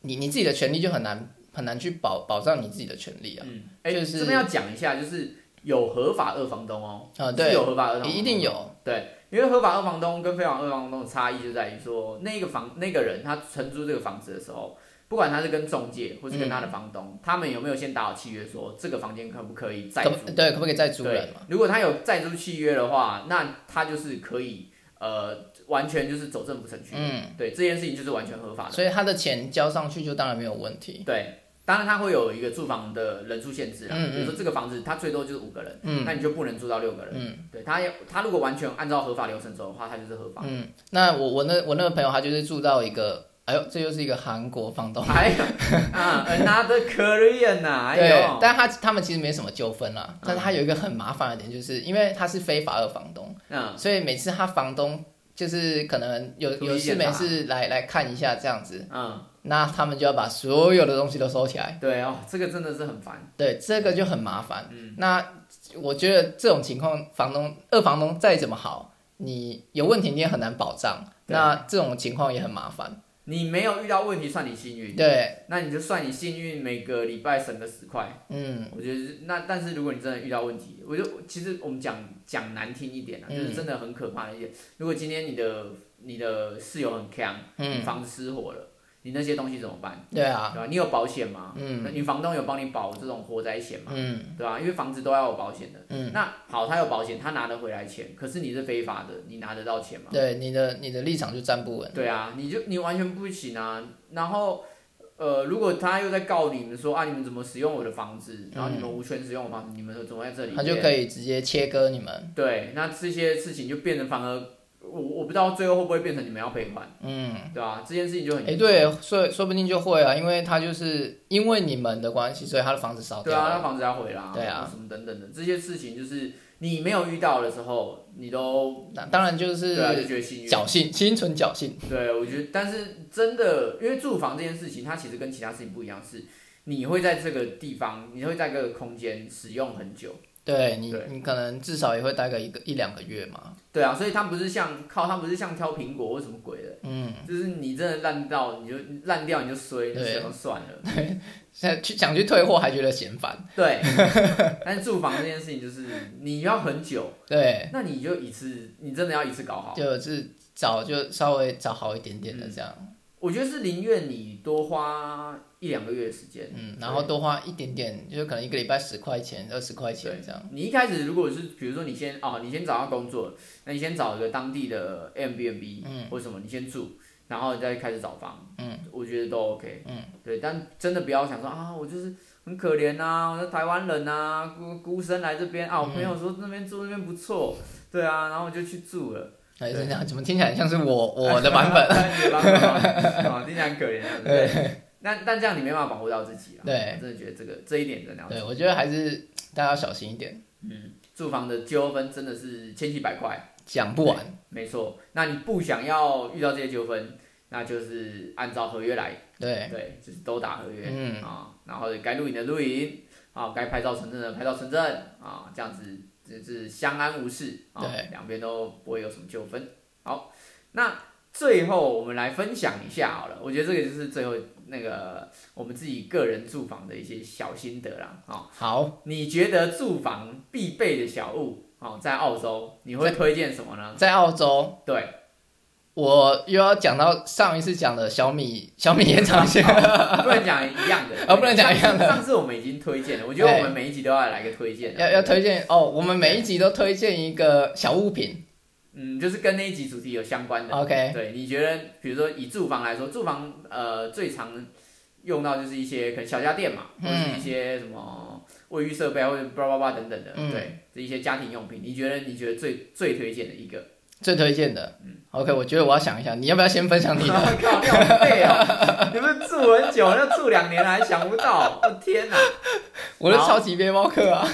[SPEAKER 2] 你你自己的权利就很难很难去保保障你自己的权利啊。
[SPEAKER 1] 嗯，哎，
[SPEAKER 2] 就是
[SPEAKER 1] 这边要讲一下，就是有合法二房东哦，
[SPEAKER 2] 啊、
[SPEAKER 1] 是
[SPEAKER 2] 对
[SPEAKER 1] 有，合哦法二房东，
[SPEAKER 2] 一定。有，
[SPEAKER 1] 对，因为合法二房东跟非法二房东的差异就在于说，那个房那个人他承租这个房子的时候，不管他是跟中介或是跟他
[SPEAKER 2] 嗯
[SPEAKER 1] 的房东，他们有没有先打好契约说这个房间可不可以再
[SPEAKER 2] 可
[SPEAKER 1] 租？
[SPEAKER 2] 不对可不可以再租人
[SPEAKER 1] 对
[SPEAKER 2] 嘛？，
[SPEAKER 1] 如果他有再租契约的话，那他就是可以呃，完全就是走政府程序。
[SPEAKER 2] 嗯，
[SPEAKER 1] 对，这件事情就是完全合法的。
[SPEAKER 2] 所以他的钱交上去就当然没有问题。
[SPEAKER 1] 对，当然他会有一个住房的人数限制啦，
[SPEAKER 2] 嗯嗯
[SPEAKER 1] 比如说这个房子它最多就是五个人，
[SPEAKER 2] 嗯
[SPEAKER 1] 那你就不能住到六个人。
[SPEAKER 2] 嗯
[SPEAKER 1] 对他要他如果完全按照合法流程走的话，他就是合法。
[SPEAKER 2] 嗯，那我我那我那个朋友他就是住到一个，哎呦，这又是一个韩国房东。
[SPEAKER 1] 哎呀，啊，Another Korean 呐、哎
[SPEAKER 2] 对
[SPEAKER 1] 呦，，
[SPEAKER 2] 但他他们其实没什么纠纷啦，但是他有一个很麻烦的点，就是因为他是非法二房东，
[SPEAKER 1] 嗯，
[SPEAKER 2] 所以每次他房东就是可能有
[SPEAKER 1] 故意
[SPEAKER 2] 有事
[SPEAKER 1] 检查
[SPEAKER 2] 没事来来看一下这样子，
[SPEAKER 1] 嗯，
[SPEAKER 2] 那他们就要把所有的东西都收起来，
[SPEAKER 1] 对哦，这个真的是很烦。
[SPEAKER 2] 对，这个就很麻烦。
[SPEAKER 1] 嗯
[SPEAKER 2] 那我觉得这种情况，房东二房东再怎么好，你有问题你也很难保障，
[SPEAKER 1] 对
[SPEAKER 2] 那这种情况也很麻烦。
[SPEAKER 1] 你没有遇到问题，算你幸运。
[SPEAKER 2] 对，
[SPEAKER 1] 那你就算你幸运，每个礼拜省个十块。
[SPEAKER 2] 嗯，
[SPEAKER 1] 我觉得是那，但是如果你真的遇到问题，我就其实我们讲讲难听一点啊，
[SPEAKER 2] 嗯
[SPEAKER 1] 就是真的很可怕的一点。如果今天你的你的室友很强，
[SPEAKER 2] 嗯
[SPEAKER 1] 你房子失火了，你那些东西怎么办？
[SPEAKER 2] 对啊，
[SPEAKER 1] 对吧、你有保险吗？
[SPEAKER 2] 嗯
[SPEAKER 1] 那你房东有帮你保这种火灾险吗？
[SPEAKER 2] 嗯
[SPEAKER 1] 对吧、因为房子都要有保险的。
[SPEAKER 2] 嗯，
[SPEAKER 1] 那好，他有保险，他拿得回来钱，可是你是非法的，你拿得到钱吗？
[SPEAKER 2] 对，你的你的立场就站不稳。
[SPEAKER 1] 对啊，你就你完全不行啊。然后，呃，如果他又在告你们说啊，你们怎么使用我的房子，然后你们无权使用我房子，你们怎么在这里面？
[SPEAKER 2] 他就可以直接切割你们。
[SPEAKER 1] 对，那这些事情就变成反而我我不知道最后会不会变成你们要赔款，
[SPEAKER 2] 嗯，
[SPEAKER 1] 对吧、这件事情就很
[SPEAKER 2] 哎、
[SPEAKER 1] 严重
[SPEAKER 2] 对，说说不定就会啊，因为他就是因为你们的关系，所以他的房子烧
[SPEAKER 1] 对
[SPEAKER 2] 掉
[SPEAKER 1] 啊，那
[SPEAKER 2] 了。
[SPEAKER 1] 房子要毁啦，
[SPEAKER 2] 对啊
[SPEAKER 1] 什么等等的这些事情，就是你没有遇到的时候，你都
[SPEAKER 2] 那当然就
[SPEAKER 1] 对啊就是觉得幸运。
[SPEAKER 2] 侥幸，心存侥幸。
[SPEAKER 1] 对，我觉得，但是真的，因为住房这件事情，它其实跟其他事情不一样，是你会在这个地方，你会在这个空间使用很久。
[SPEAKER 2] 对你
[SPEAKER 1] 对，
[SPEAKER 2] 你可能至少也会待个一个一两个月嘛。
[SPEAKER 1] 对啊，所以它不是像靠，它不是像挑苹果或什么鬼的，
[SPEAKER 2] 嗯，
[SPEAKER 1] 就是你真的烂到你就烂掉你就衰，你就
[SPEAKER 2] 对
[SPEAKER 1] 想说算了。
[SPEAKER 2] 现在去想去退货还觉得嫌烦。
[SPEAKER 1] 对， 但是住房这件事情就是你要很久，
[SPEAKER 2] 对，
[SPEAKER 1] 那你就一次，你真的要一次搞好。
[SPEAKER 2] 就是找就稍微找好一点点的这样。
[SPEAKER 1] 我觉得是宁愿你多花一两个月的时间，
[SPEAKER 2] 嗯，然后多花一点点，就是可能一个礼拜十块钱、二十块钱这样。
[SPEAKER 1] 你一开始如果是比如说你先哦，你先找到工作，那你先找一个当地的 M B N B，
[SPEAKER 2] 嗯
[SPEAKER 1] 或什么，你先住，然后你再开始找房，
[SPEAKER 2] 嗯，
[SPEAKER 1] 我觉得都 OK，
[SPEAKER 2] 嗯，
[SPEAKER 1] 对，但真的不要想说啊，我就是很可怜呐、我是台湾人呐、孤孤身来这
[SPEAKER 2] 嗯
[SPEAKER 1] 边啊，我朋友说那边住那边不错，对啊，然后我就去住了，
[SPEAKER 2] 哎，这样怎么听起来很像是我我的版 本？
[SPEAKER 1] 你的版本啊，啊听起来很可怜 啊，对不对？那但这样你没办法保护到自己啊，
[SPEAKER 2] 对
[SPEAKER 1] 我真的觉得这个这一点真的要嗯
[SPEAKER 2] 对，我觉得还是大家要小心一点，
[SPEAKER 1] 住房的纠纷真的是千奇百怪。啊
[SPEAKER 2] 讲不完。
[SPEAKER 1] 没错，那你不想要遇到这些纠纷，那就是按照合约来，
[SPEAKER 2] 对，
[SPEAKER 1] 对，就是都打合约啊、
[SPEAKER 2] 嗯，
[SPEAKER 1] 然后该录影的录影啊，该拍照成真的拍照成真啊，这样子就是相安无事啊
[SPEAKER 2] 对，
[SPEAKER 1] 两边都不会有什么纠纷。好，那最后我们来分享一下好了，我觉得这个就是最后那个我们自己个人住房的一些小心得啦啊、
[SPEAKER 2] 好，
[SPEAKER 1] 你觉得住房必备的小物哦，在澳洲你会推荐什么呢？
[SPEAKER 2] 在澳洲，
[SPEAKER 1] 对。
[SPEAKER 2] 我又要讲到上一次讲的小米 小米延长 线，
[SPEAKER 1] 不能讲一样的
[SPEAKER 2] 啊不能讲一样的
[SPEAKER 1] 上次上次我们已经推荐了，我觉得
[SPEAKER 2] 对
[SPEAKER 1] 我们每一集都要来个推荐啊，
[SPEAKER 2] 要要推荐哦。我们每一集都推荐一个小物品
[SPEAKER 1] 嗯，就是跟那一集主题有相关的。
[SPEAKER 2] ，OK，
[SPEAKER 1] 对，你觉得比如说以住房来说，住房呃最常用到就是一些可能小家电嘛，或
[SPEAKER 2] 嗯
[SPEAKER 1] 者是一些什么卫浴设备啊或者叭叭叭等等的，
[SPEAKER 2] 嗯
[SPEAKER 1] 对，这一些家庭用品，你觉得你觉得最最推荐的 一个？
[SPEAKER 2] 最推荐的。OK，我
[SPEAKER 1] 嗯
[SPEAKER 2] 觉得我要想一下，你要不要先 分享你的？
[SPEAKER 1] 靠，你好废哦！你们住很久，要住两年了还想不到，我、天哪！
[SPEAKER 2] 我的
[SPEAKER 1] 好
[SPEAKER 2] 超级背包客啊。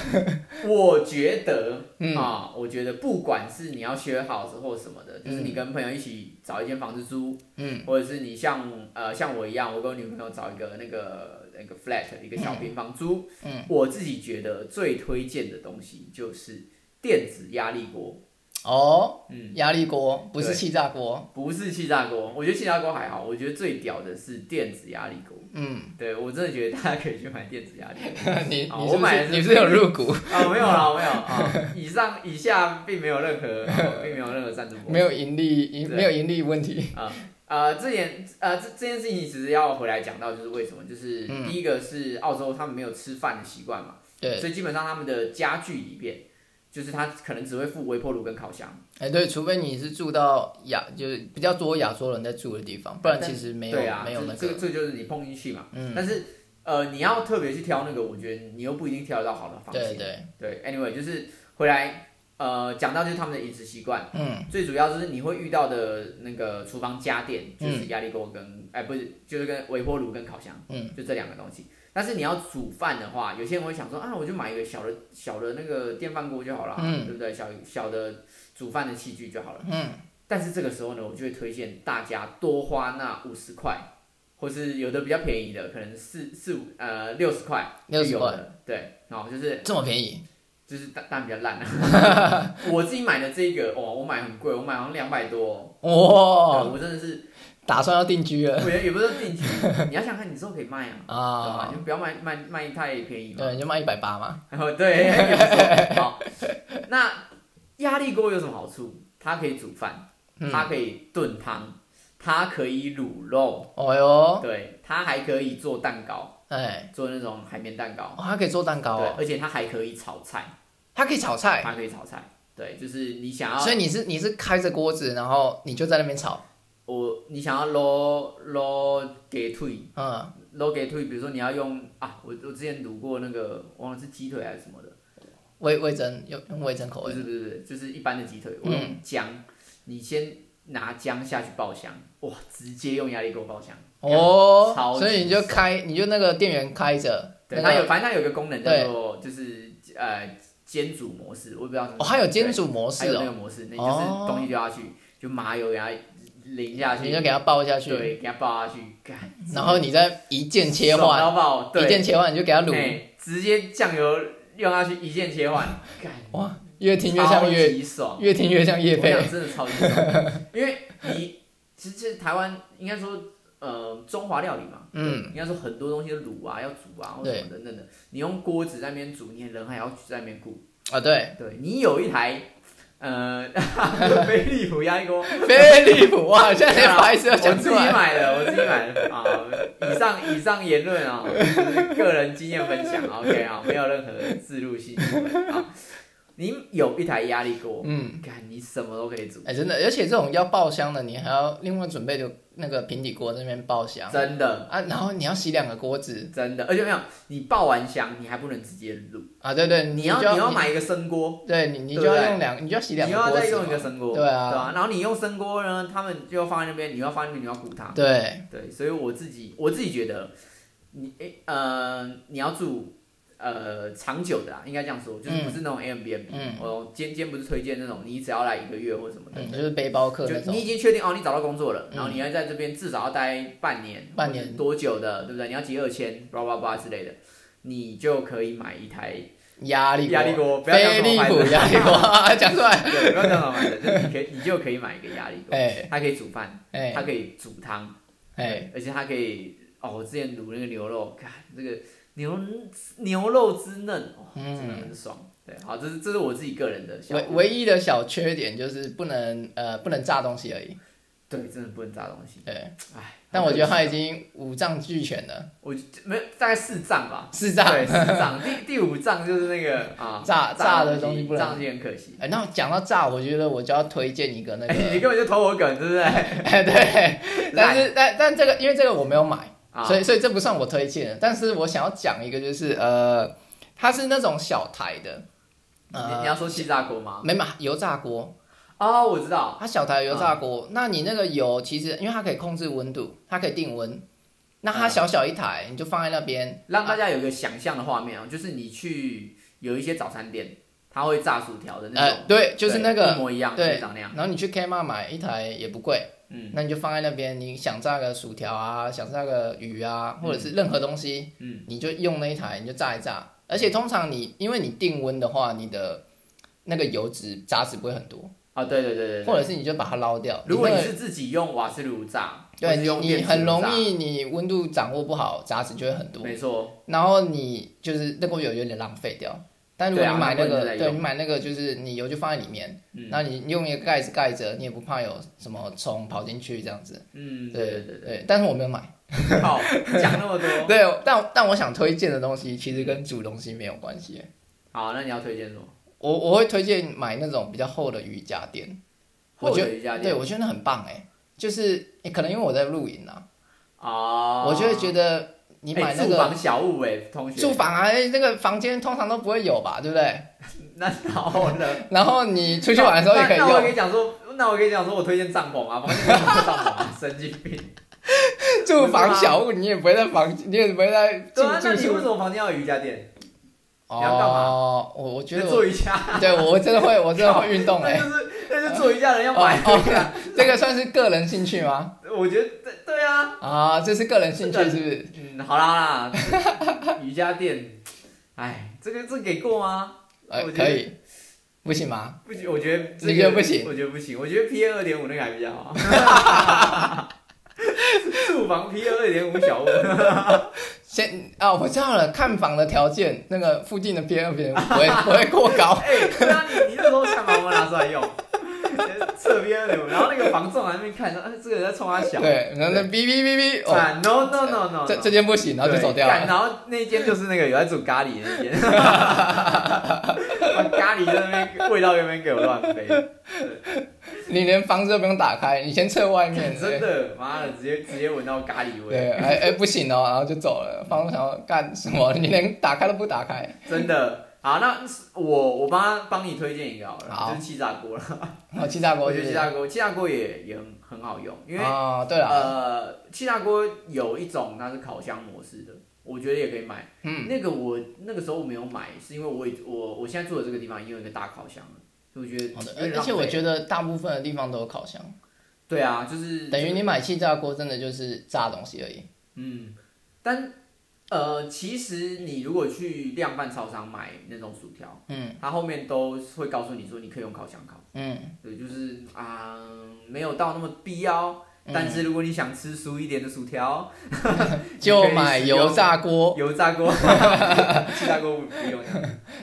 [SPEAKER 1] 我觉得啊、
[SPEAKER 2] 嗯
[SPEAKER 1] 我觉得不管是你要 share house 或什么的，就是你跟朋友一起找一间房子租，
[SPEAKER 2] 嗯，
[SPEAKER 1] 或者是你像呃像我一样，我跟我女朋友找一个那个那个 flat 一个小平房租，
[SPEAKER 2] 嗯，
[SPEAKER 1] 我自己觉得最推荐的东西就是电子压力锅，
[SPEAKER 2] 哦，
[SPEAKER 1] 嗯，
[SPEAKER 2] 压力锅不是
[SPEAKER 1] 对
[SPEAKER 2] 气炸锅。
[SPEAKER 1] 不是气炸锅，我觉得气炸锅还好，我觉得最屌的是电子压力锅，
[SPEAKER 2] 嗯，
[SPEAKER 1] 对我真的觉得大家可以去买电子压力锅。
[SPEAKER 2] 你
[SPEAKER 1] 好
[SPEAKER 2] 你
[SPEAKER 1] 我
[SPEAKER 2] 是不
[SPEAKER 1] 买
[SPEAKER 2] 是
[SPEAKER 1] 的是
[SPEAKER 2] 你是不是有入股？
[SPEAKER 1] 啊，没有啦，我没有啊。以上以下并没有任何，啊并没有任何赞助播出。
[SPEAKER 2] 没有盈利盈
[SPEAKER 1] 对
[SPEAKER 2] 没有盈利问题。
[SPEAKER 1] 呃，这点呃这这件事情其实要回来讲到，就是为什么，就是、
[SPEAKER 2] 嗯
[SPEAKER 1] 第一个是澳洲他们没有吃饭的习惯嘛，
[SPEAKER 2] 对，
[SPEAKER 1] 所以基本上他们的家具里边，就是他可能只会附微波炉跟烤箱，
[SPEAKER 2] 哎、对，除非你是住到亚，就是比较多亚洲人在住的地方，不然
[SPEAKER 1] 但
[SPEAKER 2] 其实没有、
[SPEAKER 1] 对啊，
[SPEAKER 2] 没有
[SPEAKER 1] 这
[SPEAKER 2] 那
[SPEAKER 1] 这
[SPEAKER 2] 个，
[SPEAKER 1] 这就是你碰运气嘛，
[SPEAKER 2] 嗯，
[SPEAKER 1] 但是。呃，你要特别去挑那个，我觉得你又不一定挑得到好的房
[SPEAKER 2] 对
[SPEAKER 1] 型。
[SPEAKER 2] 对，
[SPEAKER 1] 对，anyway，就是回来呃讲到就是他们的饮食习惯，
[SPEAKER 2] 嗯
[SPEAKER 1] 最主要就是你会遇到的那个厨房家电，就是压力锅跟哎、不是，就是跟微波炉跟烤箱，
[SPEAKER 2] 嗯，
[SPEAKER 1] 就这两个东西。但是你要煮饭的话，有些人会想说啊，我就买一个小的小的那个电饭锅就好了，
[SPEAKER 2] 嗯
[SPEAKER 1] 对不对？小小的煮饭的器具就好了。
[SPEAKER 2] 嗯，
[SPEAKER 1] 但是这个时候呢，我就会推荐大家多花那五十块，或是有的比较便宜的，可能四四五呃六十块，
[SPEAKER 2] 60块
[SPEAKER 1] 的，对，然后就是
[SPEAKER 2] 这么便宜，
[SPEAKER 1] 就是蛋蛋比较烂、啊。我自己买的这个，哦，我买很贵，我买好像两百多、哦。
[SPEAKER 2] 哇、
[SPEAKER 1] 对我真的是，
[SPEAKER 2] 打算要定居
[SPEAKER 1] 我
[SPEAKER 2] 了
[SPEAKER 1] 觉得也不是定期，你要想看，你之后可以卖啊，对吧？
[SPEAKER 2] 啊
[SPEAKER 1] 你？就不要卖卖卖太便宜嘛。
[SPEAKER 2] 对，你就卖一百八嘛，
[SPEAKER 1] 然后对，也不错好，那压力锅有什么好处？它可以煮饭，
[SPEAKER 2] 嗯，
[SPEAKER 1] 它可以炖汤，它可以卤肉，
[SPEAKER 2] 哦哟，
[SPEAKER 1] 对，它还可以做蛋糕，
[SPEAKER 2] 哎，
[SPEAKER 1] 做那种海绵蛋糕，
[SPEAKER 2] 哦，它可以做蛋糕
[SPEAKER 1] 对，
[SPEAKER 2] 哦，
[SPEAKER 1] 而且它还可以炒菜，
[SPEAKER 2] 它可以炒菜，
[SPEAKER 1] 它可以炒菜，对，就是你想要
[SPEAKER 2] 所以你是你是开着锅子，然后你就在那边炒，
[SPEAKER 1] 我你想要捞捞给腿，
[SPEAKER 2] 嗯，
[SPEAKER 1] 捞给腿，比如说你要用啊，我我之前读过那个，忘了是鸡腿还是什么的，
[SPEAKER 2] 味味增用用味增口
[SPEAKER 1] 不
[SPEAKER 2] 味嗯
[SPEAKER 1] 是不是不是，就是一般的鸡腿，我用姜，你先拿姜下去爆香，哇，直接用压力锅爆香，
[SPEAKER 2] 哦
[SPEAKER 1] 超，级
[SPEAKER 2] 所以你就开你就那个电源开着，
[SPEAKER 1] 对，
[SPEAKER 2] 那
[SPEAKER 1] 它有
[SPEAKER 2] 个
[SPEAKER 1] 反正它有一个功能
[SPEAKER 2] 对
[SPEAKER 1] 叫做就是呃煎煮模式，我也不知道怎么
[SPEAKER 2] 哦，
[SPEAKER 1] 讲，
[SPEAKER 2] 还有煎
[SPEAKER 1] 对
[SPEAKER 2] 煮模
[SPEAKER 1] 还
[SPEAKER 2] 式
[SPEAKER 1] 有那
[SPEAKER 2] 哦，
[SPEAKER 1] 个模式，那就
[SPEAKER 2] 哦
[SPEAKER 1] 是东西丢下去，就麻油给它淋下去，
[SPEAKER 2] 你就给它爆下去，
[SPEAKER 1] 对，给它爆下去，干，
[SPEAKER 2] 然后你再一键切
[SPEAKER 1] 爽
[SPEAKER 2] 换，
[SPEAKER 1] 到爆，对
[SPEAKER 2] 一，键切换你就给它卤，
[SPEAKER 1] 哎，直接酱油用下去一键切换，干
[SPEAKER 2] 哇，越听越像
[SPEAKER 1] 超
[SPEAKER 2] 越
[SPEAKER 1] 级爽，
[SPEAKER 2] 越听越像叶
[SPEAKER 1] 我
[SPEAKER 2] 配
[SPEAKER 1] 想真的超级 爽，因为你其实其实台湾应该说呃中华料理嘛，
[SPEAKER 2] 嗯，
[SPEAKER 1] 应该说很多东西卤啊要煮啊或
[SPEAKER 2] 对
[SPEAKER 1] 什么等等的，你用锅子在那边煮，你人还要去在那边顾，
[SPEAKER 2] 啊，对，
[SPEAKER 1] 对你有一台呃 飞利浦压力锅，
[SPEAKER 2] 飞利浦哇，现在
[SPEAKER 1] 啊
[SPEAKER 2] 连牌子都
[SPEAKER 1] 我
[SPEAKER 2] 啊讲
[SPEAKER 1] 自
[SPEAKER 2] 出
[SPEAKER 1] 己
[SPEAKER 2] 来，
[SPEAKER 1] 买的，我自己买的啊。以上以上言论啊、就是个人经验分享，OK 啊，没有任何自入性行为啊。你有一台压力锅，
[SPEAKER 2] 嗯，
[SPEAKER 1] 看你什么都可以煮，
[SPEAKER 2] 哎，真的，而且这种要爆香的，你还要另外准备就那个平底锅在那边爆香
[SPEAKER 1] 真的
[SPEAKER 2] 啊，然后你要洗两个锅子
[SPEAKER 1] 真的，而且没有你爆完香，你还不能直接卤，
[SPEAKER 2] 啊，对对，
[SPEAKER 1] 你
[SPEAKER 2] 就
[SPEAKER 1] 要你要，买一个生锅，
[SPEAKER 2] 对你你
[SPEAKER 1] 对
[SPEAKER 2] 就
[SPEAKER 1] 不对
[SPEAKER 2] 要用两，你就要洗
[SPEAKER 1] 你
[SPEAKER 2] 两
[SPEAKER 1] 又
[SPEAKER 2] 个
[SPEAKER 1] 要
[SPEAKER 2] 锅
[SPEAKER 1] 再
[SPEAKER 2] 子
[SPEAKER 1] 用一个
[SPEAKER 2] 嘛，
[SPEAKER 1] 生锅，
[SPEAKER 2] 对啊
[SPEAKER 1] 对吧？然后你用生锅呢，他们就放在那边，你要放在那边，你要顾它，
[SPEAKER 2] 对，
[SPEAKER 1] 对，所以我自己我自己觉得，你诶呃，你要住呃长久的啦，应该这样说，就是不是那种 Airbnb、
[SPEAKER 2] 嗯
[SPEAKER 1] 我今今不是推荐那种，你只要来一个月或什么的，
[SPEAKER 2] 嗯，就是背包客那
[SPEAKER 1] 就
[SPEAKER 2] 种
[SPEAKER 1] 你，已经确定哦，你找到工作了，
[SPEAKER 2] 嗯
[SPEAKER 1] 然后你要在这边至少要待半年，
[SPEAKER 2] 半年
[SPEAKER 1] 或者多久的，对不对？你要集二千，叭叭叭之类的，你就可以买一台
[SPEAKER 2] 压力锅
[SPEAKER 1] 压力锅，不要讲什
[SPEAKER 2] 飞
[SPEAKER 1] 么
[SPEAKER 2] 利
[SPEAKER 1] 牌子
[SPEAKER 2] 浦压力 锅，啊讲出来，
[SPEAKER 1] 对，不要讲什么牌子，就是你可以你就可以买一个压力锅，
[SPEAKER 2] 哎
[SPEAKER 1] 它可以煮饭，它
[SPEAKER 2] 哎
[SPEAKER 1] 可以煮汤。
[SPEAKER 2] 哎，
[SPEAKER 1] 而且它可以哦，我之前卤那个牛肉，看这个牛牛肉之嫩，哇、
[SPEAKER 2] 嗯
[SPEAKER 1] 真的很爽。对，好，这是这是我自己个人的小
[SPEAKER 2] 唯唯一的小缺点就是不能呃不能炸东西而
[SPEAKER 1] 啊
[SPEAKER 2] 已，
[SPEAKER 1] 对，真的不能炸东西。
[SPEAKER 2] 对。
[SPEAKER 1] 哎，
[SPEAKER 2] 但我觉得
[SPEAKER 1] 好
[SPEAKER 2] 他已经五脏俱全了，
[SPEAKER 1] 可惜，我没有大概四丈吧，
[SPEAKER 2] 四脏。
[SPEAKER 1] 啊对，四丈，第第五丈就是那个啊
[SPEAKER 2] 炸炸的东西不能
[SPEAKER 1] 炸东西很可惜。
[SPEAKER 2] 哎，那讲到炸，我觉得我就要推荐一个那个，
[SPEAKER 1] 哎、 你根本就偷我梗，对不对？
[SPEAKER 2] 哎 对，但是但但这个因为这个我没有买，
[SPEAKER 1] 啊，
[SPEAKER 2] 所以所以这不算我推荐的，但是我想要讲一个就是呃，它是那种小台的，
[SPEAKER 1] 你你
[SPEAKER 2] 呃，
[SPEAKER 1] 要说气炸锅吗？
[SPEAKER 2] 没嘛油炸锅，
[SPEAKER 1] 哦，我知道，
[SPEAKER 2] 它小台的油
[SPEAKER 1] 啊
[SPEAKER 2] 炸锅，那你那个油其实因为它可以控制温度，它可以定温。那
[SPEAKER 1] 啊
[SPEAKER 2] 它小小一台，你就放在那边，
[SPEAKER 1] 让大家有一个想象的画面啊，就是你去有一些早餐店，它会炸薯条的那
[SPEAKER 2] 呃，
[SPEAKER 1] 种，
[SPEAKER 2] 对，就是那
[SPEAKER 1] 一
[SPEAKER 2] 个，
[SPEAKER 1] 模一样，
[SPEAKER 2] 对
[SPEAKER 1] 就长那样。
[SPEAKER 2] 然后你去 K 妈买一台也不贵，
[SPEAKER 1] 嗯，
[SPEAKER 2] 那你就放在那边，你想炸个薯条啊，想炸个鱼啊，或者是任何东西，
[SPEAKER 1] 嗯，
[SPEAKER 2] 你就用那一台，你就炸一炸。而且通常你因为你定温的话，你的那个油脂杂质不会很多，
[SPEAKER 1] 啊，对对对对对。
[SPEAKER 2] 或者是你就把它捞掉。
[SPEAKER 1] 如果
[SPEAKER 2] 那
[SPEAKER 1] 你
[SPEAKER 2] 个
[SPEAKER 1] 是自己用瓦斯炉炸，或是
[SPEAKER 2] 对你
[SPEAKER 1] 用
[SPEAKER 2] 你
[SPEAKER 1] 电
[SPEAKER 2] 很
[SPEAKER 1] 磁炉
[SPEAKER 2] 容
[SPEAKER 1] 炸，
[SPEAKER 2] 易你温度掌握不好，杂质就会很多。
[SPEAKER 1] 没错，
[SPEAKER 2] 然后你就是那锅油有点浪费掉。但如果
[SPEAKER 1] 对啊
[SPEAKER 2] 你买那
[SPEAKER 1] 那不
[SPEAKER 2] 个，
[SPEAKER 1] 然就
[SPEAKER 2] 对,、
[SPEAKER 1] 再用
[SPEAKER 2] 你买那个就是你油就放在里面，
[SPEAKER 1] 嗯
[SPEAKER 2] 那、你用一个盖子盖着，你也不怕有什么虫跑进去这样子。
[SPEAKER 1] 嗯，
[SPEAKER 2] 对
[SPEAKER 1] 对对对
[SPEAKER 2] 对，但是我没有买。
[SPEAKER 1] 对，好，讲那么多，
[SPEAKER 2] 对，但但我想推荐的东西其实跟煮东西没有关系。
[SPEAKER 1] 好，那你要推荐什么？
[SPEAKER 2] 我我会推荐买那种比较厚的瑜伽垫，我
[SPEAKER 1] 或
[SPEAKER 2] 觉
[SPEAKER 1] 者
[SPEAKER 2] 得
[SPEAKER 1] 瑜伽
[SPEAKER 2] 对
[SPEAKER 1] 垫
[SPEAKER 2] 我觉得那很棒哎。就是、可能因为我在露营啊，
[SPEAKER 1] 啊，
[SPEAKER 2] 我就会觉得你买
[SPEAKER 1] 哎
[SPEAKER 2] 那
[SPEAKER 1] 住
[SPEAKER 2] 个
[SPEAKER 1] 房小物哎，同学，
[SPEAKER 2] 住房啊，哎那个房间通常都不会有吧，对不对？
[SPEAKER 1] 那然后呢？
[SPEAKER 2] 然后你出去玩的时候也可以
[SPEAKER 1] 那那我跟
[SPEAKER 2] 用
[SPEAKER 1] 你讲说，那我跟你讲说，我推荐帐篷啊，房间没有帐篷 啊，神经病。
[SPEAKER 2] 住房小屋，你也不会在房，你也不会在住
[SPEAKER 1] 对啊，那
[SPEAKER 2] 住
[SPEAKER 1] 你为什
[SPEAKER 2] 宿。
[SPEAKER 1] 么房间要有瑜伽垫？
[SPEAKER 2] 哦，
[SPEAKER 1] 你要干嘛
[SPEAKER 2] 我我觉
[SPEAKER 1] 就
[SPEAKER 2] 得
[SPEAKER 1] 做
[SPEAKER 2] 我
[SPEAKER 1] 瑜伽，
[SPEAKER 2] 对我真的会，我真的会运动哎、
[SPEAKER 1] 那就是那就是做瑜伽的人要买。
[SPEAKER 2] 哦哦，这个算是个人兴趣吗？
[SPEAKER 1] 我觉得对对啊，
[SPEAKER 2] 啊，这是个人兴趣
[SPEAKER 1] 这个
[SPEAKER 2] 是不是？
[SPEAKER 1] 嗯，好啦 好啦，瑜伽垫，哎，这个这个给过吗？
[SPEAKER 2] 呃，
[SPEAKER 1] 我觉得
[SPEAKER 2] 可以，不行吗？
[SPEAKER 1] 不行，我觉得这个
[SPEAKER 2] 你觉得不行
[SPEAKER 1] 我觉得不行，我觉得 P M 二点五那个还比较好。 住房 P M 二点五小屋，
[SPEAKER 2] 先啊，我知道了，看房的条件，那个附近的 P 二 P 不会不会过 高。
[SPEAKER 1] 哎、对啊，你你那时候干嘛我们拿出来用？侧边的，然后那个房仲还没看到，啊，这个人在冲他小，
[SPEAKER 2] 对，然后那哔哔哔哔，哦，
[SPEAKER 1] 啊，no no no no，
[SPEAKER 2] 这这间不行，然后就走掉
[SPEAKER 1] 干
[SPEAKER 2] 了。
[SPEAKER 1] 然后那间就是那个有在煮咖喱的那间， 把咖喱在那边味道在那边给我乱飞，
[SPEAKER 2] 你连房子都不用打开，你先测 外面。对
[SPEAKER 1] 真的，妈的，直接直接闻到咖喱
[SPEAKER 2] 对，
[SPEAKER 1] 味，
[SPEAKER 2] 哎哎不行哦，然后就走了。房东想要干什么？你连打开都不打开。
[SPEAKER 1] 真的。好，那我我帮他帮你推荐一个好了，
[SPEAKER 2] 好
[SPEAKER 1] 就是气炸锅了。
[SPEAKER 2] 哦，气炸锅
[SPEAKER 1] 我
[SPEAKER 2] 是
[SPEAKER 1] 觉
[SPEAKER 2] 不
[SPEAKER 1] 得
[SPEAKER 2] 是，
[SPEAKER 1] 气炸锅，气炸锅也也很很好用，因为
[SPEAKER 2] 哦，对了，
[SPEAKER 1] 呃，气炸锅有一种它是烤箱模式的，我觉得也可以买。
[SPEAKER 2] 嗯，
[SPEAKER 1] 那个我那个时候我没有买，是因为我已我我现在住的这个地方已经有一个大烤箱了，所以我觉得
[SPEAKER 2] 好的，
[SPEAKER 1] 有点
[SPEAKER 2] 而
[SPEAKER 1] 浪
[SPEAKER 2] 且我
[SPEAKER 1] 费
[SPEAKER 2] 觉得大部分的地方都有烤箱，
[SPEAKER 1] 对啊，就是
[SPEAKER 2] 等于你买气炸锅真的就是炸东西而已。
[SPEAKER 1] 嗯，但呃，其实你如果去量贩超商买那种薯条，
[SPEAKER 2] 嗯
[SPEAKER 1] 它后面都会告诉你说你可以用烤箱烤，
[SPEAKER 2] 嗯，
[SPEAKER 1] 对，就是啊、没有到那么必要。
[SPEAKER 2] 嗯
[SPEAKER 1] 但是如果你想吃熟一点的薯 条，
[SPEAKER 2] 就买油炸锅。
[SPEAKER 1] 油炸 锅，气炸锅不不用。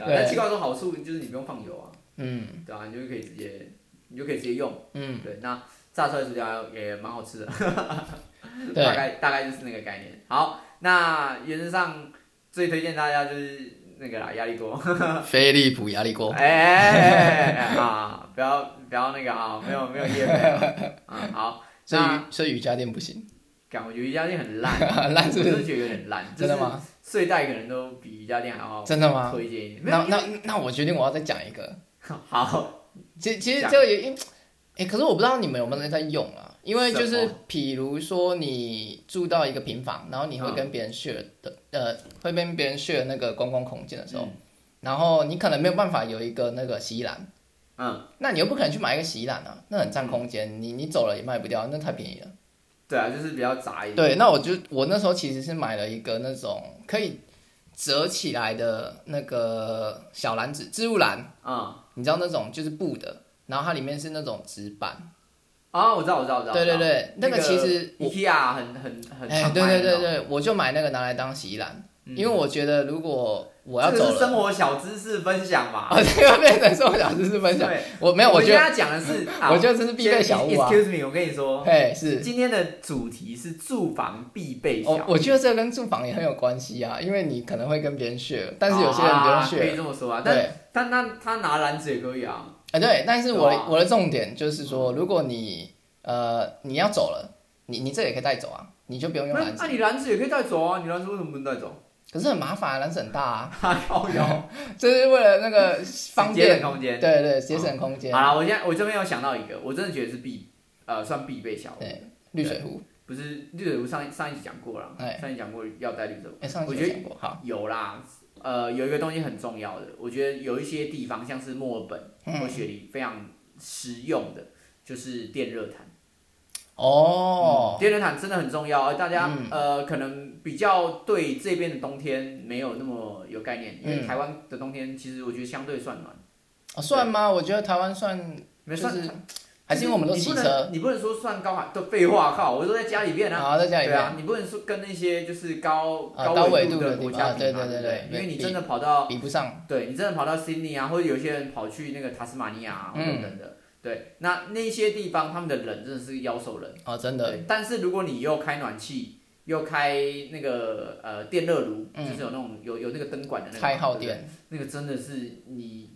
[SPEAKER 2] 对
[SPEAKER 1] 啊但气炸锅好处就是你不用放油啊，
[SPEAKER 2] 嗯
[SPEAKER 1] 对啊，你就可以直接，你就可以直接用。
[SPEAKER 2] 嗯，
[SPEAKER 1] 对，那炸出来的薯条也蛮好吃的，大
[SPEAKER 2] 对，
[SPEAKER 1] 概大概就是那个概念。好，那原则上最推荐大家就是那个啦，压力锅。
[SPEAKER 2] 飞利浦压力锅。
[SPEAKER 1] 哎哎哎哎哎啊，不要不要那个啊，没有没有业配啊。嗯，好，
[SPEAKER 2] 所以
[SPEAKER 1] 那
[SPEAKER 2] 所以瑜伽垫不行，
[SPEAKER 1] 感我觉得瑜伽垫很烂，
[SPEAKER 2] 烂是
[SPEAKER 1] 我
[SPEAKER 2] 不
[SPEAKER 1] 真
[SPEAKER 2] 是
[SPEAKER 1] 的觉得有点烂，
[SPEAKER 2] 真的？吗？
[SPEAKER 1] 睡袋可能都比瑜伽垫还好，
[SPEAKER 2] 真的吗？
[SPEAKER 1] 推荐一点。没有
[SPEAKER 2] 那那那我决定我要再讲一个，
[SPEAKER 1] 好，
[SPEAKER 2] 其其实
[SPEAKER 1] 讲
[SPEAKER 2] 这个也因，哎、可是我不知道你们有没有在用啊，因为就
[SPEAKER 1] 什
[SPEAKER 2] 是
[SPEAKER 1] 么
[SPEAKER 2] 比如说你住到一个平房，然后你会
[SPEAKER 1] 嗯
[SPEAKER 2] 跟别人 share 的，呃，会跟别人 share 那个公共空间的时候，
[SPEAKER 1] 嗯
[SPEAKER 2] 然后你可能没有办法有一个那个洗衣篮，
[SPEAKER 1] 嗯，
[SPEAKER 2] 那你又不可能去买一个洗衣篮啊，那很占空间，你你走了也卖不掉，那太便宜了。
[SPEAKER 1] 对啊，就是比较杂一点。
[SPEAKER 2] 对，那我就我那时候其实是买了一个那种可以折起来的那个小篮子置物篮，
[SPEAKER 1] 嗯，
[SPEAKER 2] 你知道那种就是布的，然后它里面是那种纸板。
[SPEAKER 1] 啊，我知道，我知道，我知道。
[SPEAKER 2] 对对对，
[SPEAKER 1] 那
[SPEAKER 2] 那个其实我，
[SPEAKER 1] IKEA 很很很
[SPEAKER 2] 哎，
[SPEAKER 1] 常
[SPEAKER 2] 对
[SPEAKER 1] 卖的
[SPEAKER 2] 对对
[SPEAKER 1] 那种，
[SPEAKER 2] 对，我就买那个拿来当洗衣篮，
[SPEAKER 1] 嗯
[SPEAKER 2] 因为我觉得如果我要
[SPEAKER 1] 这
[SPEAKER 2] 走
[SPEAKER 1] 个是生
[SPEAKER 2] 了，
[SPEAKER 1] 活小知识分享嘛。
[SPEAKER 2] 啊，这个变成生活小知识分享，
[SPEAKER 1] 对，
[SPEAKER 2] 我没有，
[SPEAKER 1] 我
[SPEAKER 2] 我觉得
[SPEAKER 1] 他讲的是，啊
[SPEAKER 2] 我觉得这是必备小物啊，
[SPEAKER 1] Excuse me，我跟你说，
[SPEAKER 2] 哎，是，
[SPEAKER 1] 今天的主题是住房必备小
[SPEAKER 2] 哦
[SPEAKER 1] 物。
[SPEAKER 2] 我我觉得这个跟住房也很有关系啊，因为你可能会跟别人 share，但是有些人不用
[SPEAKER 1] 啊可以
[SPEAKER 2] share，
[SPEAKER 1] 这么说啊。但
[SPEAKER 2] 对，
[SPEAKER 1] 但那他拿篮子也可以啊。
[SPEAKER 2] 啊对，但是我
[SPEAKER 1] 对啊
[SPEAKER 2] 的我的重点就是说，如果你呃你要走了，你你这也可以带走啊，你就不用用
[SPEAKER 1] 那
[SPEAKER 2] 篮子
[SPEAKER 1] 那。你篮子也可以带走啊，你篮子为什么不能带走？
[SPEAKER 2] 可是很麻烦啊，篮子很大啊，
[SPEAKER 1] 哈靠腰，
[SPEAKER 2] 就是为了那个方
[SPEAKER 1] 节省
[SPEAKER 2] 便，
[SPEAKER 1] 空间。啊
[SPEAKER 2] 对对，节省空间
[SPEAKER 1] 好，了，我现在我这边有想到一个，我真的觉得是必呃算必备小物，
[SPEAKER 2] 对绿水壶，
[SPEAKER 1] 不是绿水壶上上一集讲过了
[SPEAKER 2] 哎，
[SPEAKER 1] 上一集讲过要带绿水壶，
[SPEAKER 2] 哎，上一
[SPEAKER 1] 我
[SPEAKER 2] 集
[SPEAKER 1] 觉
[SPEAKER 2] 有
[SPEAKER 1] 得
[SPEAKER 2] 讲过，好，
[SPEAKER 1] 有啦，呃，有一个东西很重要的，我觉得有一些地方像是墨尔本
[SPEAKER 2] 嗯
[SPEAKER 1] 或雪梨非常实用的，就是电热毯。
[SPEAKER 2] 哦，嗯
[SPEAKER 1] 电热毯真的很重要，大家、呃可能比较对这边的冬天没有那么有概念，因为
[SPEAKER 2] 嗯
[SPEAKER 1] 台湾的冬天其实我觉得相对算暖，
[SPEAKER 2] 哦算吗？我觉得台湾算，
[SPEAKER 1] 没
[SPEAKER 2] 就
[SPEAKER 1] 算
[SPEAKER 2] 是还是因为我们都骑
[SPEAKER 1] 你不
[SPEAKER 2] 车，
[SPEAKER 1] 能，你不能说算高海，都废话靠，我都在家里面啊。
[SPEAKER 2] 然后在家里
[SPEAKER 1] 对
[SPEAKER 2] 面
[SPEAKER 1] 啊，你不能说跟那些就是高、
[SPEAKER 2] 啊
[SPEAKER 1] 高
[SPEAKER 2] 高纬
[SPEAKER 1] 度
[SPEAKER 2] 度的地
[SPEAKER 1] 国
[SPEAKER 2] 方
[SPEAKER 1] 家
[SPEAKER 2] 啊
[SPEAKER 1] 比
[SPEAKER 2] 对
[SPEAKER 1] 嘛，
[SPEAKER 2] 对
[SPEAKER 1] 不
[SPEAKER 2] 对
[SPEAKER 1] 对？
[SPEAKER 2] 对
[SPEAKER 1] 因为你
[SPEAKER 2] 比
[SPEAKER 1] 真的跑到
[SPEAKER 2] 比不上，
[SPEAKER 1] 对你真的跑到悉尼啊，或者有些人跑去那个塔斯马尼亚啊、
[SPEAKER 2] 嗯
[SPEAKER 1] 等等的，对，那那些地方他们的冷真的是妖兽冷。
[SPEAKER 2] 哦，真的，
[SPEAKER 1] 对，但是如果你又开暖气，又开那个呃电热炉，就是有那种有有那个灯管的那个嘛
[SPEAKER 2] 嗯开耗，
[SPEAKER 1] 对
[SPEAKER 2] 电，
[SPEAKER 1] 不对那个真的是你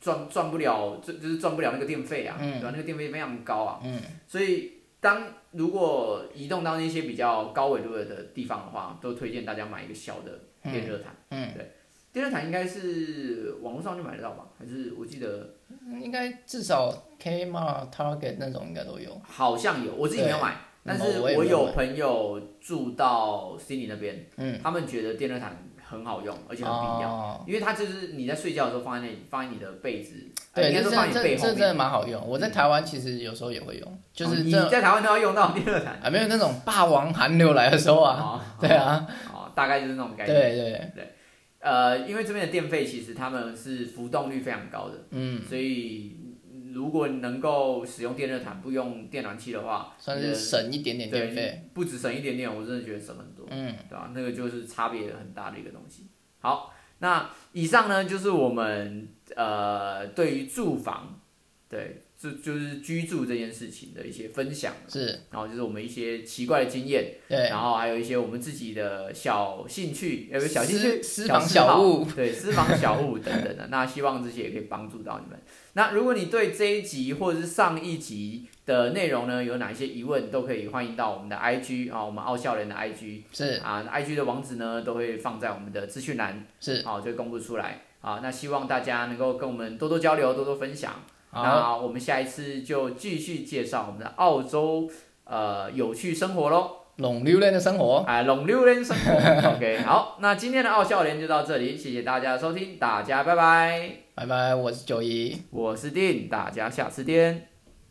[SPEAKER 1] 赚赚不了，就就是赚不了那个电费啊，
[SPEAKER 2] 嗯
[SPEAKER 1] 对吧、那个电费非常高啊，
[SPEAKER 2] 嗯，
[SPEAKER 1] 所以当如果移动到那些比较高纬度的地方的话，都推荐大家买一个小的电热毯。
[SPEAKER 2] 嗯，
[SPEAKER 1] 对，电热毯应该是网络上就买得到吧？还是我记得
[SPEAKER 2] 嗯应该至少 Kmart、Target 那种应该都有，
[SPEAKER 1] 好像有，我自己没有买，但是
[SPEAKER 2] 嗯我也
[SPEAKER 1] 我
[SPEAKER 2] 没有
[SPEAKER 1] 有
[SPEAKER 2] 买
[SPEAKER 1] 朋友住到悉尼那边，
[SPEAKER 2] 嗯，
[SPEAKER 1] 他们觉得电热毯很好用，而且很必要。
[SPEAKER 2] 哦，
[SPEAKER 1] 因为它就是你在睡觉的时候放在那里，放在你的被子，呃
[SPEAKER 2] 对，
[SPEAKER 1] 应该说
[SPEAKER 2] 这这
[SPEAKER 1] 放在你
[SPEAKER 2] 这
[SPEAKER 1] 背
[SPEAKER 2] 这
[SPEAKER 1] 后
[SPEAKER 2] 真的
[SPEAKER 1] 面。嗯
[SPEAKER 2] 蛮好用，我在台湾其实有时候也会用，就
[SPEAKER 1] 哦
[SPEAKER 2] 是
[SPEAKER 1] 你
[SPEAKER 2] 这
[SPEAKER 1] 在台湾都要用到电热毯
[SPEAKER 2] 啊，没有那种霸王寒流来的时候啊，
[SPEAKER 1] 啊
[SPEAKER 2] 对啊，
[SPEAKER 1] 哦，大概就是那种概
[SPEAKER 2] 对
[SPEAKER 1] 念。
[SPEAKER 2] 对，
[SPEAKER 1] 呃，因为这边的电费其实他们是浮动率非常高的，
[SPEAKER 2] 嗯，
[SPEAKER 1] 所以如果能够使用电热毯不用电暖气的话，
[SPEAKER 2] 算
[SPEAKER 1] 你
[SPEAKER 2] 是
[SPEAKER 1] 的
[SPEAKER 2] 省一点点
[SPEAKER 1] 对
[SPEAKER 2] 电费，
[SPEAKER 1] 不止省一点点，我真的觉得省很多，
[SPEAKER 2] 嗯，
[SPEAKER 1] 对吧、那个就是差别很大的一个东西。好，那以上呢就是我们呃对于住房，对，就就是居住这件事情的一些分享，
[SPEAKER 2] 是，
[SPEAKER 1] 然后就是我们一些奇怪的经验，
[SPEAKER 2] 对，
[SPEAKER 1] 然后还有一些我们自己的小兴趣，有个小兴趣
[SPEAKER 2] 私私房
[SPEAKER 1] 嗜好
[SPEAKER 2] 小物，，
[SPEAKER 1] 对，私房小物等等的。那希望这些也可以帮助到你们。那如果你对这一集或者是上一集的内容呢，有哪一些疑问，都可以欢迎到我们的 IG 啊，我们傲笑人的 IG
[SPEAKER 2] 是
[SPEAKER 1] 啊，IG 的网址呢都会放在我们的资讯栏，
[SPEAKER 2] 是，
[SPEAKER 1] 好、就会公布出来。啊，那希望大家能够跟我们多多交流，多多分享。
[SPEAKER 2] 好，
[SPEAKER 1] 那我们下一次就继续介绍我们的澳洲呃有趣生活喽。
[SPEAKER 2] 拢榴莲的生活，
[SPEAKER 1] 啊，龙溜人生活。OK，好，那今天的傲笑连就到这里，谢谢大家的收听，大家拜拜。
[SPEAKER 2] 拜拜，我是九一。
[SPEAKER 1] 我是丁，大家下次见。